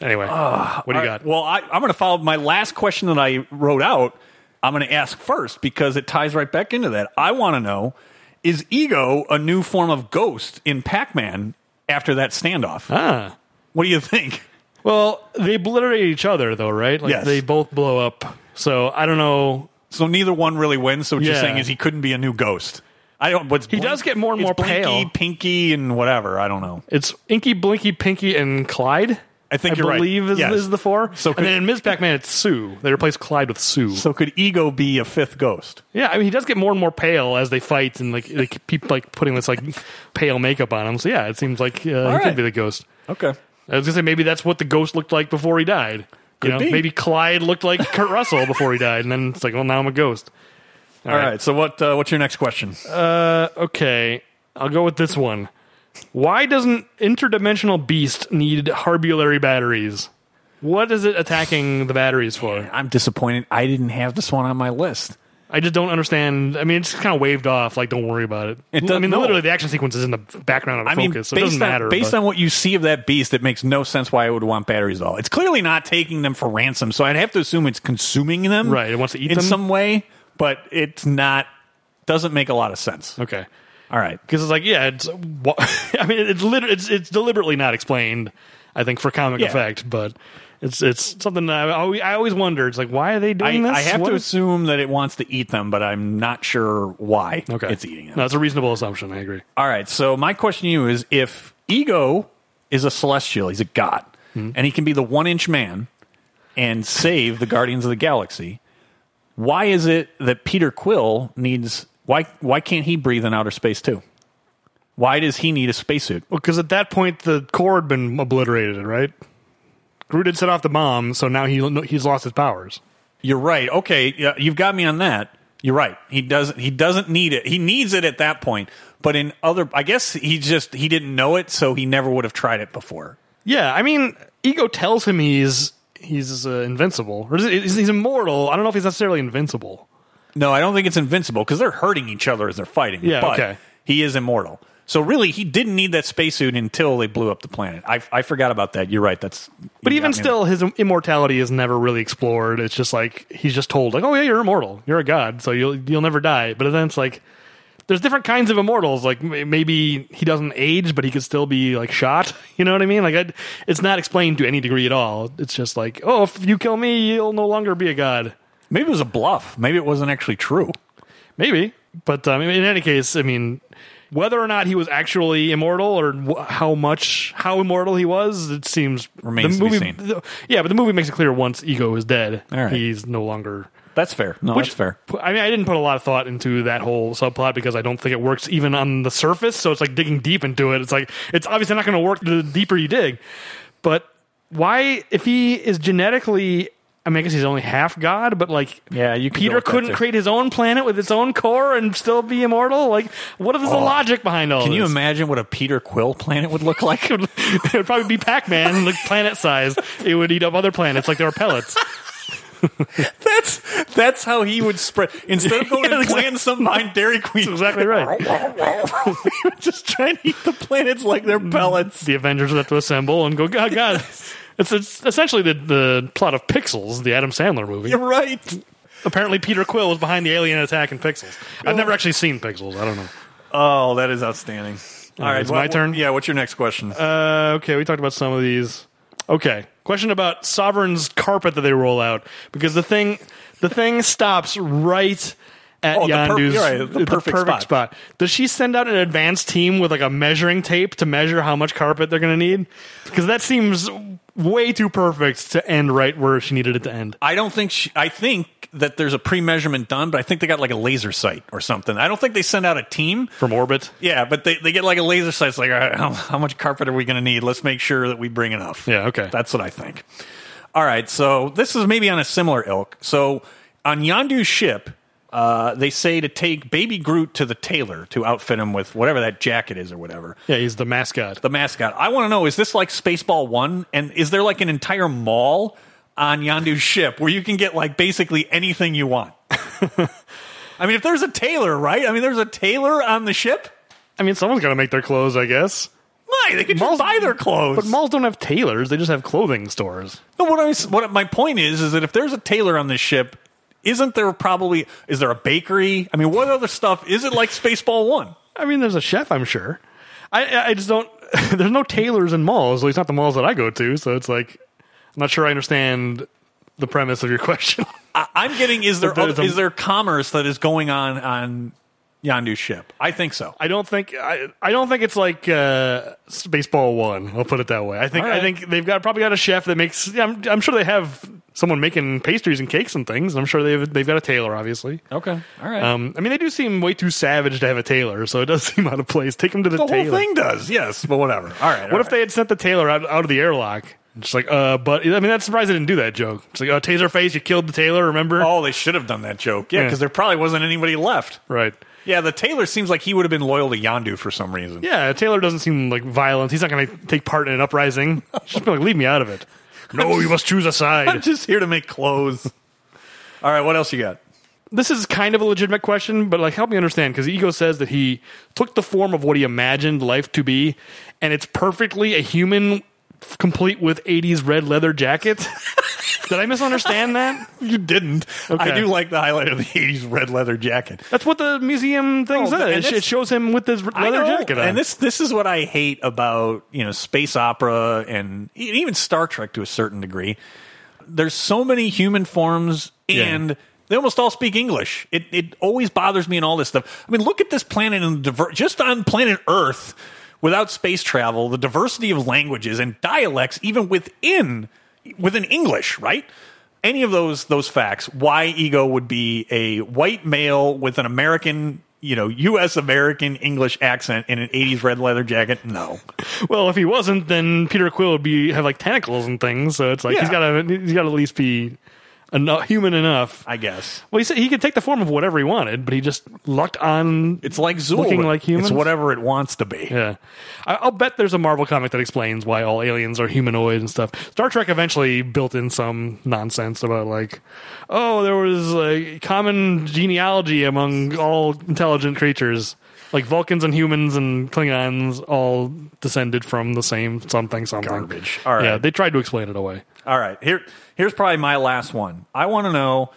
Speaker 1: Anyway, what do you
Speaker 2: All
Speaker 1: got?
Speaker 2: right, well, I, I'm going to follow my last question that I wrote out. I'm going to ask first because it ties right back into that. I want to know is Ego a new form of ghost in Pac Man after that standoff?
Speaker 1: Ah.
Speaker 2: What do you think?
Speaker 1: Well, they obliterate each other though, right? Like
Speaker 2: Yes.
Speaker 1: they both blow up. So I don't know.
Speaker 2: So neither one really wins. So what you're
Speaker 1: Yeah.
Speaker 2: saying is he couldn't be a new ghost. I don't. What's
Speaker 1: He does get more and
Speaker 2: it's
Speaker 1: more
Speaker 2: Blinky,
Speaker 1: pale.
Speaker 2: pinky, and whatever. I don't know.
Speaker 1: It's Inky, Blinky, Pinky, and Clyde.
Speaker 2: I think you're right.
Speaker 1: believe Is,
Speaker 2: Yes.
Speaker 1: is the four.
Speaker 2: So could-
Speaker 1: and then in Ms. Pac-Man, it's Sue. They replace Clyde with Sue.
Speaker 2: So could Ego be a fifth ghost?
Speaker 1: yeah, I mean he does get more and more pale as they fight, and like they keep like putting this like pale makeup on him. So yeah, it seems like uh, he
Speaker 2: right.
Speaker 1: could be the ghost.
Speaker 2: Okay.
Speaker 1: I was gonna say maybe that's what the ghost looked like before he died. You
Speaker 2: Could
Speaker 1: know,
Speaker 2: be.
Speaker 1: maybe Clyde looked like Kurt Russell before he died, and then it's like, well, now I'm a ghost.
Speaker 2: All right. So what? Uh, what's your next question?
Speaker 1: Okay, I'll go with this one. Why doesn't interdimensional beast need harbulary batteries? What is it attacking the batteries for?
Speaker 2: I'm disappointed. I didn't have this one on my list.
Speaker 1: I just don't understand. I mean, it's kind of waved off. Like, don't worry about it.
Speaker 2: It
Speaker 1: I
Speaker 2: doesn't-
Speaker 1: mean,
Speaker 2: no.
Speaker 1: literally, the action sequence is in the background of
Speaker 2: I mean,
Speaker 1: focus, so it
Speaker 2: based,
Speaker 1: doesn't
Speaker 2: on,
Speaker 1: matter.
Speaker 2: based
Speaker 1: but-
Speaker 2: on what you see of that beast, it makes no sense why I would want batteries at all. It's clearly not taking them for ransom, so I'd have to assume it's consuming them.
Speaker 1: Right, it wants to eat
Speaker 2: in
Speaker 1: them?
Speaker 2: some way, but it's not. Doesn't make a lot of sense.
Speaker 1: okay,
Speaker 2: All right.
Speaker 1: because it's like, yeah, it's. wha- I mean, it's literally it's, it's deliberately not explained. I think for comic
Speaker 2: Yeah.
Speaker 1: effect, but it's it's something that I always, I always wonder. It's like, why are they
Speaker 2: I,
Speaker 1: doing this?
Speaker 2: I have
Speaker 1: What
Speaker 2: to
Speaker 1: is-
Speaker 2: assume that it wants to eat them, but I'm not sure why
Speaker 1: Okay,
Speaker 2: it's eating them.
Speaker 1: No, it's a reasonable assumption. I agree.
Speaker 2: All right. So my question to you is: If Ego is a celestial, he's a god, and he can be the One Inch Man and save the Guardians of the Galaxy, why is it that Peter Quill needs? Why why can't he breathe in outer space too? Why does he need a spacesuit?
Speaker 1: Well, because at that point the core had been obliterated, right? Groot had set off the bomb, so now he he's lost his powers.
Speaker 2: You're right. Okay, yeah, you've got me on that. You're right. He doesn't. He doesn't need it. He needs it at that point. But in other, I guess he just he didn't know it, so he never would have tried it before.
Speaker 1: Yeah, I mean, Ego tells him he's he's uh, invincible, or is it, is- he's immortal. I don't know if he's necessarily invincible.
Speaker 2: No, I don't think it's invincible because they're hurting each other as they're fighting.
Speaker 1: Yeah,
Speaker 2: but
Speaker 1: okay.
Speaker 2: he is immortal. So really, he didn't need that spacesuit until they blew up the planet. I, I forgot about that. You're right. That's
Speaker 1: But
Speaker 2: you
Speaker 1: even
Speaker 2: got me.
Speaker 1: still, his immortality is never really explored. It's just like he's just told, like, "Oh yeah, you're immortal. You're a god, so you'll you'll never die." But then it's like there's different kinds of immortals. Like m- maybe he doesn't age, but he could still be like shot. You know what I mean? Like i it's not explained to any degree at all. It's just like, oh, if you kill me, you'll no longer be a god.
Speaker 2: maybe it was a bluff. Maybe it wasn't actually true.
Speaker 1: Maybe, but um, in any case, I mean, whether or not he was actually immortal or wh- how much how immortal he was, it seems
Speaker 2: Remains
Speaker 1: the
Speaker 2: to be
Speaker 1: movie.
Speaker 2: seen.
Speaker 1: the- yeah, but the movie makes it clear once Ego is dead,
Speaker 2: All right.
Speaker 1: he's no longer.
Speaker 2: That's fair. No,
Speaker 1: Which-
Speaker 2: that's fair.
Speaker 1: I mean, I didn't put a lot of thought into that whole subplot because I don't think it works even on the surface. So it's like digging deep into it. It's like it's obviously not going to work the deeper you dig. But why, if he is genetically I mean, I guess he's only half god, but like,
Speaker 2: Yeah, you could go
Speaker 1: Peter
Speaker 2: with that,
Speaker 1: couldn't
Speaker 2: too.
Speaker 1: create his own planet with its own core and still be immortal. Like, what is the logic behind all?
Speaker 2: Oh, Can you
Speaker 1: this?
Speaker 2: imagine what a Peter Quill planet would look like?
Speaker 1: it would, it would probably be Pac-Man, like planet sized. It would eat up other planets like they were pellets.
Speaker 2: that's that's how he would spread. Instead of going
Speaker 1: Yeah,
Speaker 2: and
Speaker 1: exactly.
Speaker 2: playing some mind Dairy Queen,
Speaker 1: exactly right.
Speaker 2: They were just trying to eat the planets like they're pellets.
Speaker 1: The Avengers would have to assemble and go. God, God. It's, it's essentially the, the plot of Pixels, the Adam Sandler movie.
Speaker 2: You're right.
Speaker 1: Apparently, Peter Quill was behind the alien attack in Pixels. I've never actually seen Pixels. I don't know.
Speaker 2: Oh, that is outstanding. All right,
Speaker 1: it's my
Speaker 2: what-
Speaker 1: turn?
Speaker 2: Yeah, what's your next question?
Speaker 1: Uh, okay, we talked about some of these. Okay, question about Sovereign's carpet that they roll out because the thing, the thing stops right at
Speaker 2: Oh, the per-
Speaker 1: Yondu's
Speaker 2: you're right, the perfect spot.
Speaker 1: Does she send out an advanced team with like a measuring tape to measure how much carpet they're going to need? Because that seems way too perfect to end right where she needed it to end.
Speaker 2: I don't think she, I think that there's a pre-measurement done, but I think they got like a laser sight or something. I don't think they send out a team.
Speaker 1: From orbit,
Speaker 2: Yeah, but they, they get like a laser sight. It's like, all right, how, how much carpet are we going to need? Let's make sure that we bring enough.
Speaker 1: Yeah, okay.
Speaker 2: That's what I think. All right, so this is maybe on a similar ilk. So on Yandu's ship, uh, they say to take baby Groot to the tailor to outfit him with whatever that jacket is or whatever.
Speaker 1: yeah, he's the mascot.
Speaker 2: The mascot. I want to know is this like Spaceball 1? And is there like an entire mall on Yandu's ship where you can get like basically anything you want? I mean, if there's a tailor, right? I mean, there's a tailor on the ship.
Speaker 1: I mean, someone's got to make their clothes, I guess.
Speaker 2: Why? They could just
Speaker 1: Malls-
Speaker 2: buy their clothes.
Speaker 1: But malls don't have tailors; they just have clothing stores.
Speaker 2: no, what, I was, what my point is is that if there's a tailor on this ship, isn't there probably is there a bakery? I mean, what other stuff is it like Spaceball One?
Speaker 1: I mean, there's a chef, I'm sure. I- I, I just don't. there's no tailors in malls, at least not the malls that I go to. So it's like, I'm not sure I understand the premise of your question.
Speaker 2: I, I'm getting is there
Speaker 1: But there's
Speaker 2: other,
Speaker 1: a-
Speaker 2: is there commerce that is going on on Yandu's ship? I think so.
Speaker 1: I don't think I, I don't think it's like uh, Spaceball One. I'll put it that way. I think
Speaker 2: All right.
Speaker 1: I think they've got probably got a chef that makes. yeah, I'm, I'm sure they have someone making pastries and cakes and things. I'm sure they've they've got a tailor, obviously.
Speaker 2: Okay, all right.
Speaker 1: Um, I mean, they do seem way too savage to have a tailor, so it does seem out of place. Take them to the,
Speaker 2: the
Speaker 1: tailor.
Speaker 2: whole thing does, yes, but whatever. All right.
Speaker 1: What if they had sent the tailor out, out of the airlock? Just like, uh, but I mean, that's surprised they didn't do that joke. It's like, uh, Taserface, you killed the tailor, remember?
Speaker 2: Oh, they should have done that joke. Yeah,
Speaker 1: Yeah.
Speaker 2: because there probably wasn't anybody left.
Speaker 1: Right.
Speaker 2: Yeah, the tailor seems like he would have been loyal to Yandu for some reason.
Speaker 1: Yeah, Taylor doesn't seem like violent. He's not going to take part in an uprising. He's just be like, leave me out of it. No, you must choose a
Speaker 2: I'm
Speaker 1: side.
Speaker 2: just here to make clothes. All right, what else you got?
Speaker 1: This is kind of a legitimate question, but like, help me understand because Ego says that he took the form of what he imagined life to be, and it's perfectly a human complete with 80s red leather jacket. Did I misunderstand that?
Speaker 2: You didn't. I
Speaker 1: Okay.
Speaker 2: do like the highlight of the '80s red leather jacket.
Speaker 1: That's what the museum thing
Speaker 2: Oh,
Speaker 1: says.
Speaker 2: and
Speaker 1: It, sh-
Speaker 2: that's-
Speaker 1: it shows him with his
Speaker 2: I
Speaker 1: leather
Speaker 2: know,
Speaker 1: jacket on.
Speaker 2: And this this is what I hate about you know space opera and e- even Star Trek to a certain degree. There's so many human forms and. They almost all speak English. It it always bothers me in all this stuff. I mean, look at this planet and the diver- just on planet Earth, without space travel, the diversity of languages and dialects, even within within English, right? Any of those those facts, why ego would be a white male with an American, you know, U.S. American English accent in an '80s red leather jacket? No,
Speaker 1: well, if he wasn't, then Peter Quill would be have like tentacles and things. So it's like he's
Speaker 2: Yeah.
Speaker 1: got to he's got to at least be enough, human enough.
Speaker 2: I guess
Speaker 1: Well, he said he could take the form of whatever he wanted, but he just lucked on.
Speaker 2: it's like Zool,
Speaker 1: Looking like humans?
Speaker 2: It's whatever it wants to be.
Speaker 1: yeah, I, I'll bet there's a Marvel comic that explains why all aliens are humanoid and stuff. Star Trek eventually built in some nonsense about like, oh, there was like common genealogy among all intelligent creatures, like Vulcans and humans and Klingons, all descended from the same something something.
Speaker 2: Garbage. All right.
Speaker 1: Yeah, they tried to explain it away.
Speaker 2: All right, here here's probably my last one. I want to know.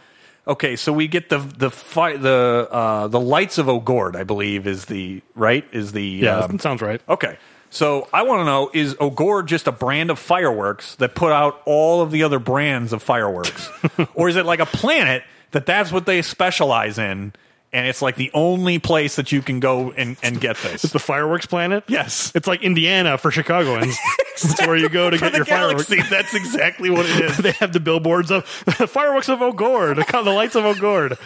Speaker 2: Okay, so we get the the fi- the uh, the lights of Ogord, I believe, is the right is the
Speaker 1: Yeah,
Speaker 2: um,
Speaker 1: that sounds right.
Speaker 2: Okay. So I want to know is Ogor just a brand of fireworks that put out all of the other brands of fireworks? or is it like a planet that that's what they specialize in and it's like the only place that you can go and, and get this?
Speaker 1: The fireworks planet.
Speaker 2: yes.
Speaker 1: It's like Indiana for Chicagoans. It's where you go to
Speaker 2: For
Speaker 1: get
Speaker 2: the
Speaker 1: your fireworks.
Speaker 2: galaxy, that's exactly what it is.
Speaker 1: they have the billboards of fireworks of O'Gord, the lights of O'Gord.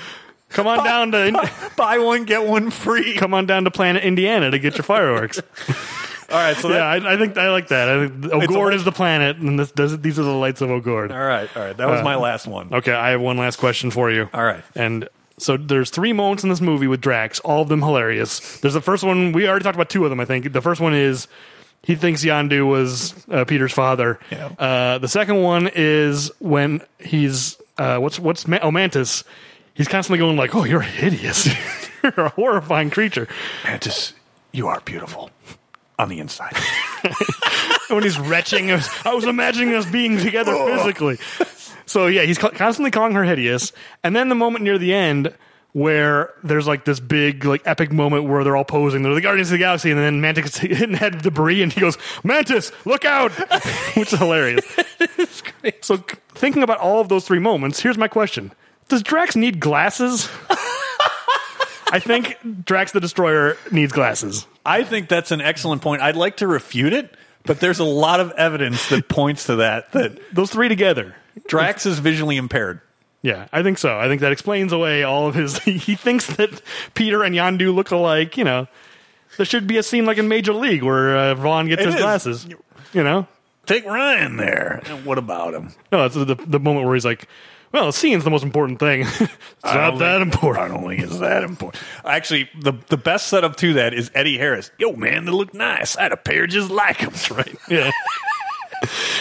Speaker 1: Come on down to
Speaker 2: Buy one, get one free.
Speaker 1: come on down to Planet Indiana to get your fireworks.
Speaker 8: All right, so
Speaker 1: yeah,
Speaker 8: that,
Speaker 1: I, I think I like that. I think Ogord
Speaker 8: a-
Speaker 1: is the planet, and this does these are the lights of Ogord.
Speaker 8: all right, all right. That was
Speaker 1: Uh,
Speaker 8: my last one.
Speaker 1: Okay, I have one last question for you.
Speaker 8: All right.
Speaker 1: And so there's three moments in this movie with Drax, all of them hilarious. There's the first one, we already talked about two of them, I think. The first one is he thinks Yondu was uh, Peter's father.
Speaker 8: Yeah.
Speaker 1: Uh, the second one is when he's, uh, what's, what's, Ma- oh, Mantis. He's constantly going like, oh, you're hideous. you're a horrifying creature.
Speaker 2: Mantis, you are beautiful on the inside.
Speaker 1: when he's retching us. I was imagining us being together physically. So yeah, he's co- constantly calling her hideous. And then the moment near the end where there's like this big like epic moment where they're all posing. They're the Guardians of the Galaxy, and then Mantis gets hit in the head with debris, and he goes, "Mantis, look out!" Which is hilarious. So c- thinking about all of those three moments, here's my question: Does Drax need glasses? I think Drax the Destroyer needs glasses.
Speaker 2: I think that's an excellent point. I'd like to refute it, but there's a lot of evidence that points to that that
Speaker 1: Those three together.
Speaker 2: Drax is visually impaired.
Speaker 1: Yeah, I think so. I think that explains away all of his. He thinks that Peter and Yandu look alike. You know, there should be a scene like in Major League where uh, Vaughn gets
Speaker 2: It
Speaker 1: his
Speaker 2: is.
Speaker 1: glasses. You know,
Speaker 2: Take Ryan there. And what about him?
Speaker 1: no, it's the the moment where he's like, "Well, the scene's the most important thing. it's not
Speaker 2: don't
Speaker 1: that
Speaker 2: think-
Speaker 1: important."
Speaker 2: I don't think it's that important. Actually, the the best setup to that is Eddie Harris. Yo, man, they look nice. I had a pair just like them. right.
Speaker 1: Yeah.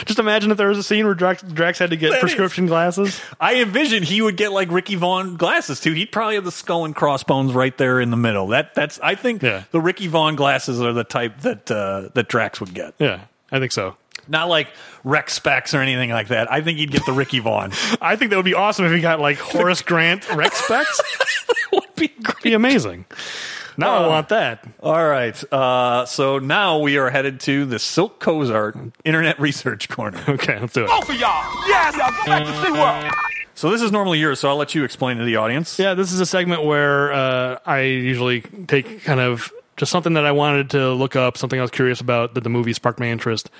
Speaker 1: Just imagine if there was a scene where Drax, Drax had to get
Speaker 2: That is-
Speaker 1: prescription glasses.
Speaker 2: I envision he would get like Ricky Vaughn glasses too. He'd probably have the skull and crossbones right there in the middle. That that's I think
Speaker 1: Yeah.
Speaker 2: the Ricky Vaughn glasses are the type that uh, that Drax would get.
Speaker 1: Yeah, I think so.
Speaker 2: Not like Rex specs or anything like that. I think he'd get the Ricky Vaughn.
Speaker 1: I think that would be awesome if he got like Horace Grant Rex specs.
Speaker 2: would be great.
Speaker 1: Be Uh, amazing. Now I want that.
Speaker 2: All right. Uh, so now we are headed to the Silk Cozart Internet Research Corner.
Speaker 1: Okay, let's do it.
Speaker 3: Both of y'all. Yes, y'all. Go back to SeaWorld.
Speaker 2: So this is normally yours, so I'll let you explain to the audience.
Speaker 1: Yeah, this is a segment where uh, I usually take kind of just something that I wanted to look up, something I was curious about that the movie sparked my interest.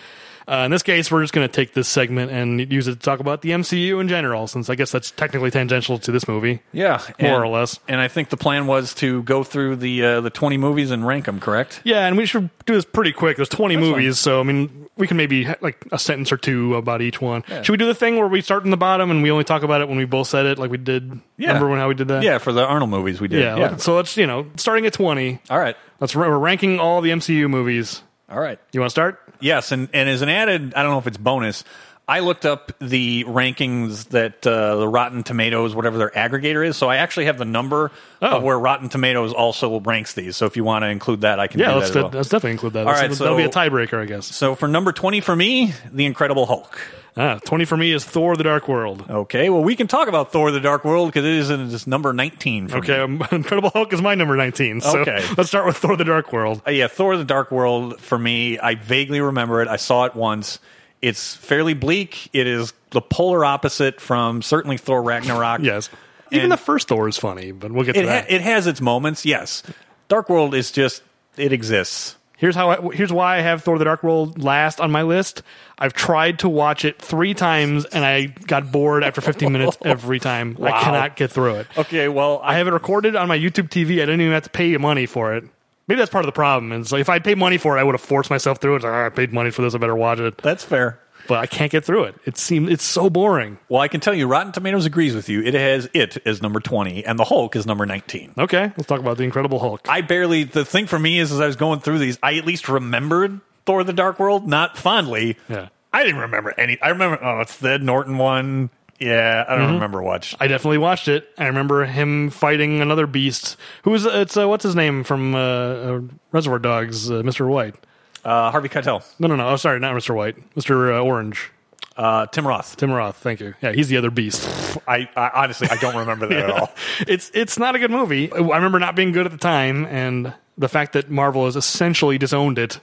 Speaker 1: Uh, in this case, we're just going to take this segment and use it to talk about the MCU in general, since I guess that's technically tangential to this movie.
Speaker 2: Yeah,
Speaker 1: More
Speaker 2: and-
Speaker 1: or less.
Speaker 2: And I think the plan was to go through the uh, the twenty movies and rank them. Correct?
Speaker 1: Yeah, and we should do this pretty quick. There's 20
Speaker 2: That's
Speaker 1: movies, so I mean, we can maybe ha- like a sentence or two about each one. Should we do the thing where we start in the bottom and we only talk about it when we both said it, like we did? Remember when how we did that?
Speaker 2: Yeah, for the Arnold movies we did.
Speaker 1: Yeah. let- So let's you know, starting at 20,
Speaker 2: All right.
Speaker 1: let's ra- we're ranking all the MCU movies.
Speaker 2: All right.
Speaker 1: You want to start?
Speaker 2: Yes, and and as an added, I don't know if it's bonus. I looked up the rankings that uh, the Rotten Tomatoes, whatever their aggregator is. So I actually have the number
Speaker 1: Oh.
Speaker 2: of where Rotten Tomatoes also ranks these. So if you want to include that, I can.
Speaker 1: Yeah,
Speaker 2: do
Speaker 1: let's,
Speaker 2: that as
Speaker 1: de-
Speaker 2: well.
Speaker 1: let's definitely include that.
Speaker 2: All
Speaker 1: That's-
Speaker 2: right,
Speaker 1: that'll be a
Speaker 2: so-
Speaker 1: tiebreaker, I guess.
Speaker 2: So for number 20 for me, The Incredible Hulk.
Speaker 1: Ah, 20 for me is Thor the Dark World.
Speaker 2: Okay, well, we can talk about Thor the Dark World because it is in this number 19 for
Speaker 1: Okay,
Speaker 2: me.
Speaker 1: um, Incredible Hulk is my number 19. So
Speaker 2: Okay.
Speaker 1: let's start with Thor the Dark World.
Speaker 2: Uh, yeah, Thor the Dark World for me, I vaguely remember it. I saw it once. It's fairly bleak. It is the polar opposite from certainly Thor Ragnarok.
Speaker 1: Yes. Even
Speaker 2: And-
Speaker 1: the first Thor is funny, but we'll get to
Speaker 2: It, ha-
Speaker 1: that.
Speaker 2: it has its moments, yes. Dark World is just, it exists.
Speaker 1: here's how I, here's why I have Thor the Dark World last on my list. I've tried to watch it 3 times and I got bored after 15 minutes every time. I
Speaker 2: Wow.
Speaker 1: cannot get through it.
Speaker 2: Okay, well,
Speaker 1: I have it recorded on my YouTube TV. I didn't even have to pay money for it. Maybe that's part of the problem. It's like if I paid money for it, I would have forced myself through it. It's like, "Ah, I paid money for this. I better watch it.
Speaker 2: That's fair.
Speaker 1: but I can't get through it. It seemed it's so boring.
Speaker 2: Well, I can tell you, Rotten Tomatoes agrees with you. It has it as number 20, and the Hulk is number 19.
Speaker 1: Okay, let's talk about the Incredible Hulk.
Speaker 2: I barely. The thing for me is, as I was going through these, I at least remembered Thor: The Dark World, not fondly.
Speaker 1: Yeah.
Speaker 2: I didn't remember any. I remember. Oh, it's the Norton one. Yeah, I don't remember much.
Speaker 1: I definitely watched it. I remember him fighting another beast. Who was it's uh, what's his name from uh, uh, Reservoir Dogs, uh, Mr. White.
Speaker 2: Uh, Harvey Keitel,
Speaker 1: No, no, no. Oh, sorry, not Mr. White. Mr. Uh, Orange.
Speaker 2: uh, Tim Roth.
Speaker 1: Tim Roth, thank you. Yeah, he's the other beast.
Speaker 2: I, I honestly, I don't remember that at all.
Speaker 1: it's it's not a good movie. I remember not being good at the time and the fact that Marvel has essentially disowned it.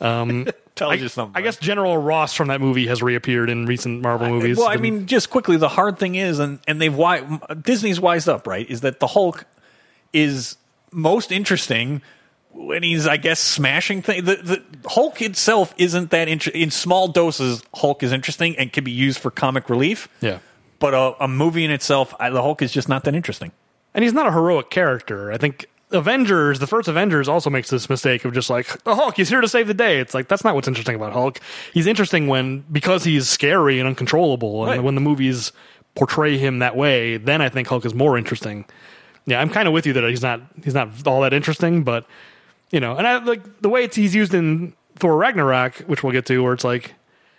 Speaker 1: Um
Speaker 2: Tells
Speaker 1: I,
Speaker 2: you something.
Speaker 1: I guess General Ross from that movie has reappeared in recent Marvel movies.
Speaker 2: Well, I
Speaker 1: And-
Speaker 2: mean, just quickly, the hard thing is, and and they've wi- Disney's wised up, right? Is that the Hulk is most interesting when he's, I guess, smashing things. The, the Hulk itself isn't that inter- in small doses. Hulk is interesting and can be used for comic relief.
Speaker 1: Yeah.
Speaker 2: but a, a movie in itself, I, the Hulk is just not that interesting.
Speaker 1: and he's not a heroic character. I think Avengers, the first Avengers also makes this mistake of just like the Hulk, he's here to save the day. It's like that's not what's interesting about Hulk. He's interesting when because he's scary and uncontrollable, and
Speaker 2: Right.
Speaker 1: when the movies portray him that way, then I think Hulk is more interesting. Yeah, I'm kind of with you that he's not he's not all that interesting, but you know, and I like the way it's he's used in Thor Ragnarok, which we'll get to, where it's like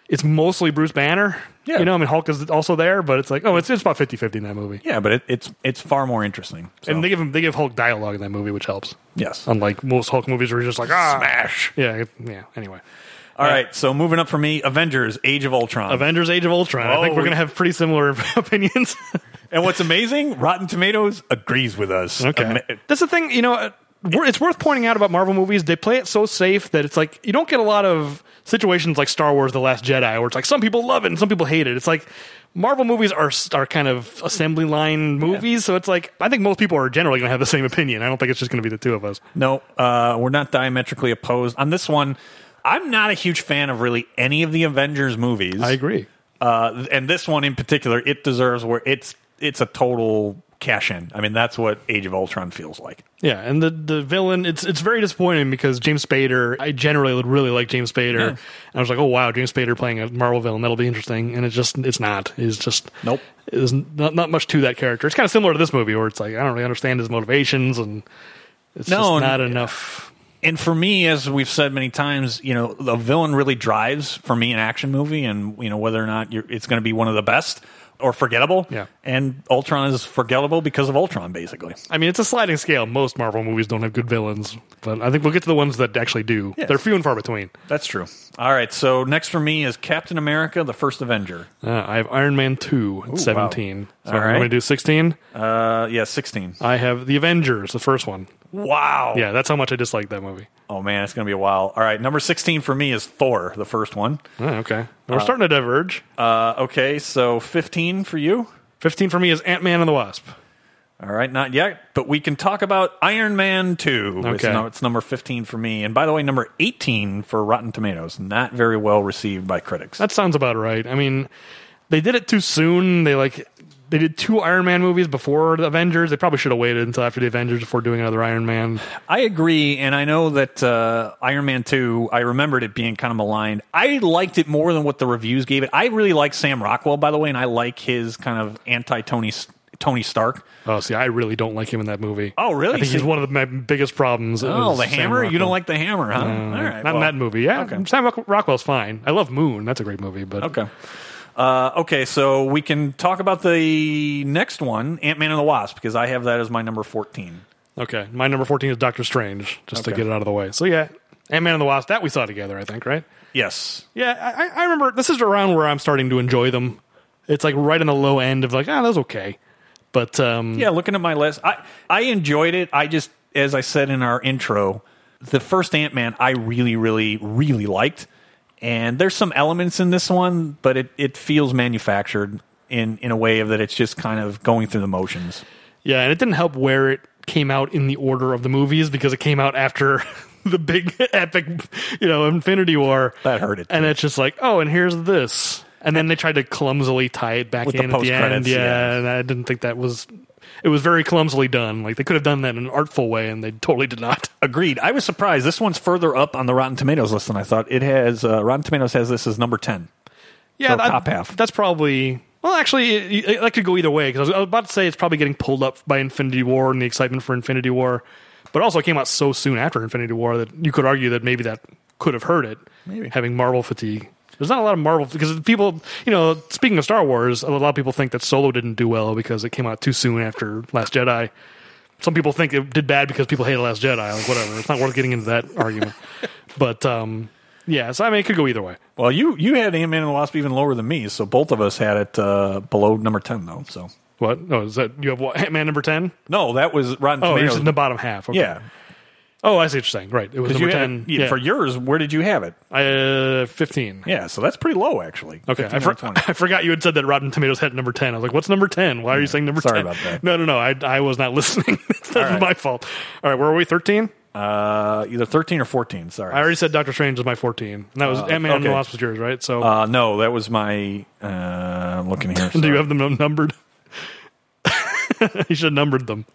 Speaker 1: it's mostly Bruce Banner.
Speaker 2: Yeah.
Speaker 1: You know, I mean Hulk is also there, but it's like oh, it's it's about 50-50 in that movie.
Speaker 2: Yeah, but it, it's it's far more interesting. So, Um,
Speaker 1: And they give him they give Hulk dialogue in that movie, which helps.
Speaker 2: yes. All
Speaker 1: Unlike most Hulk movies where he's just like ah. smash. Yeah, it- yeah. Anyway,
Speaker 2: right. So moving up for me, Avengers: Age of Ultron.
Speaker 1: Avengers: Age of Ultron. I think
Speaker 2: Oh,
Speaker 1: we're
Speaker 2: we-
Speaker 1: gonna have pretty similar opinions.
Speaker 2: and what's amazing, Rotten Tomatoes agrees with us.
Speaker 1: okay,
Speaker 2: Ama-
Speaker 1: that's the thing. You know, uh, wor- it's worth pointing out about Marvel movies. They play it so safe that it's like you don't get a lot of situations like Star Wars: The Last Jedi, where it's like some people love it and some people hate it. It's like Marvel movies are s- are kind of assembly line movies, so it's like I think most people are generally gonna have the same opinion. I don't think it's just gonna be the two of us.
Speaker 2: No, uh, we're not diametrically opposed on this one. I'm not a huge fan of really any of the Avengers movies.
Speaker 1: agree.
Speaker 2: uh, and this one in particular, it deserves where it's it's a total cash in. I mean, that's what Age of Ultron feels like.
Speaker 1: Yeah, and the the villain it's it's very disappointing because James Spader. I generally would really like James Spader. And I was like, oh wow, James Spader playing a Marvel villain that'll be interesting. And it's just it's not. It's just
Speaker 2: Nope.
Speaker 1: There's not not much to that character. It's kind of similar to this movie where it's like I don't really understand his motivations and it's
Speaker 2: No,
Speaker 1: just
Speaker 2: and-
Speaker 1: not enough.
Speaker 2: And for me, as we've said many times, you know, the villain really drives for me an action movie, and you know whether or not you're, it's going to be one of the best or forgettable.
Speaker 1: Yeah.
Speaker 2: and Ultron is forgettable because of Ultron, basically.
Speaker 1: I mean, it's a sliding scale. Most Marvel movies don't have good villains, but I think we'll get to the ones that actually do.
Speaker 2: Yes.
Speaker 1: They're few and far between.
Speaker 2: That's true. All right, so next for me is Captain America: The First Avenger.
Speaker 1: Uh, I have Iron Man two at seventeen. So
Speaker 2: All
Speaker 1: I'm
Speaker 2: right.
Speaker 1: going to do sixteen.
Speaker 2: Uh, yeah, sixteen.
Speaker 1: I have the Avengers, the first one.
Speaker 2: Wow.
Speaker 1: Yeah, that's how much I dislike that movie.
Speaker 2: Oh man, it's gonna be a while. All right, number sixteen for me is Thor, the first one.
Speaker 1: Oh, okay. We're starting to diverge.
Speaker 2: Uh, okay, so fifteen for you.
Speaker 1: 15 for me is Ant Man and the Wasp.
Speaker 2: All right, not yet, but we can talk about Iron Man two. It's,
Speaker 1: Okay.
Speaker 2: no, it's number fifteen for me, and by the way, number eighteen for Rotten Tomatoes. Not very well received by critics.
Speaker 1: That sounds about right. I mean, they did it too soon. They like they did two Iron Man movies before the Avengers. They probably should have waited until after the Avengers before doing another Iron Man.
Speaker 2: I agree, and I know that uh, Iron Man two. I remembered it being kind of maligned. I liked it more than what the reviews gave it. I really like Sam Rockwell, by the way, and I like his kind of anti Tony Tony Stark.
Speaker 1: Oh, see, I really don't like him in that movie.
Speaker 2: Oh, really?
Speaker 1: I think he's
Speaker 2: So-
Speaker 1: one of my biggest problems.
Speaker 2: Oh,
Speaker 1: is
Speaker 2: the
Speaker 1: Sam
Speaker 2: hammer? You
Speaker 1: Rockwell.
Speaker 2: don't like the hammer, huh? All right.
Speaker 1: Not in
Speaker 2: well,
Speaker 1: that movie. Yeah,
Speaker 2: Okay.
Speaker 1: Sam Rock- Rockwell's fine. I love Moon. That's a great movie, but
Speaker 2: Okay. Uh, okay, so we can talk about the next one, Ant Man and the Wasp, because I have that as my number 14.
Speaker 1: okay. My number 14 is Doctor Strange, just to
Speaker 2: Okay.
Speaker 1: get it out of the way. So yeah, Ant Man and the Wasp. That we saw together, I think, right?
Speaker 2: Yes.
Speaker 1: Yeah, I, I- I remember this is around where I'm starting to enjoy them. It's like right on the low end of like, ah, that's okay. But um,
Speaker 2: Yeah, looking at my list, I, I enjoyed it. I just, as I said in our intro, the first Ant Man I really, really, really liked. And there's some elements in this one, but it, it feels manufactured in, in a way of that it's just kind of going through the motions.
Speaker 1: yeah, and it didn't help where it came out in the order of the movies because it came out after the big epic, you know, Infinity War.
Speaker 2: That hurt it,
Speaker 1: And
Speaker 2: too.
Speaker 1: it's just like, oh, and here's this, and then they tried to clumsily tie it back
Speaker 2: With the
Speaker 1: in at the end.
Speaker 2: post-credits,
Speaker 1: Yeah,
Speaker 2: yeah.
Speaker 1: and I didn't think that was. It was very clumsily done. Like they could have done that in an artful way, and they totally did not.
Speaker 2: Agreed. I was surprised. This one's further up on the Rotten Tomatoes list than I thought. It has uh, Rotten Tomatoes has this as number ten.
Speaker 1: Yeah,
Speaker 2: So top half.
Speaker 1: That's probably well. Actually, it, it- that could go either way because I, was- I was about to say it's probably getting pulled up by Infinity War and the excitement for Infinity War, but also it came out so soon after Infinity War that you could argue that maybe that could have hurt it.
Speaker 2: Maybe.
Speaker 1: having Marvel fatigue. There's not a lot of Marvel because people, you know, speaking of Star Wars, a lot of people think that Solo didn't do well because it came out too soon after Last Jedi. Some people think it did bad because people hated Last Jedi. Like whatever, it's not worth getting into that argument. But um, yeah, so I mean, it could go either way.
Speaker 2: Well, you you had Ant Man and the Wasp even lower than me, so both of us had it uh, below number ten though. So
Speaker 1: What? Oh, is that you have what, Ant Man number ten?
Speaker 2: no, that was Rotten
Speaker 1: Oh,
Speaker 2: Tomatoes.
Speaker 1: it's in the bottom half. Okay.
Speaker 2: yeah,
Speaker 1: Oh, I see what you're saying. Right. It was
Speaker 2: 'Cause
Speaker 1: number
Speaker 2: you had
Speaker 1: ten.
Speaker 2: it- yeah, for yours. Where did you have it?
Speaker 1: uh, fifteen.
Speaker 2: Yeah, so that's pretty low actually.
Speaker 1: Okay, I,
Speaker 2: 15
Speaker 1: for-
Speaker 2: out of 20.
Speaker 1: I forgot you had said that Rotten Tomatoes had number ten. I was like, "What's number ten? Why are you saying number
Speaker 2: sorry
Speaker 1: 10?
Speaker 2: about that.
Speaker 1: No, no, no. I, I was not listening. That's
Speaker 2: right.
Speaker 1: my fault. All right, where are we? Thirteen.
Speaker 2: uh, either thirteen or fourteen. Sorry.
Speaker 1: I already said Doctor Strange was my fourteen. And that was Ant Man and the
Speaker 2: Uh, okay.
Speaker 1: Wasp was yours, right? So,
Speaker 2: uh, no, that was my. Uh, I'm looking here.
Speaker 1: do
Speaker 2: sorry.
Speaker 1: you have them numbered? you should have numbered them.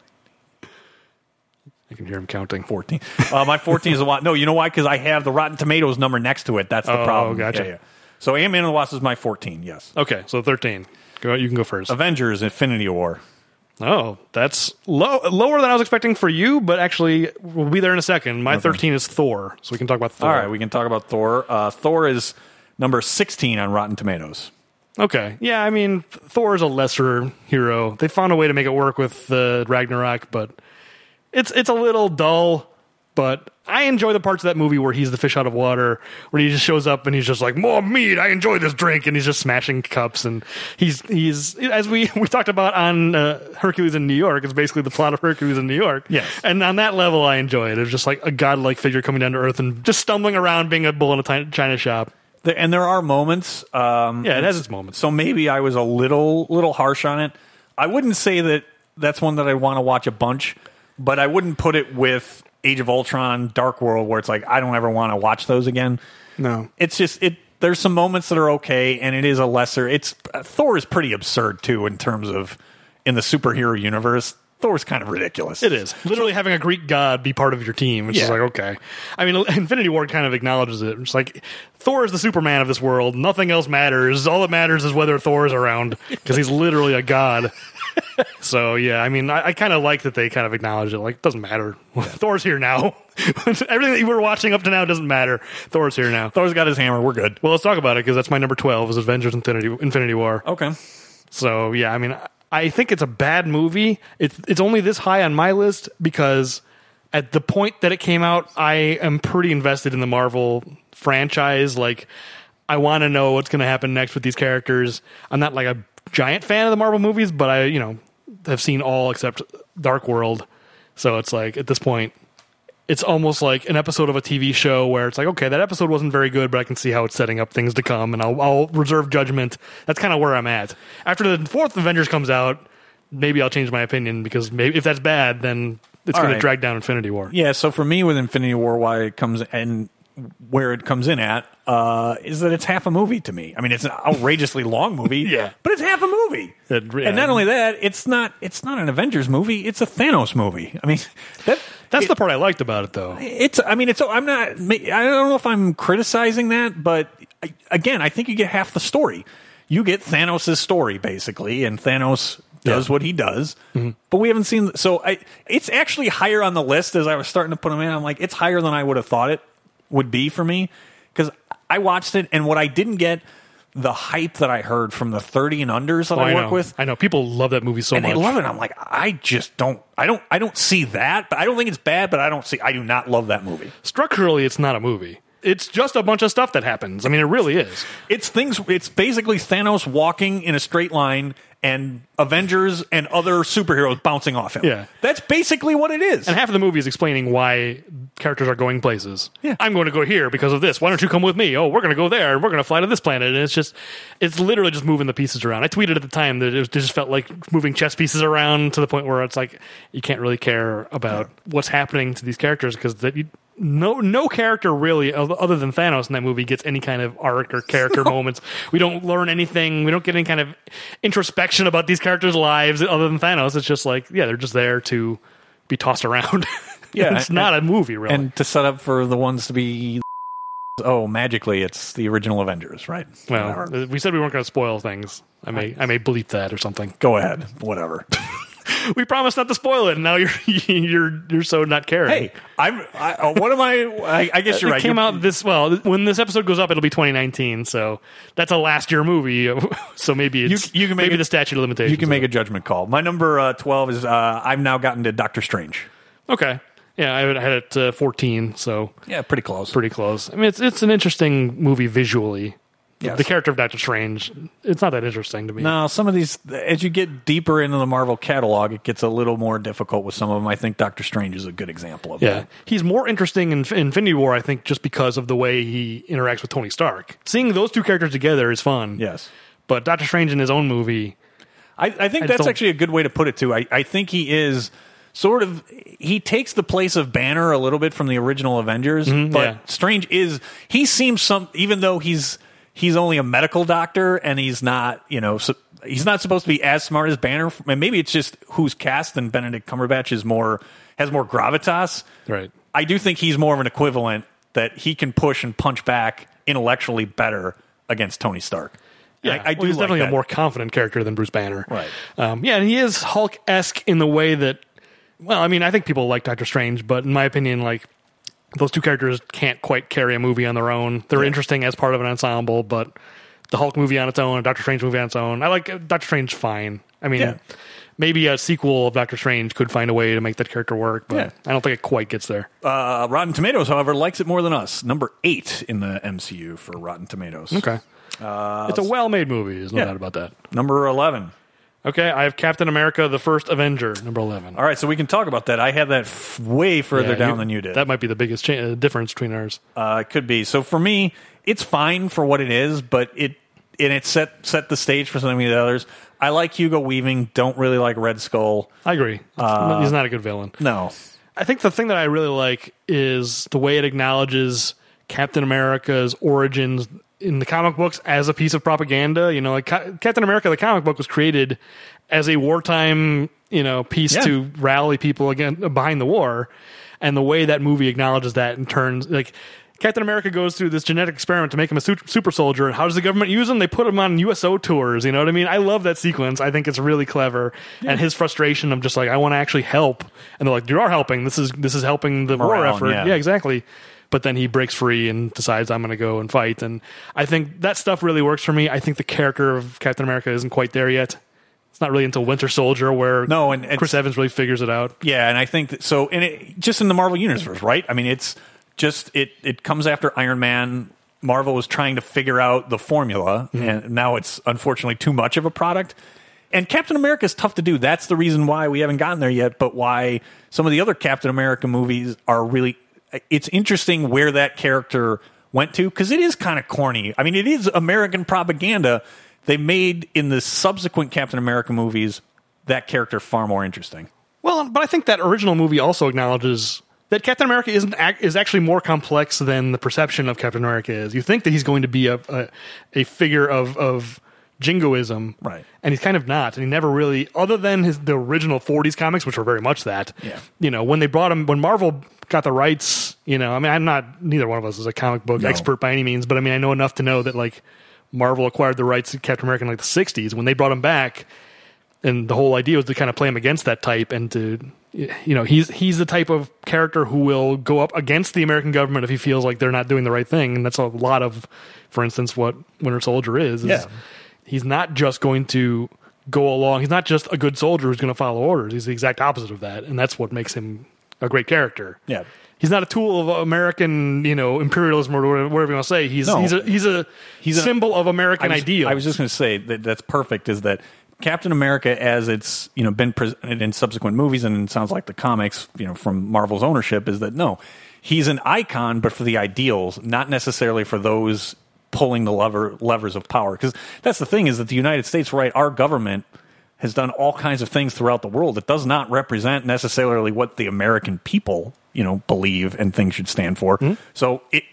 Speaker 1: You can hear him counting.
Speaker 2: 14. Uh, my 14 is the one. No, you know why? Because I have the Rotten Tomatoes number next to it. That's the
Speaker 1: Oh,
Speaker 2: problem.
Speaker 1: gotcha.
Speaker 2: So Ant Man and the Wasp is my 14, yes.
Speaker 1: Okay, so 13. Go, you can go first.
Speaker 2: Avengers Infinity War.
Speaker 1: Oh, that's low, lower than I was expecting for you, but actually, we'll be there in a second. My 13 is Thor, so we can talk about Thor.
Speaker 2: All right, we can talk about Thor. Uh, Thor is number 16 on Rotten Tomatoes.
Speaker 1: Okay. Yeah, I mean, Thor is a lesser hero. They found a way to make it work with the Ragnarok, but it's it's a little dull. But I enjoy the parts of that movie where he's the fish out of water, where he just shows up and he's just like more meat. I enjoy this drink, and he's just smashing cups, and he's he's as we we talked about on uh, Hercules in New York. It's basically the plot of Hercules in New York.
Speaker 2: Yes.
Speaker 1: and on that level, I enjoy it. It's just like a godlike figure coming down to earth and just stumbling around, being a bull in a ti- china shop.
Speaker 2: The- and there are moments. Um,
Speaker 1: Yeah, it has its moments.
Speaker 2: So maybe I was a little little harsh on it. I wouldn't say that that's one that I want to watch a bunch, but I wouldn't put it with Age of Ultron, Dark World, where it's like I don't ever want to watch those again.
Speaker 1: No,
Speaker 2: It's just it. There's some moments that are okay, and it is a lesser. It's uh, Thor is pretty absurd too in terms of in the superhero universe. Thor's kind of ridiculous.
Speaker 1: It is literally having a Greek god be part of your team, which is
Speaker 2: Yeah.
Speaker 1: like okay. I mean, Infinity War kind of acknowledges it. It's like Thor is the Superman of this world. Nothing else matters. All that matters is whether Thor is around because he's literally a god. so yeah, I mean, I, I kind of like that they kind of acknowledge it. Like, it doesn't matter. Thor's here now. Everything that you were watching up to now doesn't matter. Thor's here now.
Speaker 2: Thor's got his hammer. We're good.
Speaker 1: Well, let's talk about it because that's my number twelve is Avengers: Infinity, Infinity War.
Speaker 2: Okay.
Speaker 1: So yeah, I mean, I- I think it's a bad movie. It's it's only this high on my list because at the point that it came out, I am pretty invested in the Marvel franchise. Like, I want to know what's going to happen next with these characters. I'm not like a giant fan of the Marvel movies, but I you know have seen all except Dark World. So it's like at this point, it's almost like an episode of a TV show where it's like, okay, that episode wasn't very good, but I can see how it's setting up things to come, and I'll, I'll reserve judgment. That's kind of where I'm at. After the fourth Avengers comes out, maybe I'll change my opinion because maybe if that's bad, then it's
Speaker 2: All
Speaker 1: going
Speaker 2: right.
Speaker 1: to drag down Infinity War.
Speaker 2: Yeah, so for me with Infinity War, why it comes and where it comes in at uh, is that it's half a movie to me. I mean, it's an outrageously long movie,
Speaker 1: Yeah.
Speaker 2: but it's half a movie.
Speaker 1: It- yeah.
Speaker 2: And not only that, it's not it's not an Avengers movie; it's a Thanos movie. I mean, that
Speaker 1: That's
Speaker 2: it-
Speaker 1: the part I liked about it, though.
Speaker 2: it's. I mean, it's. So I'm not. ma- I don't know if I'm criticizing that, but I, again, I think you get half the story. You get Thanos' story basically, and Thanos does what he does. But we haven't seen. So I, it's actually higher on the list as I was starting to put him in. I'm like, it's higher than I would have thought it would be for me because I watched it, and what I didn't get the hype that I heard from the 30 and unders that
Speaker 1: Oh,
Speaker 2: I work
Speaker 1: know.
Speaker 2: with
Speaker 1: I know people love that movie so
Speaker 2: and
Speaker 1: much.
Speaker 2: they love it. I'm like, I just don't, I don't, I don't see that. But I don't think it's bad. But I don't see, I do not love that movie.
Speaker 1: Structurally, it's not a movie. It's just a bunch of stuff that happens. I mean, it really is.
Speaker 2: It's things. It's basically Thanos walking in a straight line and Avengers and other superheroes bouncing off him.
Speaker 1: Yeah.
Speaker 2: that's basically what it is.
Speaker 1: And half of the movie is explaining why characters are going places.
Speaker 2: Yeah.
Speaker 1: I'm going to go here because of this. Why don't you come with me? Oh, we're going to go there. and We're going to fly to this planet. And it's just, it's literally just moving the pieces around. I tweeted at the time that it was- it just felt like moving chess pieces around to the point where it's like you can't really care about what's happening to these characters because that you. No, no character really, oth- other than Thanos in that movie, gets any kind of arc or character moments. We don't learn anything. We don't get any kind of introspection about these characters' lives, other than Thanos. It's just like, yeah, they're just there to be tossed around.
Speaker 2: Yeah,
Speaker 1: it's
Speaker 2: and-
Speaker 1: not a movie, really.
Speaker 2: And to set up for the ones to be, oh, magically, it's the original Avengers, right?
Speaker 1: well,
Speaker 2: Whatever.
Speaker 1: we said we weren't going to spoil things. I may, I may bleep that or something.
Speaker 2: go ahead, whatever.
Speaker 1: We promised not to spoil it, and now you're, you're, you're so not caring.
Speaker 2: hey, I'm. I, oh, what am I? I, I guess
Speaker 1: Uh, it
Speaker 2: you're right.
Speaker 1: came
Speaker 2: You're-
Speaker 1: out this well. th- When this episode goes up, it'll be 2019. So that's a last year movie. So maybe it's,
Speaker 2: you can make
Speaker 1: maybe
Speaker 2: it-
Speaker 1: the statute of limitations.
Speaker 2: You can make a judgment call. My number uh, twelve is uh, I've now gotten to Doctor Strange.
Speaker 1: okay. Yeah, I had it uh, 14, so
Speaker 2: Yeah, pretty close.
Speaker 1: pretty close. I mean, it's it's an interesting movie visually.
Speaker 2: Yes.
Speaker 1: The character of Doctor Strange, it's not that interesting to me.
Speaker 2: Now, some of these, as you get deeper into the Marvel catalog, it gets a little more difficult with some of them. I think Doctor Strange is a good example of
Speaker 1: Yeah,
Speaker 2: that.
Speaker 1: he's more interesting in in Infinity War, I think, just because of the way he interacts with Tony Stark. Seeing those two characters together is fun.
Speaker 2: Yes.
Speaker 1: but Doctor Strange in his own movie,
Speaker 2: I, I think
Speaker 1: I
Speaker 2: that's
Speaker 1: don't-
Speaker 2: actually a good way to put it, too. I, I think he is sort of, he takes the place of Banner a little bit from the original Avengers, but
Speaker 1: Mm-hmm. yeah.
Speaker 2: Strange is, he seems some, even though he's, he's only a medical doctor and he's not, you know, so, he's not supposed to be as smart as Banner, and maybe it's just who's cast and Benedict Cumberbatch is more has more gravitas.
Speaker 1: Right.
Speaker 2: I do think he's more of an equivalent that he can push and punch back intellectually better against Tony Stark. And I, I
Speaker 1: Well,
Speaker 2: do
Speaker 1: he's
Speaker 2: like
Speaker 1: definitely
Speaker 2: that.
Speaker 1: a more confident character than Bruce Banner.
Speaker 2: Right.
Speaker 1: Um, yeah, and he is Hulk esque in the way that, well, I mean, I think people like Doctor Strange, but in my opinion, like those two characters can't quite carry a movie on their own. They're interesting as part of an ensemble, but the Hulk movie on its own, a Doctor Strange movie on its own. I like uh, Doctor Strange fine. I mean,
Speaker 2: Yeah.
Speaker 1: maybe a sequel of Doctor Strange could find a way to make that character work, but
Speaker 2: Yeah.
Speaker 1: I don't think it quite gets there.
Speaker 2: Uh, Rotten Tomatoes, however, likes it more than us. Number eight in the MCU for Rotten Tomatoes.
Speaker 1: okay. it's a well made movie. There's no
Speaker 2: uh, Yeah.
Speaker 1: doubt about that.
Speaker 2: Number 11.
Speaker 1: Okay, I have Captain America, the first Avenger, number 11.
Speaker 2: All right, so we can talk about that. I had that f- way further
Speaker 1: Yeah,
Speaker 2: down than you did.
Speaker 1: That might be the biggest cha- uh, difference between ours.
Speaker 2: Uh, it could be. So for me, it's fine for what it is, but it and it set set the stage for so many of the others. I like Hugo Weaving. Don't really like Red Skull.
Speaker 1: I agree. It's-
Speaker 2: Uh,
Speaker 1: he's not a good villain.
Speaker 2: No.
Speaker 1: I think the thing that I really like is the way it acknowledges Captain America's origins in the comic books as a piece of propaganda. You know, like Ca- Captain America, the comic book was created as a wartime, you know, piece
Speaker 2: Yeah.
Speaker 1: to rally people again behind the war, and the way that movie acknowledges that and turns like. Captain America goes through this genetic experiment to make him a su- super soldier, and how does the government use him? They put him on USO tours. You know what I mean? I love that sequence. I think it's really clever, and his frustration of just like I want to actually help, and they're like, "You are helping. This is this is helping the war
Speaker 2: Morale,
Speaker 1: effort."
Speaker 2: yeah.
Speaker 1: yeah, exactly. But then he breaks free and decides I'm going to go and fight, and I think that stuff really works for me. I think the character of Captain America isn't quite there yet. It's not really until Winter Soldier where
Speaker 2: No, and- and-
Speaker 1: Chris Evans really figures it out.
Speaker 2: Yeah, and I think that, so. And it, just in the Marvel universe, right? I mean, it's just it. It comes after Iron Man. Marvel was trying to figure out the formula, and now it's unfortunately too much of a product. And Captain America is tough to do. That's the reason why we haven't gotten there yet. But why some of the other Captain America movies are really. It's interesting where that character went to because it is kind of corny. I mean, it is American propaganda. They made in the subsequent Captain America movies that character far more interesting.
Speaker 1: Well, but I think that original movie also acknowledges that Captain America isn't ac- is actually more complex than the perception of Captain America is. You think that he's going to be a a, a figure of of jingoism,
Speaker 2: Right.
Speaker 1: And he's kind of not, and he never really, other than his the original '40s comics, which were very much that.
Speaker 2: Yeah.
Speaker 1: You know, when they brought him, when Marvel got the rights, you know, I mean, I'm not neither one of us is a comic book
Speaker 2: No.
Speaker 1: expert by any means, but I mean, I know enough to know that like Marvel acquired the rights to Captain America in like the '60s when they brought him back and the whole idea was to kind of play him against that type and to you know he's he's the type of character who will go up against the American government if he feels like they're not doing the right thing and that's a lot of for instance what Winter Soldier is, is
Speaker 2: Yeah.
Speaker 1: he's not just going to go along he's not just a good soldier who's going to follow orders he's the exact opposite of that and that's what makes him a great character
Speaker 2: Yeah.
Speaker 1: he's not a tool of American you know imperialism or whatever, whatever you want to say he's
Speaker 2: No.
Speaker 1: he's a he's a
Speaker 2: He's a-
Speaker 1: symbol of American
Speaker 2: I was,
Speaker 1: ideal
Speaker 2: I was just going to say that that's perfect. Is that Captain America, as it's you know been presented in subsequent movies, and it sounds like the comics, you know, from Marvel's ownership, is that no, he's an icon, but for the ideals, not necessarily for those pulling the lever levers of power. Because that's the thing is that the United States, right, our government has done all kinds of things throughout the world that does not represent necessarily what the American people, you know, believe and things should stand for.
Speaker 1: Mm-hmm.
Speaker 2: So it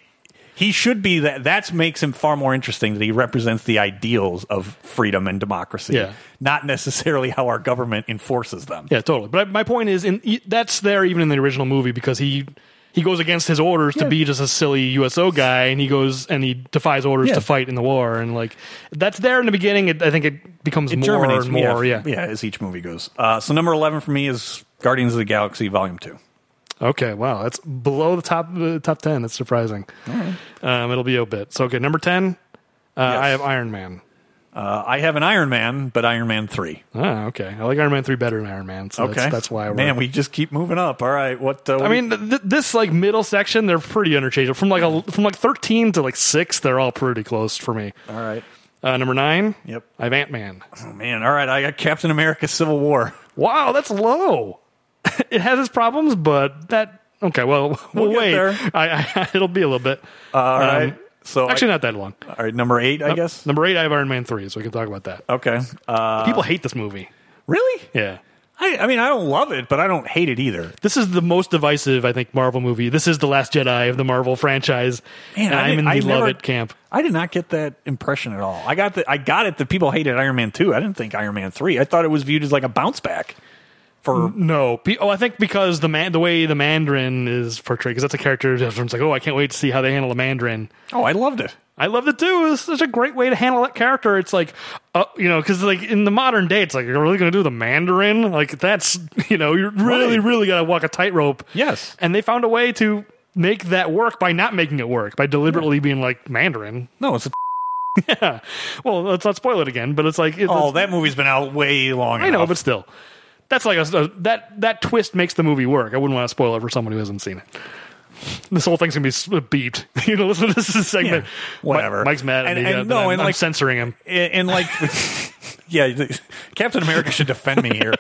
Speaker 2: he should be that that makes him far more interesting that he represents the ideals of freedom and democracy
Speaker 1: Yeah.
Speaker 2: not necessarily how our government enforces them
Speaker 1: Yeah, totally. But my point is, in e- that's there even in the original movie because he he goes against his orders to be just a silly USO guy, and he goes and he defies orders
Speaker 2: Yeah.
Speaker 1: to fight in the war, and like that's there in the beginning. It, I think it becomes more
Speaker 2: Germany's-
Speaker 1: and more. Yeah.
Speaker 2: yeah as each movie goes uh, so number 11 for me is guardians of the galaxy volume 2
Speaker 1: Okay. Wow, that's below the top the top ten. That's surprising. Um, it'll be a bit. So okay, number ten. Uh, I have Iron Man.
Speaker 2: uh, i have an iron man but iron man 3
Speaker 1: Ah, okay. I like Iron Man three better than Iron Man. So
Speaker 2: okay
Speaker 1: that's, that's why. We're,
Speaker 2: man we just keep moving up all right what uh,
Speaker 1: I mean, th- th- this like middle section, they're pretty interchangeable. From like a, from like thirteen to like six, they're all pretty close for me.
Speaker 2: all right
Speaker 1: Uh, number nine.
Speaker 2: Yep.
Speaker 1: I have Ant Man.
Speaker 2: oh man all right i got captain america civil war
Speaker 1: Wow, that's low. it has its problems, but that okay. Well, we'll,
Speaker 2: We'll get
Speaker 1: wait.
Speaker 2: there. Uh,
Speaker 1: I, I, it'll be a little bit. Um,
Speaker 2: all right so
Speaker 1: Actually,
Speaker 2: I,
Speaker 1: not that long.
Speaker 2: all right number 8 i guess
Speaker 1: Number eight, I have Iron Man three, so we can talk about that.
Speaker 2: okay uh,
Speaker 1: People hate this movie.
Speaker 2: really
Speaker 1: Yeah.
Speaker 2: I, I mean, I don't love it, but I don't hate it either.
Speaker 1: This is the most divisive, I think, Marvel movie. This is the Last Jedi of the Marvel franchise.
Speaker 2: Man,
Speaker 1: and
Speaker 2: I
Speaker 1: I'm in
Speaker 2: didn't-
Speaker 1: the
Speaker 2: I
Speaker 1: love
Speaker 2: never-
Speaker 1: it camp.
Speaker 2: I did not get that impression at all. I got the I got it that people hated Iron Man two. I didn't think Iron Man three. I thought it was viewed as like a bounce back for
Speaker 1: No, Pe- oh, I think because the man, the way the Mandarin is portrayed, because that's a character everyone's like, oh, I can't wait to see how they handle the Mandarin.
Speaker 2: Oh, I loved it.
Speaker 1: I loved it too. It was such a great way to handle that character. It's like, uh, you know, because like in the modern day, it's like you're really going to do the Mandarin. Like that's you know, you really,
Speaker 2: Right.
Speaker 1: really got to walk a tightrope.
Speaker 2: Yes.
Speaker 1: and they found a way to make that work by not making it work by deliberately being like Mandarin.
Speaker 2: No, it's a
Speaker 1: yeah. Well, let's not spoil it again, but it's like it-
Speaker 2: oh, that movie's been out way long.
Speaker 1: I know,
Speaker 2: enough.
Speaker 1: but still, that's like a, a- that that twist makes the movie work. I wouldn't want to spoil it for someone who hasn't seen it. This whole thing's gonna be s- uh, beeped. you know, listen to this segment.
Speaker 2: Yeah, whatever.
Speaker 1: Mi- Mike's mad at
Speaker 2: And-
Speaker 1: me.
Speaker 2: and
Speaker 1: uh, that
Speaker 2: no,
Speaker 1: I'm,
Speaker 2: and
Speaker 1: I'm
Speaker 2: like-
Speaker 1: censoring him.
Speaker 2: and, and like yeah the- captain america should defend me here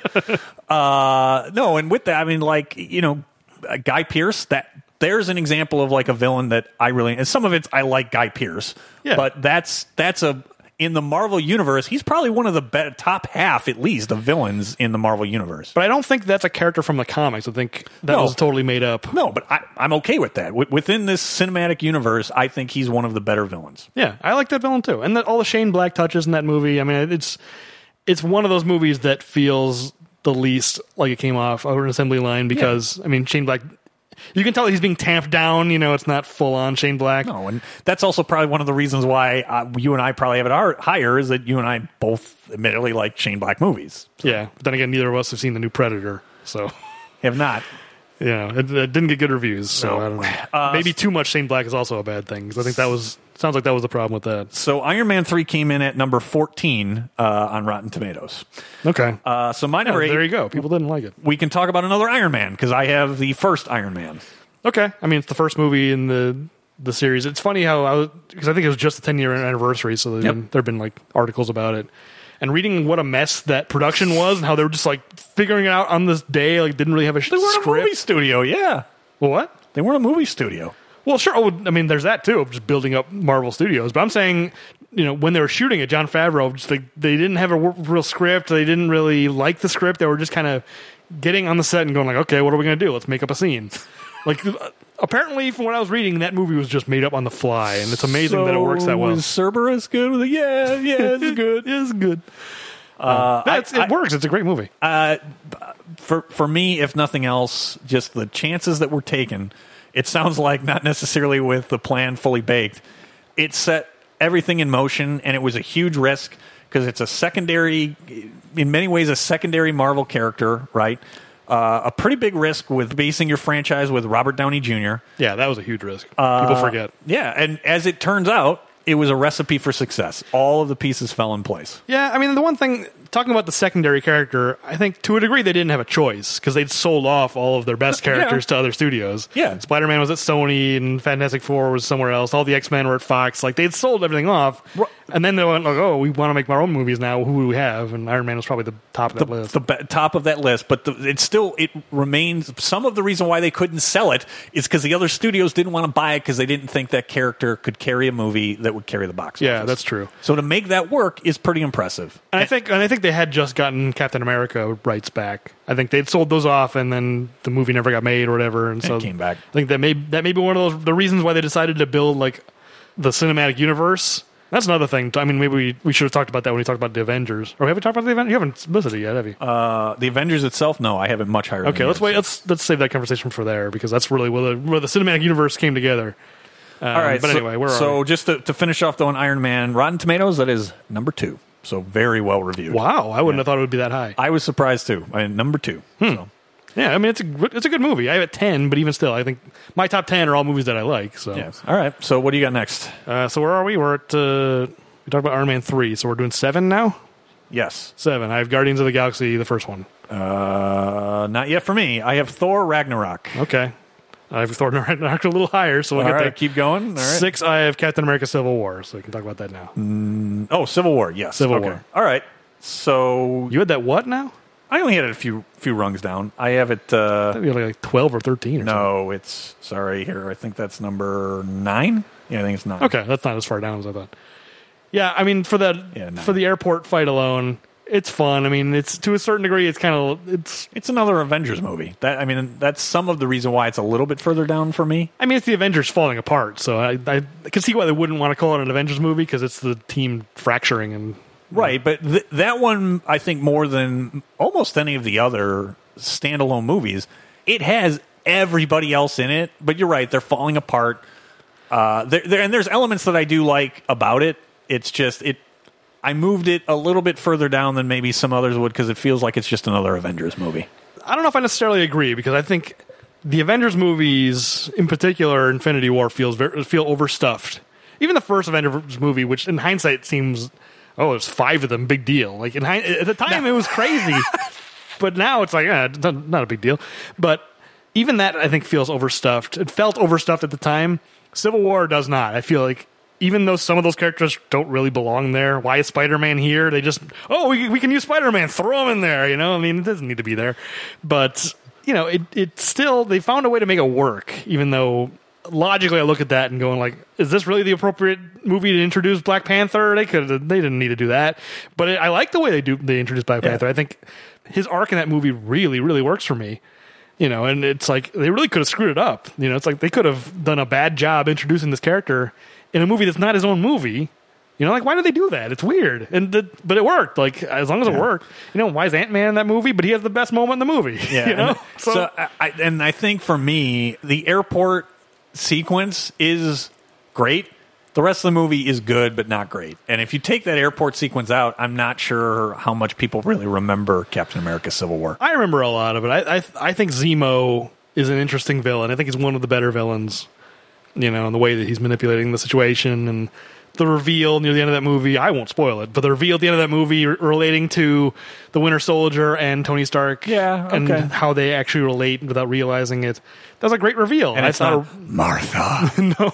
Speaker 2: uh no and with that i mean like you know uh, guy pierce that there's an example of like a villain that i really and some of it's i like guy pierce
Speaker 1: Yeah.
Speaker 2: but that's that's a in the marvel universe he's probably one of the be- top half at least of villains in the marvel universe
Speaker 1: But I don't think that's a character from the comics. I think that
Speaker 2: No.
Speaker 1: was totally made up.
Speaker 2: no but I, i'm okay with that Wi- within this cinematic universe i think he's one of the better villains
Speaker 1: Yeah, I like that villain too, and that all the Shane Black touches in that movie. I mean, it's it's one of those movies that feels the least like it came off over an assembly line because I mean Shane Black, you can tell he's being tamped down. You know, it's not full on Shane Black.
Speaker 2: No, and that's also probably one of the reasons why uh, you and I probably have it ar- higher is that you and I both admittedly like Shane Black movies.
Speaker 1: Yeah, but then again, neither of us have seen the new Predator, so
Speaker 2: Have not.
Speaker 1: yeah, it, it didn't get good reviews. So
Speaker 2: No.
Speaker 1: I don't know.
Speaker 2: Uh,
Speaker 1: Maybe too much Shane Black is also a bad thing. 'cause I think that was sounds like that was the problem with that.
Speaker 2: So Iron Man 3 came in at number 14 uh, on Rotten Tomatoes.
Speaker 1: Okay,
Speaker 2: Uh, so my
Speaker 1: Yeah,
Speaker 2: number 8,
Speaker 1: Oh, there you go. People didn't like it.
Speaker 2: we can talk about another Iron Man because I have the first Iron Man.
Speaker 1: Okay, I mean it's the first movie in the the series. It's funny how I because I think it was just the ten year anniversary, so
Speaker 2: Yep.
Speaker 1: there have been like articles about it. And reading what a mess that production was, and how they were just like figuring it out on this day, like didn't really have a
Speaker 2: They weren't
Speaker 1: script.
Speaker 2: a movie studio, yeah.
Speaker 1: What?
Speaker 2: They weren't a movie studio.
Speaker 1: Well, sure. Oh, I mean, there's that too of just building up Marvel Studios. But I'm saying, you know, when they were shooting it, John Favreau, just like they didn't have a w- real script. They didn't really like the script. They were just kind of getting on the set and going like, okay, what are we going to do? Let's make up a scene. like apparently, from what I was reading, that movie was just made up on the fly, and it's amazing that it works that well.
Speaker 2: Is Cerberus good? With it? Yeah, yeah, it's good.
Speaker 1: It's good.
Speaker 2: Uh, I-
Speaker 1: That's, it
Speaker 2: I-
Speaker 1: works. It's a great movie.
Speaker 2: uh, for for me, if nothing else, just the chances that were taken. It sounds like not necessarily with the plan fully baked. It set everything in motion, and it was a huge risk because it's a secondary, in many ways, a secondary Marvel character, right? Uh, a pretty big risk with basing your franchise with Robert Downey Jr.
Speaker 1: yeah, that was a huge risk.
Speaker 2: uh,
Speaker 1: People forget.
Speaker 2: Yeah, and as it turns out, it was a recipe for success. All of the pieces fell in place.
Speaker 1: Yeah, I mean, the one thing, talking about the secondary character, I think to a degree they didn't have a choice because they'd sold off all of their best characters to other studios.
Speaker 2: Yeah.
Speaker 1: Spider Man was at Sony and Fantastic Four was somewhere else. All the X Men were at Fox. Like, they'd sold everything off.
Speaker 2: Ru-
Speaker 1: And then they went, like, oh, we want to make our own movies now. Who do we have? And Iron Man was probably the top of that list.
Speaker 2: the be- top of that list, but the, it still it remains. Some of the reason why they couldn't sell it is because the other studios didn't want to buy it because they didn't think that character could carry a movie that would carry the box.
Speaker 1: Yeah,
Speaker 2: office.
Speaker 1: that's true.
Speaker 2: So to make that work is pretty impressive.
Speaker 1: and I think and I think they had just gotten Captain America rights back. I think they'd sold those off, and then the movie never got made or whatever. And so
Speaker 2: came back.
Speaker 1: I think that may that may be one of those the reasons why they decided to build like the cinematic universe. That's another thing. I mean, maybe we, we should have talked about that when we talked about the Avengers. Or have we talked about the Avengers? You haven't listed it yet, have you?
Speaker 2: Uh, the Avengers itself, no, I have it much higher. than
Speaker 1: okay, let's
Speaker 2: yours.
Speaker 1: wait. Let's let's save that conversation for there because that's really where the, where the cinematic universe came together. Um,
Speaker 2: All right,
Speaker 1: but
Speaker 2: so-
Speaker 1: anyway, where are
Speaker 2: so
Speaker 1: we?
Speaker 2: just to, to finish off though on Iron Man, Rotten Tomatoes that is number two, so very well reviewed.
Speaker 1: Wow, I wouldn't have thought it would be that high.
Speaker 2: I was surprised too. I mean, number two.
Speaker 1: Hmm.
Speaker 2: So.
Speaker 1: Yeah, I mean it's a gr- it's a good movie. I have it ten, but even still, I think my top ten are all movies that I like. So
Speaker 2: Yeah. All right. So what do you got next?
Speaker 1: Uh, so where are we? We're at uh, we talked about Iron Man three, so we're doing seven now.
Speaker 2: Yes.
Speaker 1: Seven. I have Guardians of the Galaxy, the first one.
Speaker 2: Uh, not yet for me. I have Thor Ragnarok.
Speaker 1: Okay, I have Thor Ragnarok a little higher, so we'll
Speaker 2: All
Speaker 1: get
Speaker 2: right,
Speaker 1: that.
Speaker 2: keep going. All right.
Speaker 1: Six. I have Captain America: Civil War, so we can talk about that now.
Speaker 2: Oh, Civil War. Yes,
Speaker 1: Civil War.
Speaker 2: All right. So
Speaker 1: You had that what now?
Speaker 2: I only had it a few few rungs down. I have it. Uh,
Speaker 1: You had like twelve or thirteen. Or
Speaker 2: no, it's sorry here. I think that's number nine. Yeah, I think it's nine.
Speaker 1: something. Okay, that's not as far down as I thought. Yeah, I mean for that
Speaker 2: Yeah, no.
Speaker 1: for the airport fight alone, it's fun. I mean, it's to a certain degree, it's kind of it's.
Speaker 2: It's another Avengers movie. That I mean, that's some of the reason why it's a little bit further down for me.
Speaker 1: I mean, it's the Avengers falling apart, so I I, I can see why they wouldn't want to call it an Avengers movie because it's the team fracturing and
Speaker 2: Right, but th- that one I think more than almost any of the other standalone movies, it has everybody else in it. But you're right; they're falling apart. Uh, there, there, and there's elements that I do like about it. It's just it. I moved it a little bit further down than maybe some others would because it feels like it's just another Avengers movie.
Speaker 1: I don't know if I necessarily agree because I think the Avengers movies, in particular, Infinity War, feels very, feel overstuffed. Even the first Avengers movie, which in hindsight seems, oh, there's five of them, big deal. Like in hind- at the time, it was crazy, but now it's like, eh, it's not not a big deal. But even that, I think, feels overstuffed. It felt overstuffed at the time. Civil War does not. I feel like. Even though some of those characters don't really belong there, why is Spider Man here? They just, oh, we, we can use Spider Man, throw him in there, you know? I mean, it doesn't need to be there. But you know, it it still they found a way to make it work, even though logically I look at that and going like, is this really the appropriate movie to introduce Black Panther? They could they didn't need to do that, but it, I like the way they do they introduce Black Panther. I think his arc in that movie really really works for me. You know, and it's like they really could have screwed it up. You know, it's like they could have done a bad job introducing this character in a movie that's not his own movie. You know, like why did they do that? It's weird, and the, but it worked. Like as long as it worked, you know, why is Ant Man in that movie? But he has the best moment in the movie.
Speaker 2: Yeah,
Speaker 1: you know,
Speaker 2: and, so, I, I, and I think for me, the airport sequence is great. The rest of the movie is good, but not great. And if you take that airport sequence out, I'm not sure how much people really remember Captain America: Civil War.
Speaker 1: I remember a lot of it. I, I I think Zemo is an interesting villain. I think he's one of the better villains. You know, and the way that he's manipulating the situation and the reveal near the end of that movie. I won't spoil it, but the reveal at the end of that movie re- relating to the Winter Soldier and Tony Stark.
Speaker 2: Yeah,
Speaker 1: and
Speaker 2: okay.
Speaker 1: how they actually relate without realizing it. That was a great reveal,
Speaker 2: And
Speaker 1: I
Speaker 2: it's
Speaker 1: thought-
Speaker 2: not Martha.
Speaker 1: no.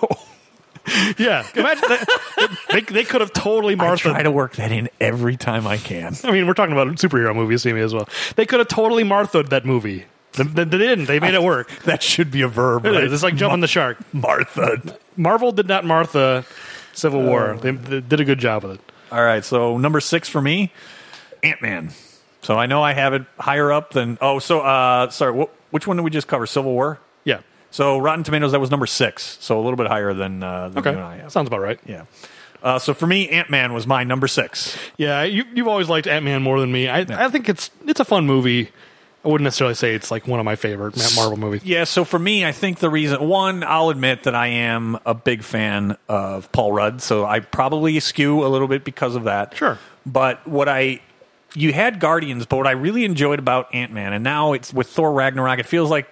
Speaker 1: yeah, imagine that. they, they could have totally
Speaker 2: I
Speaker 1: Martha.
Speaker 2: try to work that in every time I can.
Speaker 1: I mean, we're talking about superhero movies, see me as well. They could have totally Martha'd that movie. They, they- they didn't. They made it work.
Speaker 2: That should be a verb.
Speaker 1: It
Speaker 2: right?
Speaker 1: is. It's like jumping the shark.
Speaker 2: Martha.
Speaker 1: Marvel did not Martha Civil War.
Speaker 2: Oh.
Speaker 1: They, they did a good job with it.
Speaker 2: All right, so number six for me, Ant Man. So I know I have it higher up than. Oh, so uh, sorry. Wh- which one did we just cover? Civil War.
Speaker 1: Yeah.
Speaker 2: So Rotten Tomatoes, that was number six. So a little bit higher than, uh, than
Speaker 1: Okay.
Speaker 2: you and I have.
Speaker 1: Sounds about right.
Speaker 2: Yeah. Uh, so for me, Ant Man was my number six.
Speaker 1: Yeah, you, you've always liked Ant Man more than me. I, I think it's it's a fun movie. I wouldn't necessarily say it's like one of my favorite Ma- Marvel movies.
Speaker 2: Yeah, so for me, I think the reason one, I'll admit that I am a big fan of Paul Rudd, so I probably skew a little bit because of that.
Speaker 1: Sure.
Speaker 2: But what I you had Guardians, but what I really enjoyed about Ant Man, and now it's with Thor Ragnarok, it feels like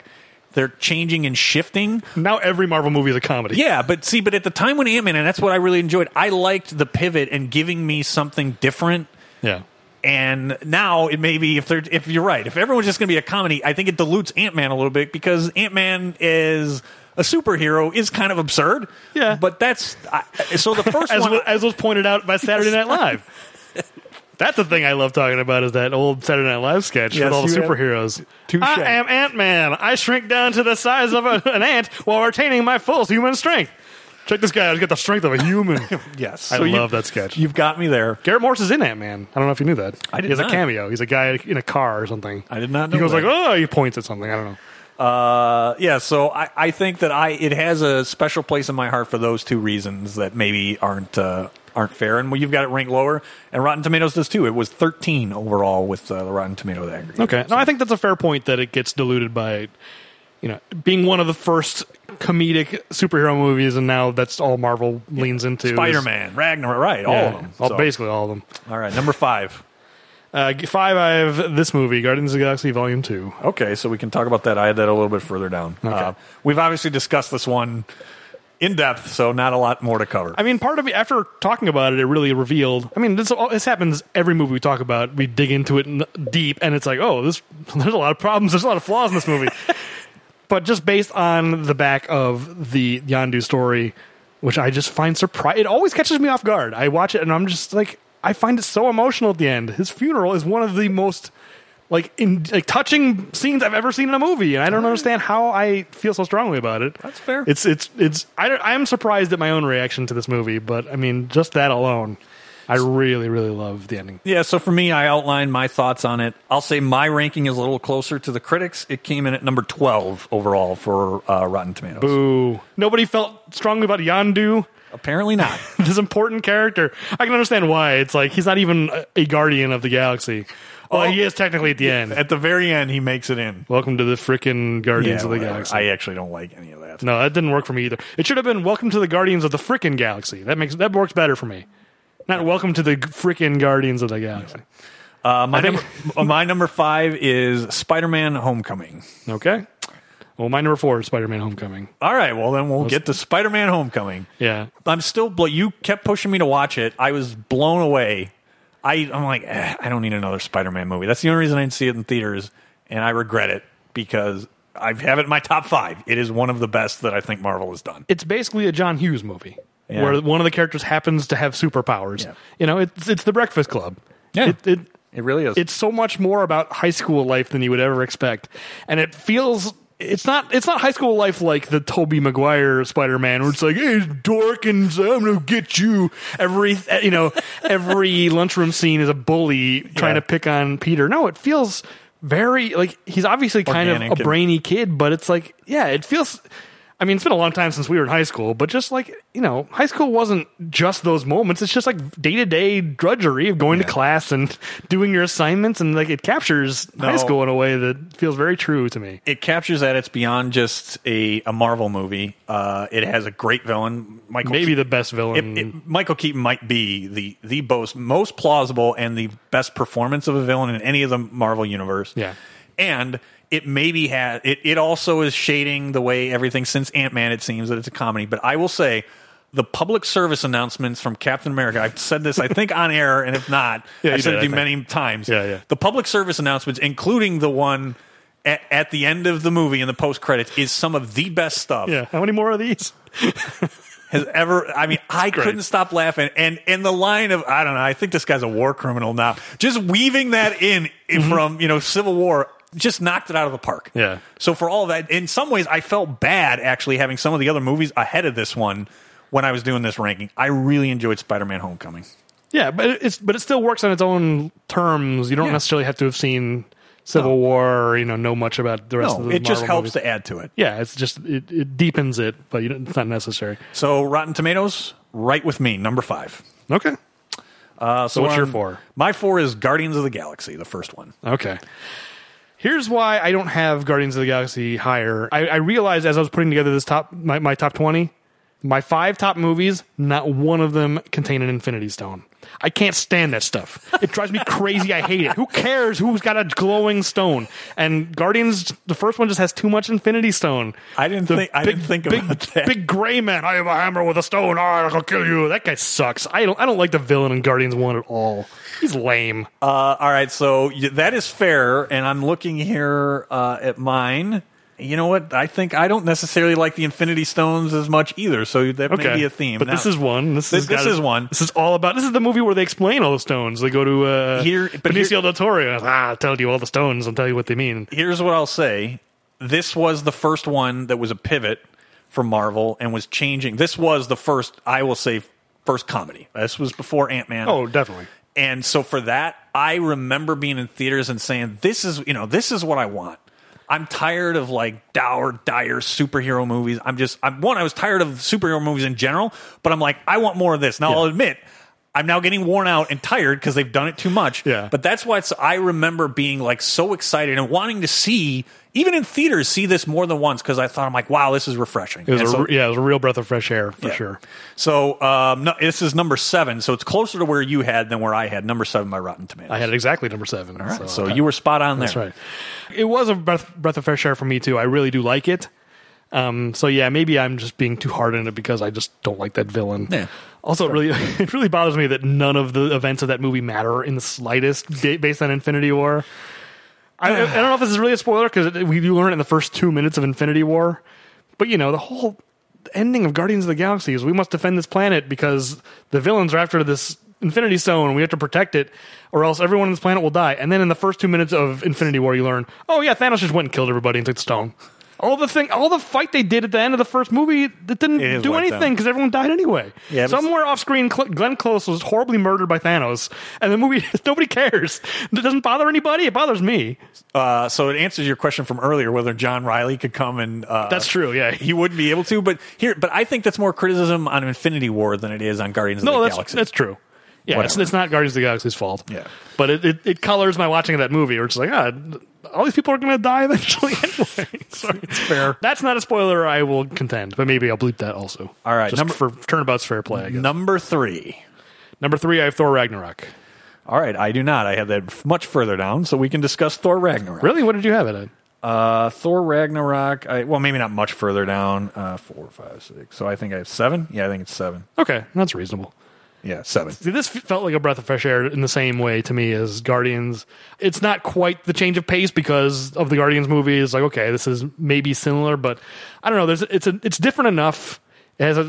Speaker 2: they're changing and shifting.
Speaker 1: Now every Marvel movie is a comedy.
Speaker 2: Yeah, but see, but at the time when Ant Man, and that's what I really enjoyed, I liked the pivot and giving me something different
Speaker 1: Yeah.
Speaker 2: and now it may be if they're if you're right if everyone's just going to be a comedy i think it dilutes ant-man a little bit because ant-man is a superhero is kind of absurd
Speaker 1: Yeah.
Speaker 2: but that's I, so the first
Speaker 1: As,
Speaker 2: one
Speaker 1: wa- as was pointed out by Saturday Night Live. That's the thing I love talking about is that old Saturday Night Live sketch
Speaker 2: Yes,
Speaker 1: with all the
Speaker 2: you have-
Speaker 1: superheroes.
Speaker 2: Touche.
Speaker 1: I am Ant Man. I shrink down to the size of a, an ant while retaining my full human strength. Check this guy out. He's got the strength of a human.
Speaker 2: yes
Speaker 1: I
Speaker 2: So you-
Speaker 1: love that sketch.
Speaker 2: you've got me there
Speaker 1: Garrett Morris is in Ant Man. I don't know if you knew that.
Speaker 2: I did
Speaker 1: he has
Speaker 2: not.
Speaker 1: a cameo. He's a guy in a car or something.
Speaker 2: I did not know
Speaker 1: He goes
Speaker 2: that.
Speaker 1: like, oh, he points at something. I don't know.
Speaker 2: uh, yeah so I, I think that i it has a special place in my heart for those two reasons that maybe aren't uh, aren't fair and well, you've got it ranked lower and rotten tomatoes does too it was 13 overall with uh, the rotten tomato aggregate
Speaker 1: Okay. No, I think that's a fair point that it gets diluted by, you know, being one of the first comedic superhero movies, and now that's all Marvel leans into. is-
Speaker 2: spider-man ragnarok right all
Speaker 1: Yeah,
Speaker 2: of them
Speaker 1: all-
Speaker 2: So-
Speaker 1: Basically all of them.
Speaker 2: all right number five
Speaker 1: Uh, g- five, I have this movie, Guardians of the Galaxy Volume 2.
Speaker 2: Okay, so we can talk about that. I had that a little bit further down. Uh, we've obviously discussed this one in depth, so not a lot more to cover.
Speaker 1: I mean, part of me, after talking about it, it really revealed. I mean, this, all- this happens every movie we talk about. We dig into it n- deep, and it's like, oh, this, there's a lot of problems. There's a lot of flaws in this movie. but just based on the back of the Yandu story, which I just find surprise. It always catches me off guard. I watch it, and I'm just like, I find it so emotional at the end. His funeral is one of the most. Like in like touching scenes I've ever seen in a movie, and I don't understand how I feel so strongly about it.
Speaker 2: That's fair.
Speaker 1: It's it's it's I don't, I am surprised at my own reaction to this movie, but I mean just that alone. I really, really love the ending.
Speaker 2: Yeah, so for me, I outlined my thoughts on it. I'll say my ranking is a little closer to the critics. It came in at number 12 overall for uh, Rotten Tomatoes.
Speaker 1: Ooh. Nobody felt strongly about Yandu,
Speaker 2: Apparently not.
Speaker 1: this important character. I can understand why. It's like he's not even a- a guardian of the galaxy. Well,
Speaker 2: Oh.
Speaker 1: he is technically at the end.
Speaker 2: At the very end, he makes it in.
Speaker 1: Welcome to the frickin' Guardians
Speaker 2: Yeah,
Speaker 1: of the
Speaker 2: whatever.
Speaker 1: Galaxy.
Speaker 2: I actually don't like any of that.
Speaker 1: no, that didn't work for me either. It should have been Welcome to the Guardians of the frickin' Galaxy. That makes that works better for me. Not Welcome to the frickin' Guardians of the Galaxy.
Speaker 2: Uh, my,
Speaker 1: I think-
Speaker 2: number, my number five is Spider Man Homecoming.
Speaker 1: Okay. Well, my number four is Spider-Man: Homecoming.
Speaker 2: All right, well, then we'll get to Spider Man Homecoming.
Speaker 1: Yeah,
Speaker 2: I'm still, blo- you kept pushing me to watch it. I was blown away. I, I'm like, eh, I don't need another Spider Man movie. That's the only reason I didn't see it in theaters, and I regret it because I have it in my top five. It is one of the best that I think Marvel has done.
Speaker 1: it's basically a John Hughes movie
Speaker 2: Yeah.
Speaker 1: where one of the characters happens to have superpowers.
Speaker 2: Yeah.
Speaker 1: You know, it's it's the Breakfast Club.
Speaker 2: Yeah.
Speaker 1: It, it
Speaker 2: It really is.
Speaker 1: it's so much more about high school life than you would ever expect, and it feels. It's not. It's not high school life like the Toby Maguire Spider Man, where it's like, "Hey, dork, and I'm gonna get you." Every you know, every lunchroom scene is a bully trying
Speaker 2: Yeah.
Speaker 1: to pick on Peter. No, it feels very like he's obviously kind
Speaker 2: Organic
Speaker 1: of a
Speaker 2: and-
Speaker 1: brainy kid, but it's like, yeah, it feels. I mean, it's been a long time since we were in high school, but just like you know, high school wasn't just those moments. It's just like day to day drudgery of going to class and doing your assignments, and like it captures high
Speaker 2: No.
Speaker 1: school in a way that feels very true to me.
Speaker 2: it captures that it's beyond just a, a Marvel movie. Uh, it has a great villain, Michael.
Speaker 1: Maybe
Speaker 2: Keaton.
Speaker 1: the best villain.
Speaker 2: It, it, Michael Keaton might be the the most, most plausible and the best performance of a villain in any of the Marvel universe.
Speaker 1: Yeah.
Speaker 2: and it maybe has it. It also is shading the way everything since Ant Man. It seems that it's a comedy, but I will say. The public service announcements from Captain America. I've said this, I think, on air, and if not,
Speaker 1: Yeah,
Speaker 2: I've
Speaker 1: you
Speaker 2: said
Speaker 1: did,
Speaker 2: it
Speaker 1: I
Speaker 2: to you
Speaker 1: think.
Speaker 2: many times.
Speaker 1: Yeah, yeah.
Speaker 2: The public service announcements, including the one at, at the end of the movie in the post credits, is some of the best stuff
Speaker 1: yeah. How many more of these?
Speaker 2: has ever. I mean, I
Speaker 1: great.
Speaker 2: couldn't stop laughing, and and the line of I don't know. I think this guy's a war criminal now. Just weaving that in from you know Civil War just knocked it out of the park.
Speaker 1: Mm-hmm. Yeah.
Speaker 2: So for all that, in some ways, I felt bad actually having some of the other movies ahead of this one when I was doing this ranking. I really enjoyed Spider Man Homecoming.
Speaker 1: Yeah, but it's but it still works on its own terms. You don't
Speaker 2: Yeah.
Speaker 1: necessarily have to have seen Civil War or you know know much about the rest of
Speaker 2: No,
Speaker 1: the.
Speaker 2: it just
Speaker 1: Marvel
Speaker 2: helps
Speaker 1: movies.
Speaker 2: to add to it.
Speaker 1: yeah, it's just it, it deepens it, but you don't, it's not necessary.
Speaker 2: So Rotten Tomatoes, right with me, number five.
Speaker 1: Okay.
Speaker 2: Uh, so
Speaker 1: what's your
Speaker 2: on-
Speaker 1: four?
Speaker 2: My four is Guardians of the Galaxy, the first one.
Speaker 1: Okay. Here's why I don't have Guardians of the Galaxy higher. I, I realized as I was putting together this top my, my top twenty, my five top movies, not one of them contain an Infinity Stone. I can't stand that stuff. It drives me crazy. I hate it. Who cares who's got a glowing stone? And Guardians, the first one just has too much Infinity Stone.
Speaker 2: I didn't
Speaker 1: The
Speaker 2: think- I didn't think
Speaker 1: big,
Speaker 2: about that.
Speaker 1: Big gray man. I have a hammer with a stone. Ah, I'll kill you. That guy sucks. I don't. I don't like the villain in Guardians One at all. He's lame.
Speaker 2: Uh, all right, so y- that is fair, and I'm looking here uh, at mine. You know what? I think I don't necessarily like the Infinity Stones as much either, so that may be a theme.
Speaker 1: But
Speaker 2: Now,
Speaker 1: this is one. This, is
Speaker 2: This- this is one.
Speaker 1: This is all about. This is the movie where they explain all the stones. They go to uh,
Speaker 2: Here- but
Speaker 1: Benicio
Speaker 2: here-
Speaker 1: del Toro. Ah, I'll tell you all the stones. I'll tell you what they mean.
Speaker 2: here's what I'll say. This was the first one that was a pivot for Marvel and was changing. This was the first, I will say, first comedy. This was before Ant Man.
Speaker 1: Oh, definitely.
Speaker 2: And so for that, I remember being in theaters and saying, "This is you know this is what I want." I'm tired of like dour, dire superhero movies. I'm just I'm one. I was tired of superhero movies in general, but I'm like, I want more of this. Now I'll admit. I'm now getting worn out and tired because they've done it too much.
Speaker 1: Yeah.
Speaker 2: But that's why it's, I remember being like so excited and wanting to see, even in theaters, see this more than once because I thought I'm like, wow, this is refreshing.
Speaker 1: It was
Speaker 2: And
Speaker 1: a,
Speaker 2: so-
Speaker 1: re- yeah, it was a real breath of fresh air for
Speaker 2: yeah.
Speaker 1: sure.
Speaker 2: So um, no, this is number seven. So it's closer to where you had than where I had. Number seven by Rotten Tomatoes.
Speaker 1: I had it exactly number seven.
Speaker 2: All right, so you were spot on there.
Speaker 1: That's right. It was a breath, breath of fresh air for me too. I really do like it. Um, so yeah, maybe I'm just being too hard on it because I just don't like that villain.
Speaker 2: Yeah.
Speaker 1: Also, it really, it really bothers me that none of the events of that movie matter in the slightest, ga- based on Infinity War. I, I don't know if this is really a spoiler because we do learn it in the first two minutes of Infinity War, but you know the whole ending of Guardians of the Galaxy is we must defend this planet because the villains are after this Infinity Stone. We have to protect it, or else everyone on this planet will die. And then in the first two minutes of Infinity War, you learn, oh yeah, Thanos just went and killed everybody and took the stone. All the thing, all the fight they did at the end of the first movie that didn't
Speaker 2: It is
Speaker 1: do
Speaker 2: wiped
Speaker 1: anything
Speaker 2: out.
Speaker 1: because everyone died anyway.
Speaker 2: Yeah, but-
Speaker 1: Somewhere off screen, Cl- Glenn Close was horribly murdered by Thanos, and the movie nobody cares. It doesn't bother anybody. It bothers me.
Speaker 2: Uh, so it answers your question from earlier whether John Riley could come and uh,
Speaker 1: That's true, yeah.
Speaker 2: he wouldn't be able to. But here, but I think that's more criticism on Infinity War than it is on Guardians of
Speaker 1: No,
Speaker 2: the
Speaker 1: that's
Speaker 2: Galaxy.
Speaker 1: that's true. Yeah, it's,
Speaker 2: Whatever.
Speaker 1: it's not Guardians of the Galaxy's fault.
Speaker 2: Yeah.
Speaker 1: but it, it, it colors my watching of that movie. Where it's like, ah, all these people are going to die eventually anyway. Sorry. It's
Speaker 2: fair.
Speaker 1: That's not a spoiler. I will contend, but maybe I'll bleep that also.
Speaker 2: All right,
Speaker 1: just
Speaker 2: number-
Speaker 1: for turnabout's fair play. I guess.
Speaker 2: number three.
Speaker 1: Number three, I have Thor Ragnarok.
Speaker 2: All right, I do not. I have that f- much further down, so we can discuss Thor Ragnarok.
Speaker 1: Really, what did you have it at?
Speaker 2: Uh, Thor Ragnarok. I, well, maybe not much further down. Uh, four, five, six. So I think I have seven. Yeah, I think it's seven.
Speaker 1: Okay, that's reasonable.
Speaker 2: Yeah, seven.
Speaker 1: See, this felt like a breath of fresh air in the same way to me as Guardians. It's not quite the change of pace because of the Guardians movie. It's like okay, this is maybe similar, but I don't know. There's it's a, it's different enough. It has a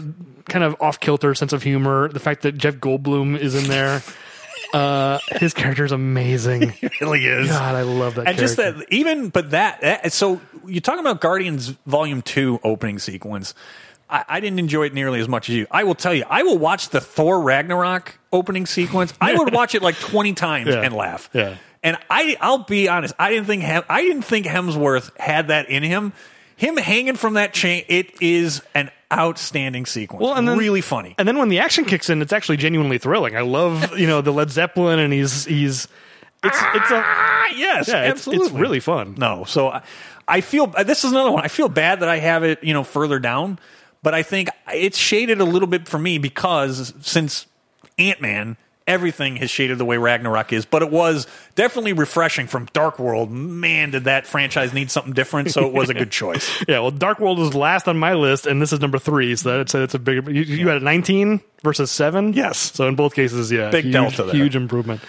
Speaker 1: kind of off kilter sense of humor. The fact that Jeff Goldblum is in there, uh, his character is amazing.
Speaker 2: really is.
Speaker 1: God, I love that.
Speaker 2: and just
Speaker 1: character.
Speaker 2: that even but that, that- so you're talking about guardians volume 2 opening sequence I, I didn't enjoy it nearly as much as you i will tell you i will watch the thor ragnarok opening sequence i would watch it like 20 times
Speaker 1: Yeah.
Speaker 2: and laugh
Speaker 1: Yeah.
Speaker 2: and i i'll be honest i didn't think Hem- i didn't think hemsworth had that in him him hanging from that chain it is an outstanding sequence
Speaker 1: Well, and then-
Speaker 2: really funny
Speaker 1: And then when the action kicks in, it's actually genuinely thrilling. I love you know the Led Zeppelin, and he's he's it's it's a
Speaker 2: Ah, yes,
Speaker 1: Yeah, it's- it's
Speaker 2: absolutely.
Speaker 1: really fun.
Speaker 2: No, so I, I feel uh, this is another one. I feel bad that I have it, you know, further down, but I think it's shaded a little bit for me because since Ant Man, everything has shaded the way Ragnarok is. But it was definitely refreshing from Dark World. Man, did that franchise need something different? So it was a good choice.
Speaker 1: Yeah, well, Dark World is last on my list, and this is number three, so that's a, that's a big. You, you had a 19 versus seven.
Speaker 2: Yes.
Speaker 1: so in both cases, yeah,
Speaker 2: Big
Speaker 1: huge,
Speaker 2: delta there.
Speaker 1: huge improvement.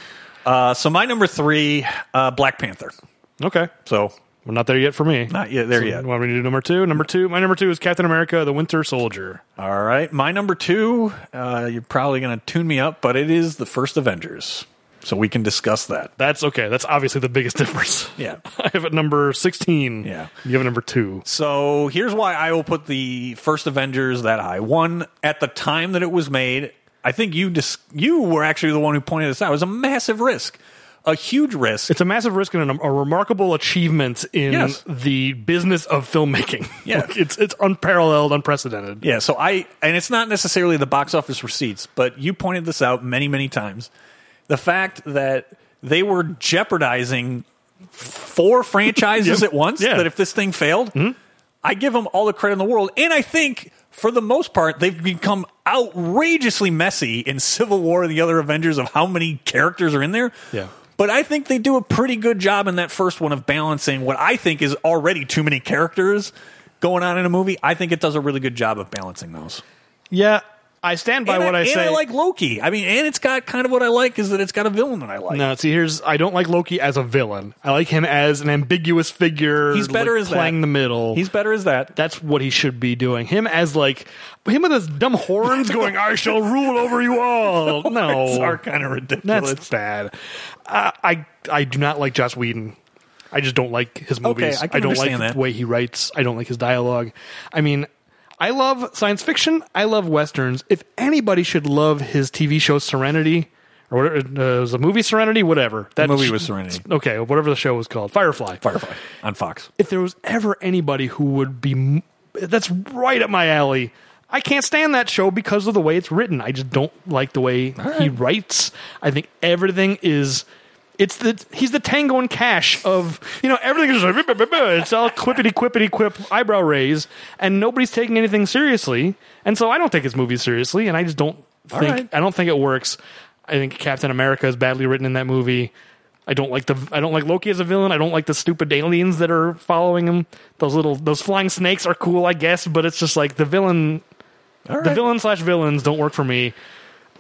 Speaker 2: Uh, so my number three, uh, Black Panther.
Speaker 1: Okay,
Speaker 2: So
Speaker 1: we're not there yet for me.
Speaker 2: not yet there
Speaker 1: So,
Speaker 2: yet.
Speaker 1: Want me to do number two? Number two, my number two is Captain America: The Winter Soldier.
Speaker 2: All right, my number two. Uh, you're probably going to tune me up, but it is the first Avengers, so we can discuss that.
Speaker 1: That's okay. That's obviously the biggest difference.
Speaker 2: Yeah.
Speaker 1: I have it number 16.
Speaker 2: Yeah.
Speaker 1: you have it number two.
Speaker 2: So here's why I will put the first Avengers that high. One, at the time that it was made, I think you dis- you were actually the one who pointed this out. It was a massive risk, a huge risk.
Speaker 1: It's a massive risk and a, a remarkable achievement in
Speaker 2: Yes.
Speaker 1: the business of filmmaking.
Speaker 2: Yeah.
Speaker 1: Like, it's it's unparalleled, unprecedented.
Speaker 2: Yeah, so I and it's not necessarily the box office receipts, but you pointed this out many, many times. The fact that they were jeopardizing four franchises
Speaker 1: Yep.
Speaker 2: at once
Speaker 1: Yeah. Mm-hmm.
Speaker 2: that if this thing failed, I give them all the credit in the world. And I think for the most part, they've become outrageously messy in Civil War and the other Avengers of how many characters are in there.
Speaker 1: Yeah.
Speaker 2: But I think they do a pretty good job in that first one of balancing what I think is already too many characters going on in a movie. I think it does a really good job of balancing those.
Speaker 1: Yeah, I stand by
Speaker 2: and
Speaker 1: what I,
Speaker 2: and
Speaker 1: say.
Speaker 2: I like Loki. I mean, and it's got kind of what I like is that it's got a villain that I like.
Speaker 1: No, see, here's I don't like Loki as a villain. I like him as an ambiguous figure.
Speaker 2: He's better
Speaker 1: like,
Speaker 2: as that.
Speaker 1: playing the middle.
Speaker 2: He's better as that.
Speaker 1: that's what he should be doing. Him as like him with his dumb horns going, "I shall rule over you all."
Speaker 2: Those are
Speaker 1: No,
Speaker 2: kind of ridiculous.
Speaker 1: that's bad. Uh, I I do not like Joss Whedon. I just don't like his movies.
Speaker 2: I can
Speaker 1: don't like
Speaker 2: understand that.
Speaker 1: the way he writes. I don't like his dialogue. I mean, I love science fiction. I love westerns. If anybody should love his TV show Serenity or whatever, uh, it was a movie Serenity, whatever. That
Speaker 2: the movie
Speaker 1: sh-
Speaker 2: was Serenity.
Speaker 1: okay, whatever the show was called, Firefly.
Speaker 2: Firefly on Fox.
Speaker 1: If there was ever anybody who would be, m- that's right up my alley. I can't stand that show because of the way it's written. I just don't like the way he writes. I think everything is. It's the he's the Tango and Cash of you know everything is like, it's all quippity quippity quip eyebrow raise and nobody's taking anything seriously and so I don't take his movies seriously and I just don't think
Speaker 2: right.
Speaker 1: I don't think it works. I think Captain America is badly written in that movie. I don't like the I don't like Loki as a villain. I don't like the stupid aliens that are following him. Those little those flying snakes are cool, I guess, but it's just like the villain the villain slash villains don't work for me.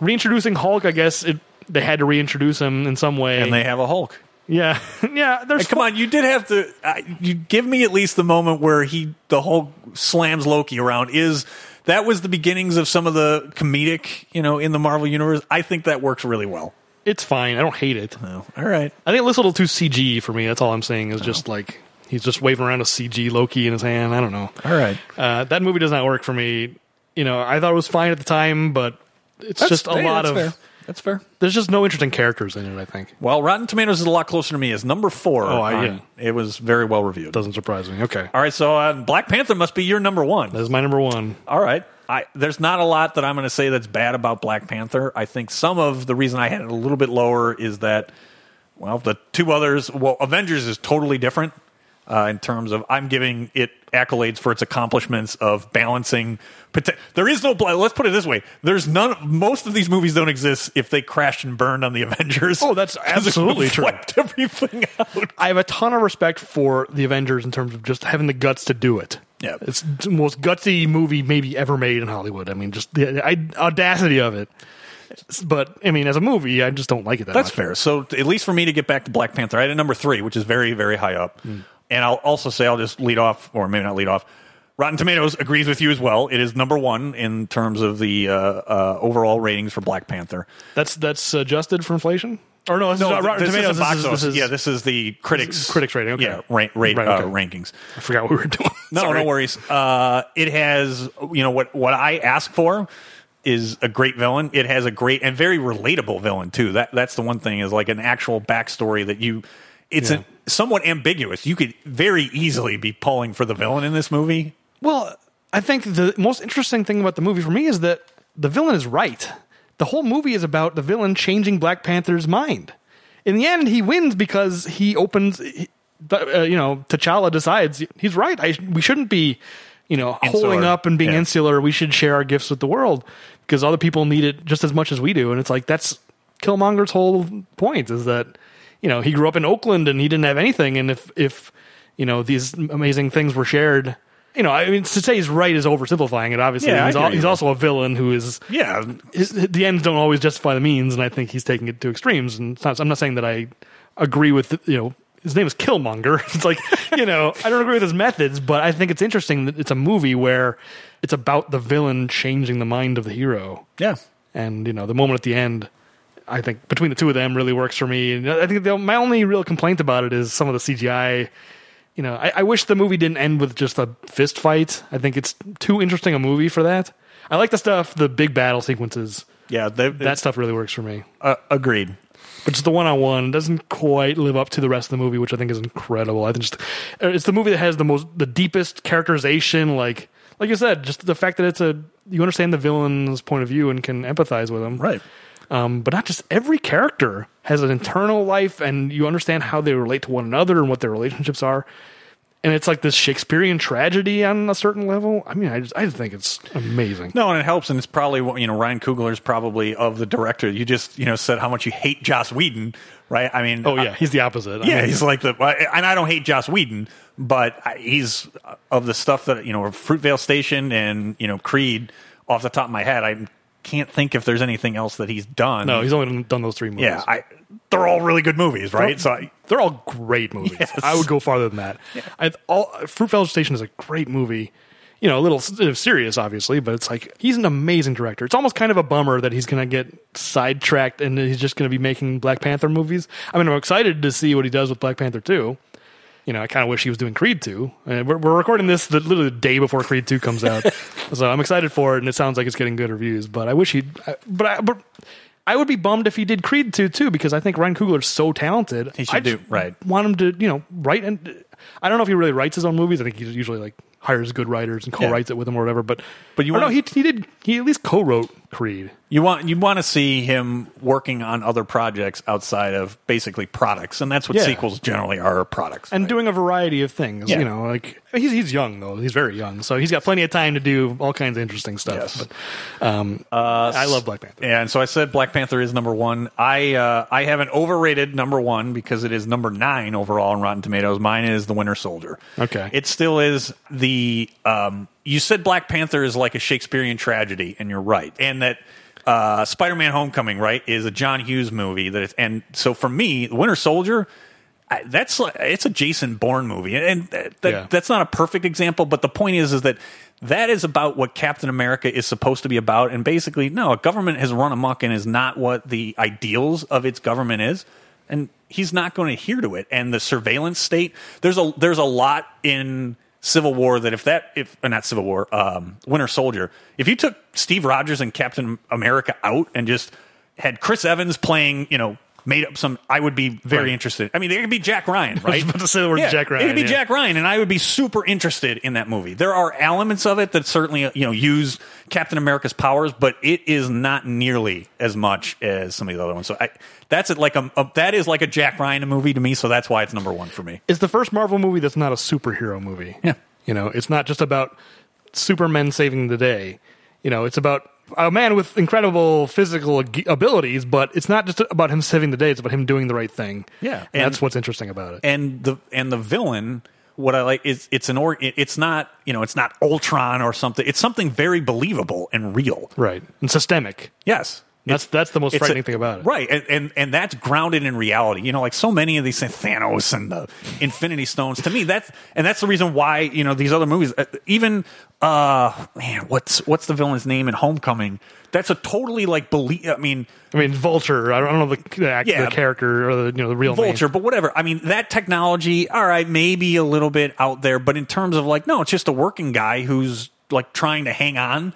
Speaker 1: Reintroducing Hulk, I guess it they had to reintroduce him in some way.
Speaker 2: And they have a Hulk.
Speaker 1: yeah, yeah. There's
Speaker 2: Come on, you did have to. Uh, you give me at least the moment where he the Hulk slams Loki around. Is that was the beginnings of some of the comedic, you know, in the Marvel universe. I think that works really well.
Speaker 1: It's fine. I don't hate it.
Speaker 2: Oh, all right.
Speaker 1: I think it looks a little too CG for me. That's all I'm saying. Is just like He's just waving around a CG Loki in his hand. I don't know.
Speaker 2: All right.
Speaker 1: Uh, that movie does not work for me. You know, I thought it was fine at the time, but it's just a
Speaker 2: hey,
Speaker 1: lot
Speaker 2: that's
Speaker 1: of.
Speaker 2: fair. That's fair.
Speaker 1: There's just no interesting characters in it. I think
Speaker 2: Well, Rotten Tomatoes is a lot closer to me. It's number four.
Speaker 1: Oh, I-
Speaker 2: on-
Speaker 1: yeah.
Speaker 2: It was very well reviewed.
Speaker 1: doesn't surprise me. Okay,
Speaker 2: All right, so uh, Black Panther must be your number one.
Speaker 1: that's my number one.
Speaker 2: All right. I, there's not a lot that I'm going to say that's bad about Black Panther. I think some of the reason I had it a little bit lower is that, well, the two others, well, Avengers is totally different uh, in terms of I'm giving it accolades for its accomplishments of balancing. pot- There is no, bla- let's put it this way there's none, most of these movies don't exist if they crashed and burned on the Avengers.
Speaker 1: Oh, that's
Speaker 2: 'Cause it
Speaker 1: absolutely true.
Speaker 2: wiped everything out.
Speaker 1: I have a ton of respect for the Avengers in terms of just having the guts to do it.
Speaker 2: Yeah.
Speaker 1: it's the most gutsy movie maybe ever made in Hollywood. I mean, just the I, audacity of it. But I mean, as a movie, I just don't like it that
Speaker 2: That's
Speaker 1: much.
Speaker 2: fair. So at least for me to get back to Black Panther, I had a number three, which is very, very high up.
Speaker 1: Hmm.
Speaker 2: And I'll also say I'll just lead off, or maybe not lead off. Rotten Tomatoes agrees with you as well. It is number one in terms of the uh, uh, overall ratings for Black Panther.
Speaker 1: That's that's adjusted for inflation. Or no, this is not
Speaker 2: th-
Speaker 1: Oh, Rotten
Speaker 2: this
Speaker 1: Tomatoes.
Speaker 2: isn't box
Speaker 1: this, is,
Speaker 2: office.
Speaker 1: this is
Speaker 2: yeah, this is the critics
Speaker 1: critics rating, okay.
Speaker 2: Yeah, rank, rate,
Speaker 1: Right,
Speaker 2: uh,
Speaker 1: okay.
Speaker 2: rankings.
Speaker 1: I forgot what we were doing.
Speaker 2: No,
Speaker 1: Sorry.
Speaker 2: no worries. Uh, it has, you know, what what I ask for is a great villain. It has a great and very relatable villain too. That that's the one thing is like an actual backstory that you. It's
Speaker 1: Yeah.
Speaker 2: an- somewhat ambiguous. You could very easily be pulling for the villain in this movie.
Speaker 1: Well, I think the most interesting thing about the movie for me is that the villain is right. The whole movie is about the villain changing Black Panther's mind. In the end, he wins because he opens. he- the- uh, you know, T'Challa decides he's right. I, we shouldn't be, you know, holding up and being
Speaker 2: yeah.
Speaker 1: insular. We should share our gifts with the world because other people need it just as much as we do. And it's like that's Killmonger's whole point is that you know he grew up in Oakland and he didn't have anything. And if if you know these amazing things were shared, you know, I mean, to say he's right is oversimplifying it. Obviously,
Speaker 2: Yeah, I
Speaker 1: he's, al-
Speaker 2: hear you.
Speaker 1: he's also a villain who is
Speaker 2: Yeah,
Speaker 1: his, the ends don't always justify the means, and I think he's taking it to extremes. And it's not, I'm not saying that I agree with you know his name is Killmonger. It's like you know I don't agree with his methods, but I think it's interesting that it's a movie where it's about the villain changing the mind of the hero,
Speaker 2: yeah.
Speaker 1: and you know the moment at the end. I think between the two of them really works for me. And I think the, my only real complaint about it is some of the CGI. You know, I, I wish the movie didn't end with just a fist fight. I think it's too interesting a movie for that. I like the stuff, the big battle sequences
Speaker 2: Yeah, they,
Speaker 1: that stuff really works for me.
Speaker 2: uh, agreed.
Speaker 1: But just the one on one doesn't quite live up to the rest of the movie, which I think is incredible. I think just uh, it's the movie that has the most, the deepest characterization. Like, like you said, just the fact that it's a you understand the villain's point of view and can empathize with him,
Speaker 2: Right.
Speaker 1: Um, but not just every character has an internal life, and you understand how they relate to one another and what their relationships are. And it's like this Shakespearean tragedy on a certain level. I mean, I just I just think it's amazing.
Speaker 2: No, and it helps, and it's probably what- you know Ryan Coogler's probably of the director. You just you know said how much you hate Joss Whedon, right? I mean,
Speaker 1: Oh
Speaker 2: I-
Speaker 1: yeah, he's the opposite. I
Speaker 2: Yeah,
Speaker 1: mean,
Speaker 2: he's like the, and I don't hate Joss Whedon, but I- he's uh, of the stuff that you know, Fruitvale Station and you know Creed. Off the top of my head, I can't think if there's anything else that he's done.
Speaker 1: no, he's only done those three movies.
Speaker 2: yeah, I, they're all really good movies, right? So, I,
Speaker 1: they're all great movies.
Speaker 2: Yes.
Speaker 1: I would go farther than that. I, all Fruitvale Station is a great movie. You know, a little s- uh, serious, obviously, but it's like he's an amazing director. It's almost kind of a bummer that he's going to get sidetracked and he's just going to be making Black Panther movies. I mean, I'm excited to see what he does with Black Panther 2. You know, I kind of wish he was doing Creed 2. And we're, we're recording this the, literally the day before Creed 2 comes out. so I'm excited for it, and it sounds like it's getting good reviews, but I wish he'd. I- But I, but I would be bummed if he did Creed 2 too, because I think Ryan Coogler's so talented.
Speaker 2: He should
Speaker 1: I just
Speaker 2: do- right.
Speaker 1: Want him to, you know, write and I don't know if he really writes his own movies. I think he usually like hires good writers and co-writes it with him or whatever. But
Speaker 2: But you
Speaker 1: or no,
Speaker 2: want-
Speaker 1: he he did he at least co-wrote Creed.
Speaker 2: you want you want to see him working on other projects outside of basically products, and that's what
Speaker 1: Yeah.
Speaker 2: sequels generally are, are products.
Speaker 1: and
Speaker 2: right?
Speaker 1: doing a variety of things.
Speaker 2: Yeah.
Speaker 1: You know, like he's he's young though; he's very young, so he's got plenty of time to do all kinds of interesting stuff.
Speaker 2: Yes. Uh,
Speaker 1: But, um, I love Black Panther.
Speaker 2: And so I said Black Panther is number one. I uh, I have an overrated number one because it is number nine overall on Rotten Tomatoes. Mine is The Winter Soldier.
Speaker 1: Okay.
Speaker 2: It still is the. Um, you said Black Panther is like a Shakespearean tragedy, and you're right. And that uh, Spider Man Homecoming, right, is a John Hughes movie. That it's, and so for me, The Winter Soldier. I, that's like, it's a Jason Bourne movie, and, and that, that,
Speaker 1: Yeah.
Speaker 2: that's not a perfect example. But the point is, is that that is about what Captain America is supposed to be about, and basically, no, a government has run amok and is not what the ideals of its government is. and he's not going to adhere to it. And the surveillance state, there's a there's a lot in Civil War that if that if uh, not Civil War, um, Winter Soldier, if you took Steve Rogers and Captain America out and just had Chris Evans playing, you know. Made up some. I would be very
Speaker 1: Right.
Speaker 2: interested. I mean, they could be Jack Ryan, right?
Speaker 1: was about to say the word Jack
Speaker 2: It could
Speaker 1: Ryan,
Speaker 2: be
Speaker 1: yeah.
Speaker 2: Jack Ryan, and I would be super interested in that movie. There are elements of it that certainly you know use Captain America's powers, but it is not nearly as much as some of the other ones. So I, that's it. Like a, a- that is like a Jack Ryan movie to me. So that's why it's number one for me.
Speaker 1: It's the first Marvel movie that's not a superhero movie.
Speaker 2: Yeah.
Speaker 1: You know, it's not just about Superman saving the day. You know, it's about a man with incredible physical ag- abilities, but it's not just about him saving the day, it's about him doing the right thing.
Speaker 2: Yeah.
Speaker 1: And,
Speaker 2: And-
Speaker 1: that's what's interesting about it.
Speaker 2: And the and the villain, what I like is it's an or it- it's not you know it's not Ultron or something. It's something very believable and real.
Speaker 1: right. And systemic.
Speaker 2: Yes.
Speaker 1: That's that's the most
Speaker 2: It's a-
Speaker 1: frightening thing about it.
Speaker 2: right? And, and and that's grounded in reality. You know, like so many of these things, Thanos and the Infinity Stones. To me, that's and that's the reason why you know these other movies, uh, even uh, man, what's what's the villain's name in Homecoming? That's a totally like believe. I mean,
Speaker 1: I mean, Vulture. I don't, I don't know the, the, act,
Speaker 2: Yeah.
Speaker 1: the character or the you know the real name.
Speaker 2: Vulture, but whatever. I mean, that technology, all right, maybe a little bit out there, but in terms of like, no, it's just a working guy who's like trying to hang on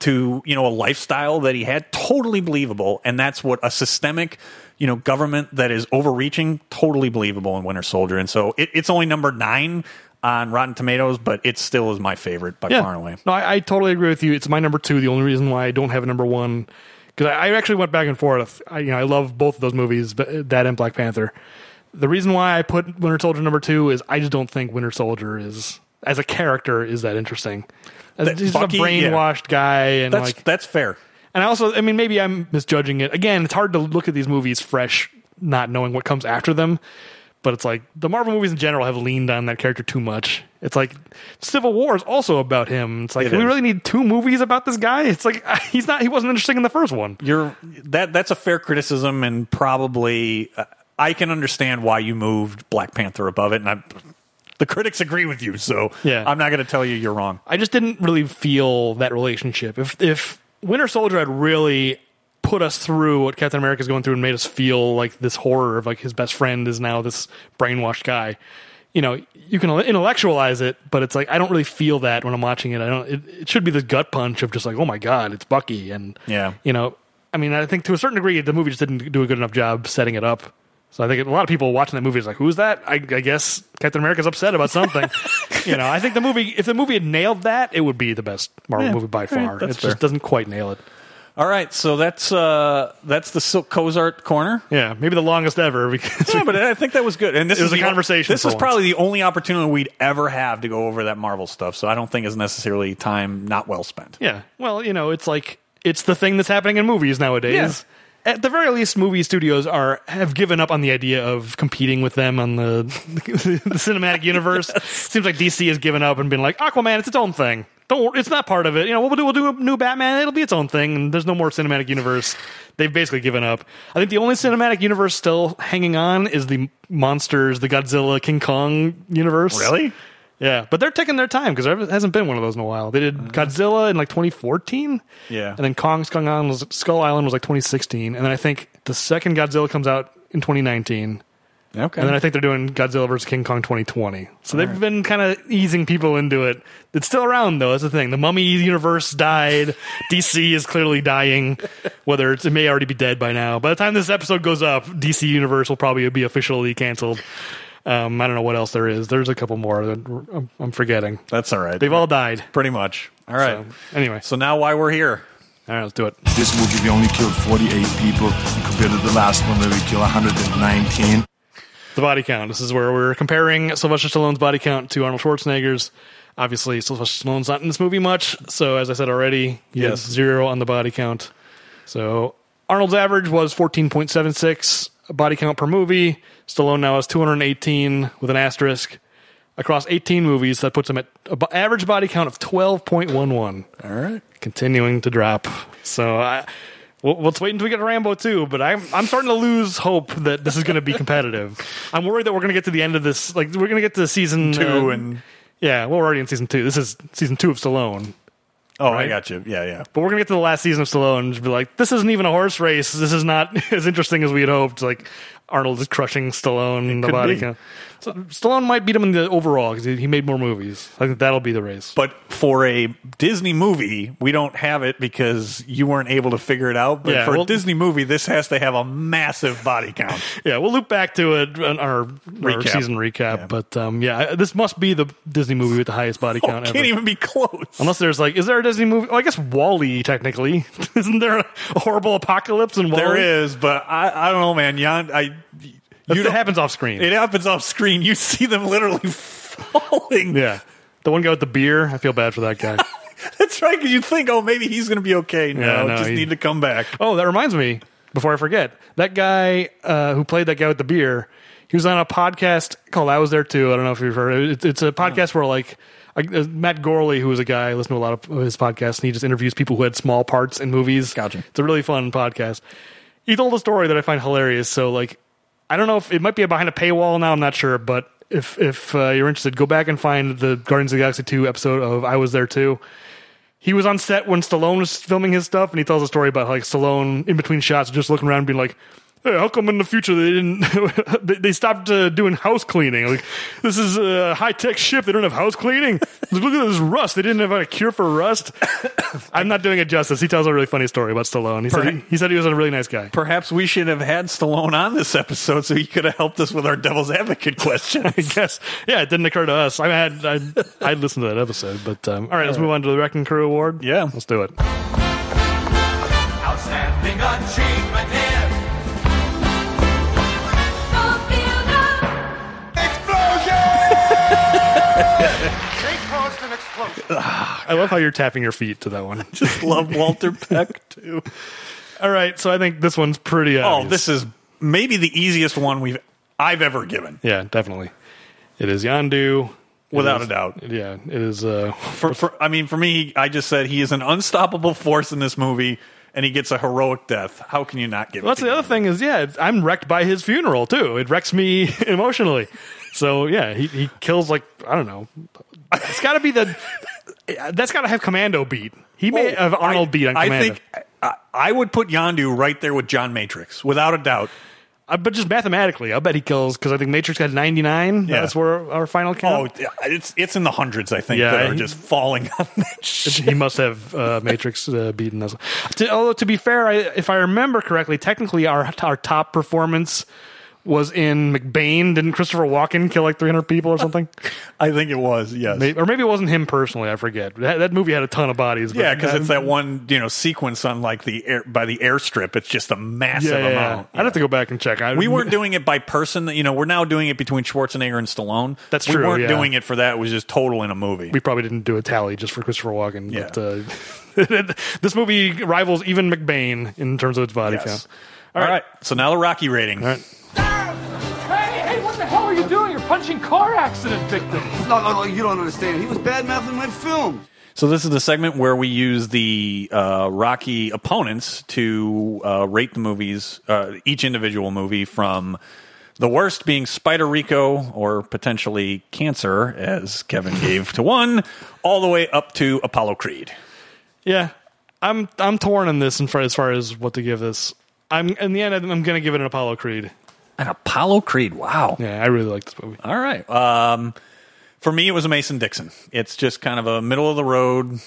Speaker 2: to, you know, a lifestyle that he had, totally believable. And that's what a systemic, you know, government that is overreaching, totally believable in Winter Soldier. And so it, it's only number nine on Rotten Tomatoes, but it still is my favorite by far and away.
Speaker 1: No, I, I totally agree with you. It's my number two. The only reason why I don't have a number one because I, I actually went back and forth. I, you know, I love both of those movies, but uh, that and Black Panther. The reason why I put Winter Soldier number two is I just don't think Winter Soldier is as a character is that interesting. As,
Speaker 2: That-
Speaker 1: he's
Speaker 2: Bucky,
Speaker 1: a
Speaker 2: yeah.
Speaker 1: brainwashed guy, and
Speaker 2: That's,
Speaker 1: like,
Speaker 2: that's fair.
Speaker 1: and I also, I mean, maybe I'm misjudging it. Again, it's hard to look at these movies fresh, not knowing what comes after them. But it's like the Marvel movies in general have leaned on that character too much. It's like Civil War is also about him. It's like
Speaker 2: It
Speaker 1: do we
Speaker 2: is.
Speaker 1: really need two movies about this guy. It's like he's not. He wasn't interesting in the first one.
Speaker 2: you're that that's a fair criticism and probably uh, I can understand why you moved Black Panther above it and I the critics agree with you so
Speaker 1: Yeah.
Speaker 2: I'm not going to tell you you're wrong.
Speaker 1: I just didn't really feel that relationship. If if Winter Soldier had really put us through what Captain America's going through and made us feel like this horror of like his best friend is now this brainwashed guy, you know, you can intellectualize it, but it's like I don't really feel that when I'm watching it. I don't. It, it should be the gut punch of just like, oh my god, it's Bucky, and
Speaker 2: Yeah.
Speaker 1: you know, I mean, I think to a certain degree, the movie just didn't do a good enough job setting it up. So I think a lot of people watching that movie is like, "Who's that?" I, I guess Captain America's upset about something. you know, I think the movie, if the movie had nailed that, it would be the best Marvel movie by far. It
Speaker 2: that's fair.
Speaker 1: just doesn't quite nail it.
Speaker 2: All right, so that's uh that's the Silk Cozart corner.
Speaker 1: Yeah, maybe the longest ever because
Speaker 2: Yeah, but I think that was good. And this
Speaker 1: It
Speaker 2: is
Speaker 1: was a
Speaker 2: the-
Speaker 1: conversation
Speaker 2: This
Speaker 1: for
Speaker 2: is
Speaker 1: once.
Speaker 2: probably the only opportunity we'd ever have to go over that Marvel stuff. So I don't think it's necessarily time not well spent.
Speaker 1: yeah. Well, you know, it's like it's the thing that's happening in movies nowadays. At the very least, movie studios are have given up on the idea of competing with them on the, the cinematic universe. Seems like DC has given up and been like, Aquaman, it's its own thing. Don't, wor- it's not part of it. You know, we'll do, we'll do a new Batman. It'll be its own thing. And there's no more cinematic universe. They've basically given up. I think the only cinematic universe still hanging on is the monsters, the Godzilla, King Kong universe.
Speaker 2: Really?
Speaker 1: Yeah, but they're taking their time because there hasn't been one of those in a while. They did Godzilla in like 2014.
Speaker 2: Yeah.
Speaker 1: And then Kong Skull Island, was, Skull Island was like 2016. And then I think the second Godzilla comes out in 2019.
Speaker 2: Okay.
Speaker 1: And then I think they're doing Godzilla vs. King Kong 2020. So they've been kind of easing people into it. It's still around, though. That's the thing. The mummy universe died. DC is clearly dying, whether it's, it may already be dead by now. By the time this episode goes up, DC universe will probably be officially canceled. Um, I don't know what else there is. There's a couple more that I'm, I'm forgetting.
Speaker 2: that's all right.
Speaker 1: They've all died.
Speaker 2: pretty much. All right.
Speaker 1: So, anyway.
Speaker 2: so now why we're here.
Speaker 1: All right, let's do it.
Speaker 8: This movie, we only killed 48 people compared to the last one where we killed 119.
Speaker 1: the body count. This is where we're comparing Sylvester Stallone's body count to Arnold Schwarzenegger's. Obviously, Sylvester Stallone's not in this movie much, so as I said already, he has
Speaker 2: Yes.
Speaker 1: zero on the body count. So Arnold's average was fourteen point seven six body count per movie. Stallone now has two hundred eighteen with an asterisk. Across 18 movies, that puts him at an average body count of 12.11
Speaker 2: All right.
Speaker 1: continuing to drop. So I, well, let's wait until we get to Rambo too. But I'm I'm starting to lose hope that this is going to be competitive. I'm worried that we're going to get to the end of this. Like we're going to get to season
Speaker 2: Two
Speaker 1: uh,
Speaker 2: and
Speaker 1: yeah, well, we're already in season two. This is season two of Stallone.
Speaker 2: Oh,
Speaker 1: Right?
Speaker 2: I got you. Yeah, yeah.
Speaker 1: But we're gonna get to the last season of Stallone and just be like, this isn't even a horse race. This is not as interesting as we had hoped. Like, Arnold is crushing Stallone in the
Speaker 2: could
Speaker 1: body
Speaker 2: be.
Speaker 1: count. So Stallone might beat him in the overall because he, he made more movies. I think that'll be the race.
Speaker 2: But for a Disney movie, we don't have it because you weren't able to figure it out. But
Speaker 1: Yeah,
Speaker 2: for
Speaker 1: well-
Speaker 2: a Disney movie, this has to have a massive body count.
Speaker 1: yeah, we'll loop back to it on our, our
Speaker 2: Recap.
Speaker 1: season recap.
Speaker 2: Yeah.
Speaker 1: But um, yeah, I- this must be the Disney movie with the highest body
Speaker 2: Oh,
Speaker 1: count
Speaker 2: can't
Speaker 1: ever.
Speaker 2: even be close.
Speaker 1: Unless there's like, is there a Disney movie? Oh, I guess Wally. Technically, isn't there a horrible apocalypse in Wally?
Speaker 2: there is, but I, I don't know, man. Jan, I you
Speaker 1: You, it
Speaker 2: don't-
Speaker 1: happens off screen.
Speaker 2: It happens off screen. You see them literally falling.
Speaker 1: yeah, the one guy with the beer. I feel bad for that guy.
Speaker 2: That's right. Because you think, oh, maybe he's going to be okay. No,
Speaker 1: no,
Speaker 2: just
Speaker 1: he-
Speaker 2: need to come back.
Speaker 1: Oh, that reminds me. Before I forget, that guy uh, who played that guy with the beer, he was on a podcast called "I Was There Too." I don't know if you've heard. It. It's, it's a podcast where like I, uh, Matt Gorley, who was a guy I listened to a lot of his podcasts, and he just interviews people who had small parts in movies.
Speaker 2: Gotcha.
Speaker 1: It's a really fun podcast. He told a story that I find hilarious. So like, I don't know if it might be behind a paywall now. I'm not sure, but if if uh, you're interested, go back and find the Guardians of the Galaxy two episode of "I Was There Too." he was on set when Stallone was filming his stuff, and he tells a story about like Stallone in between shots, just looking around, and being like, "Hey, how come in the future they didn't? they- they stopped uh, doing house cleaning. Like, this is a high tech ship. They don't have house cleaning. Look at this rust. They didn't have a cure for rust. I'm not doing it justice. He tells a really funny story about Stallone. He said he, he said he was a really nice guy.
Speaker 2: Perhaps we should have had Stallone on this episode so he could have helped us with our devil's advocate question.
Speaker 1: I guess. Yeah, it didn't occur to us. I had I I listened to that episode, but um, all right, let's move on to the Wrecking Crew Award.
Speaker 2: Yeah.
Speaker 1: let's do it.
Speaker 2: Oh,
Speaker 9: Outstanding achievement in the field of
Speaker 1: I love how you're tapping your feet to that one.
Speaker 2: Just love Walter Peck too.
Speaker 1: All right, so I think this one's pretty.
Speaker 2: Oh,
Speaker 1: Obvious.
Speaker 2: this is maybe the easiest one we've I've ever given,
Speaker 1: Yeah, definitely. It is Yandu. It
Speaker 2: without
Speaker 1: is-
Speaker 2: a doubt.
Speaker 1: Yeah, it is. Uh,
Speaker 2: For, for I mean, for me, I just said he is an unstoppable force in this movie, and he gets a heroic death. How can you not give?
Speaker 1: well,
Speaker 2: it
Speaker 1: that's
Speaker 2: to
Speaker 1: the
Speaker 2: him?
Speaker 1: other thing is, yeah, it's, I'm wrecked by his funeral too. It wrecks me emotionally. So yeah, he, he kills like I don't know. It's got to be the. That's got to have Commando beat. He may have Arnold
Speaker 2: Oh, I-
Speaker 1: beat on
Speaker 2: I
Speaker 1: Commando,
Speaker 2: think I, I would put Yandu right there with John Matrix, without a doubt.
Speaker 1: Uh, but just mathematically, I will bet he kills because I think Matrix had 99.
Speaker 2: Yeah.
Speaker 1: That's where our final
Speaker 2: Oh,
Speaker 1: count.
Speaker 2: it's it's in the hundreds, I think,
Speaker 1: Yeah,
Speaker 2: that are
Speaker 1: he-
Speaker 2: just falling on that shit.
Speaker 1: he must have uh, Matrix uh, beaten us. To, although to be fair, I, if I remember correctly, technically our our top performance was in McBain. Didn't Christopher Walken kill like 300 people or something?
Speaker 2: I think it was, yes.
Speaker 1: May- or maybe it wasn't him personally. I forget. That, that movie had a ton of bodies. But
Speaker 2: Yeah, because it's that one, you know, sequence on like the air by the airstrip. It's just a massive
Speaker 1: Yeah, yeah, yeah.
Speaker 2: amount.
Speaker 1: I'd have to go back and check. I,
Speaker 2: We weren't doing it by person. You know, we're now doing it between Schwarzenegger and Stallone.
Speaker 1: That's
Speaker 2: We
Speaker 1: true,
Speaker 2: weren't
Speaker 1: yeah.
Speaker 2: doing it for that. It was just total in a movie.
Speaker 1: We probably didn't do a tally just for Christopher Walken.
Speaker 2: Yeah.
Speaker 1: But, uh, this movie rivals even McBain in terms of its body
Speaker 2: Yes.
Speaker 1: count.
Speaker 2: All right. So now the Rocky rating.
Speaker 3: Hey, hey, what the hell are you doing? You're punching car accident victims.
Speaker 4: No, no, no, you don't understand. He was bad mouthing my film.
Speaker 2: So this is the segment where we use the uh, Rocky opponents to uh, rate the movies, uh, each individual movie from the worst being Spider Rico or potentially Cancer, as Kevin gave to one, all the way up to Apollo Creed.
Speaker 1: Yeah, I'm I'm torn on this in far, as far as what to give this. I'm in the end. I'm, I'm going to give it an Apollo Creed.
Speaker 2: An Apollo Creed. Wow.
Speaker 1: Yeah, I really like this movie.
Speaker 2: All right. Um, for me, it was a Mason Dixon. It's just kind of a middle of the road.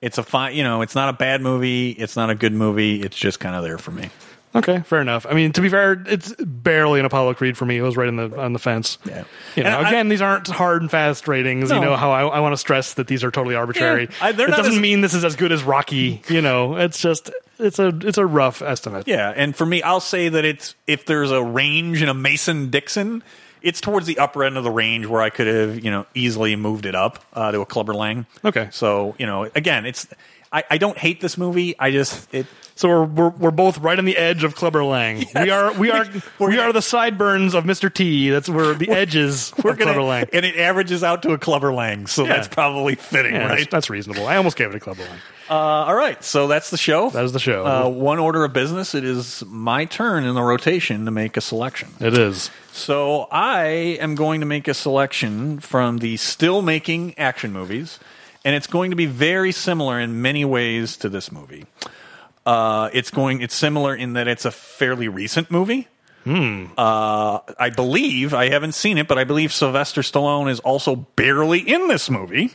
Speaker 2: It's a fine, you know, it's not a bad movie. It's not a good movie. It's just kind of there for me.
Speaker 1: Okay, fair enough. I mean, to be fair, it's barely an Apollo Creed for me. It was right in the on the fence.
Speaker 2: Yeah.
Speaker 1: You know,
Speaker 2: And I-
Speaker 1: again, these aren't hard and fast ratings. You
Speaker 2: No.
Speaker 1: know how I, I want to stress that these are totally arbitrary.
Speaker 2: I- they're
Speaker 1: it
Speaker 2: not
Speaker 1: doesn't
Speaker 2: as-
Speaker 1: mean this is as good as Rocky. You know, it's just it's a it's a rough estimate.
Speaker 2: Yeah, and for me, I'll say that it's if there's a range in a Mason Dixon, it's towards the upper end of the range where I could have you know easily moved it up uh, to a Clubber Lang.
Speaker 1: Okay.
Speaker 2: so you know, again, it's I, I don't hate this movie. I just it
Speaker 1: So we're, we're we're both right on the edge of Clubber Lang. We are we are
Speaker 2: We're
Speaker 1: we
Speaker 2: gonna-
Speaker 1: are the sideburns of Mr. T. That's where the edges
Speaker 2: we're
Speaker 1: of
Speaker 2: gonna
Speaker 1: Clubber Lang.
Speaker 2: and it averages out to a Clubber Lang, so
Speaker 1: Yeah.
Speaker 2: that's probably fitting,
Speaker 1: Yeah, that's,
Speaker 2: right?
Speaker 1: that's reasonable. I almost gave it a club line.
Speaker 2: Uh, all right, so that's the show.
Speaker 1: That is the show.
Speaker 2: Uh, one order of business. It is my turn in the rotation to make a selection.
Speaker 1: it is.
Speaker 2: So I am going to make a selection from the still making action movies, and it's going to be very similar in many ways to this movie. Uh, it's going it's similar in that it's a fairly recent movie. Uh, I believe I haven't seen it, but I believe Sylvester Stallone is also barely in this movie.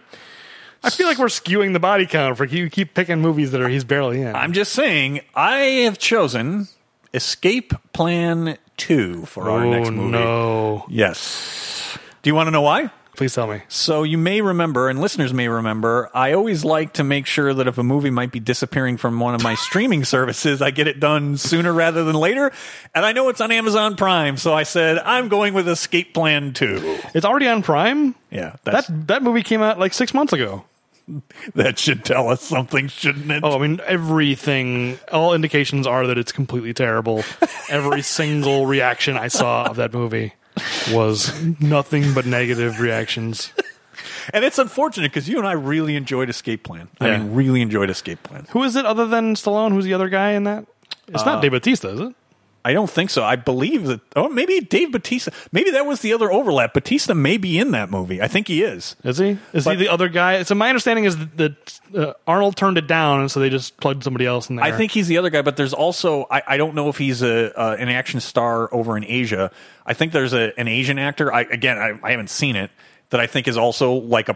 Speaker 1: I feel like we're skewing the body count for you keep picking movies that are he's barely in.
Speaker 2: I'm just saying, I have chosen Escape Plan Two for our
Speaker 1: oh
Speaker 2: next movie.
Speaker 1: no!
Speaker 2: Yes. Do you want to know why?
Speaker 1: Please tell me.
Speaker 2: So you may remember, and listeners may remember, I always like to make sure that if a movie might be disappearing from one of my streaming services, I get it done sooner rather than later. And I know it's on Amazon Prime, so I said I'm going with Escape Plan Two.
Speaker 1: It's already on Prime.
Speaker 2: Yeah,
Speaker 1: That
Speaker 2: that's,
Speaker 1: that movie came out like six months ago.
Speaker 2: that should tell us something, shouldn't it?
Speaker 1: Oh, I mean, everything, all indications are that it's completely terrible. Every single reaction I saw of that movie was nothing but negative reactions.
Speaker 2: and it's unfortunate because you and I really enjoyed Escape Plan. I
Speaker 1: Yeah.
Speaker 2: mean, really enjoyed Escape Plan.
Speaker 1: Who is it other than Stallone? Who's the other guy in that? It's
Speaker 2: Uh,
Speaker 1: not Dave Batista, is it?
Speaker 2: I don't think so. I believe that, or maybe Dave Batista. Maybe that was the other overlap. Batista may be in that movie. I think he is.
Speaker 1: Is he? Is
Speaker 2: But-
Speaker 1: he the other guy? So my understanding is that uh, Arnold turned it down, and so they just plugged somebody else in there.
Speaker 2: I think he's the other guy, but there's also I, I don't know if he's a uh, an action star over in Asia. I think there's a, an Asian actor. I again I, I haven't seen it that I think is also like a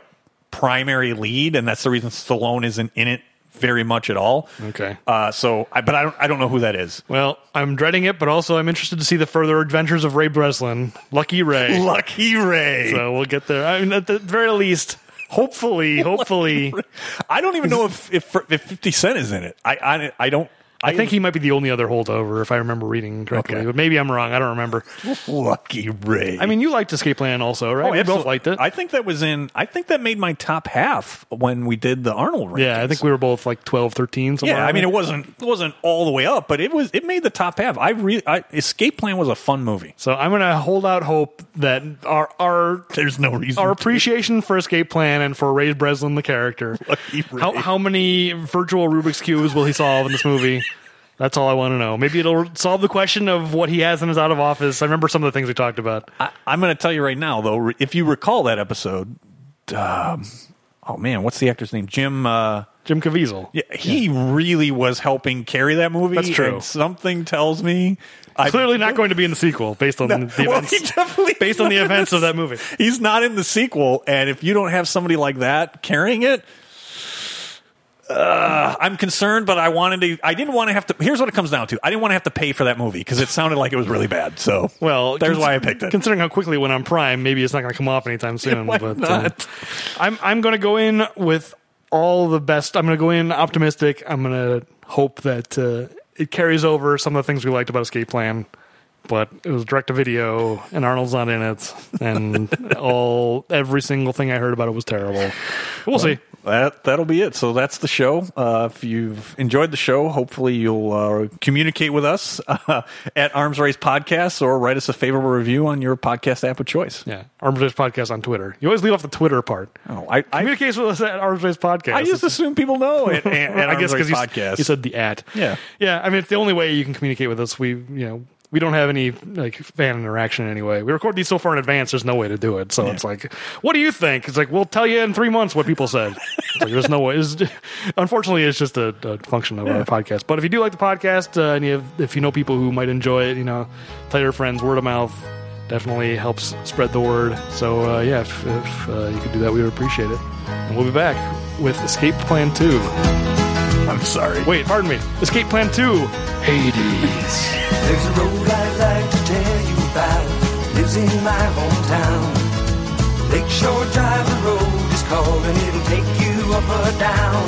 Speaker 2: primary lead, and that's the reason Stallone isn't in it very much at all.
Speaker 1: Okay.
Speaker 2: Uh, so, I, but I don't I don't know who that is.
Speaker 1: Well, I'm dreading it, but also I'm interested to see the further adventures of Ray Breslin, Lucky Ray.
Speaker 2: Lucky Ray.
Speaker 1: so we'll get there. I mean, at the very least, hopefully, hopefully.
Speaker 2: I don't even know if if, if Fifty Cent is in it. I I, I don't.
Speaker 1: I think he might be the only other holdover, if I remember reading correctly.
Speaker 2: Okay.
Speaker 1: But maybe I'm wrong. I don't remember.
Speaker 2: Lucky Ray.
Speaker 1: I mean, you liked Escape Plan also, right? we both
Speaker 2: Oh, absolutely.
Speaker 1: liked it.
Speaker 2: I think that was in. I think that made my top half when we did the Arnold. Rankings.
Speaker 1: yeah, I think we were both like 12, 13. somewhere
Speaker 2: Yeah, I
Speaker 1: around
Speaker 2: mean,
Speaker 1: there.
Speaker 2: it wasn't it wasn't all the way up, but it was. It made the top half. I really. I, Escape Plan was a fun movie.
Speaker 1: so I'm gonna hold out hope that our our
Speaker 2: There's no reason.
Speaker 1: our
Speaker 2: Our
Speaker 1: appreciation for Escape Plan and for Ray Breslin, the character.
Speaker 2: Lucky Ray.
Speaker 1: How how many virtual Rubik's cubes will he solve in this movie? That's all I want to know. Maybe it'll solve the question of what he has in his out of office. I remember some of the things we talked about.
Speaker 2: I, I'm going to tell you right now, though, re- if you recall that episode, um, oh man, what's the actor's name? Jim. Uh,
Speaker 1: Jim Caviezel.
Speaker 2: yeah, he really was helping carry that movie.
Speaker 1: That's true.
Speaker 2: and something tells me, I
Speaker 1: Clearly not going to be in the sequel based on the
Speaker 2: well,
Speaker 1: events.
Speaker 2: he definitely
Speaker 1: based on the
Speaker 2: is.
Speaker 1: events of that movie.
Speaker 2: He's not in the sequel, and if you don't have somebody like that carrying it, uh, I'm concerned. But I wanted to. I didn't want to have to. Here's what it comes down to: I didn't want to have to pay for that movie because it sounded like it was really bad. So
Speaker 1: Well,
Speaker 2: there's
Speaker 1: cons-
Speaker 2: why I picked it.
Speaker 1: Considering how quickly it went on Prime, maybe it's not going to come off anytime soon.
Speaker 2: Why
Speaker 1: but uh,
Speaker 2: not?
Speaker 1: I'm I'm going to go in with all the best. I'm going to go in optimistic. I'm going to hope that uh, it carries over some of the things we liked about Escape Plan. But it was direct to video, and Arnold's not in it, and all every single thing I heard about it was terrible. We'll see.
Speaker 2: That that'll be it. So that's the show. Uh, if you've enjoyed the show, hopefully you'll uh, communicate with us uh, at Arms Race Podcasts or write us a favorable review on your podcast app of choice.
Speaker 1: Yeah, Arms Race Podcast on Twitter. You always leave off the Twitter part.
Speaker 2: Oh, I, I,
Speaker 1: Communicates with us at Arms Race Podcast.
Speaker 2: I just assume people know it. At, at
Speaker 1: I guess because
Speaker 2: Arms Race
Speaker 1: you,
Speaker 2: Podcasts.
Speaker 1: you said the at.
Speaker 2: Yeah.
Speaker 1: yeah. I mean, it's the only way you can communicate with us. We, you know, we don't have any like fan interaction anyway. We record these so far in advance. There's no way to do it. So it's like, what do you think? It's like we'll tell you in three months what people said. It's like, there's no way. It's, unfortunately, it's just a, a function of our podcast. But if you do like the podcast uh, and you have, if you know people who might enjoy it, you know, tell your friends. Word of mouth definitely helps spread the word. So uh, yeah, if, if uh, you could do that, we would appreciate it. And we'll be back with Escape Plan Two.
Speaker 2: I'm sorry.
Speaker 1: Wait, pardon me. Escape Plan 2.
Speaker 5: There's a road I'd like to tell you about. Lives in my hometown. Lakeshore Drive, the road is called, and it'll take you up or down.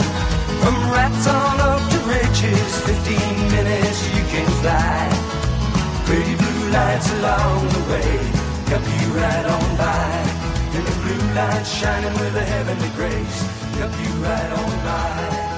Speaker 5: From rats on up to riches, 15 minutes you can fly. Pretty blue lights along the way, help you right on by. And the blue lights shining with a heavenly grace, help you right on by.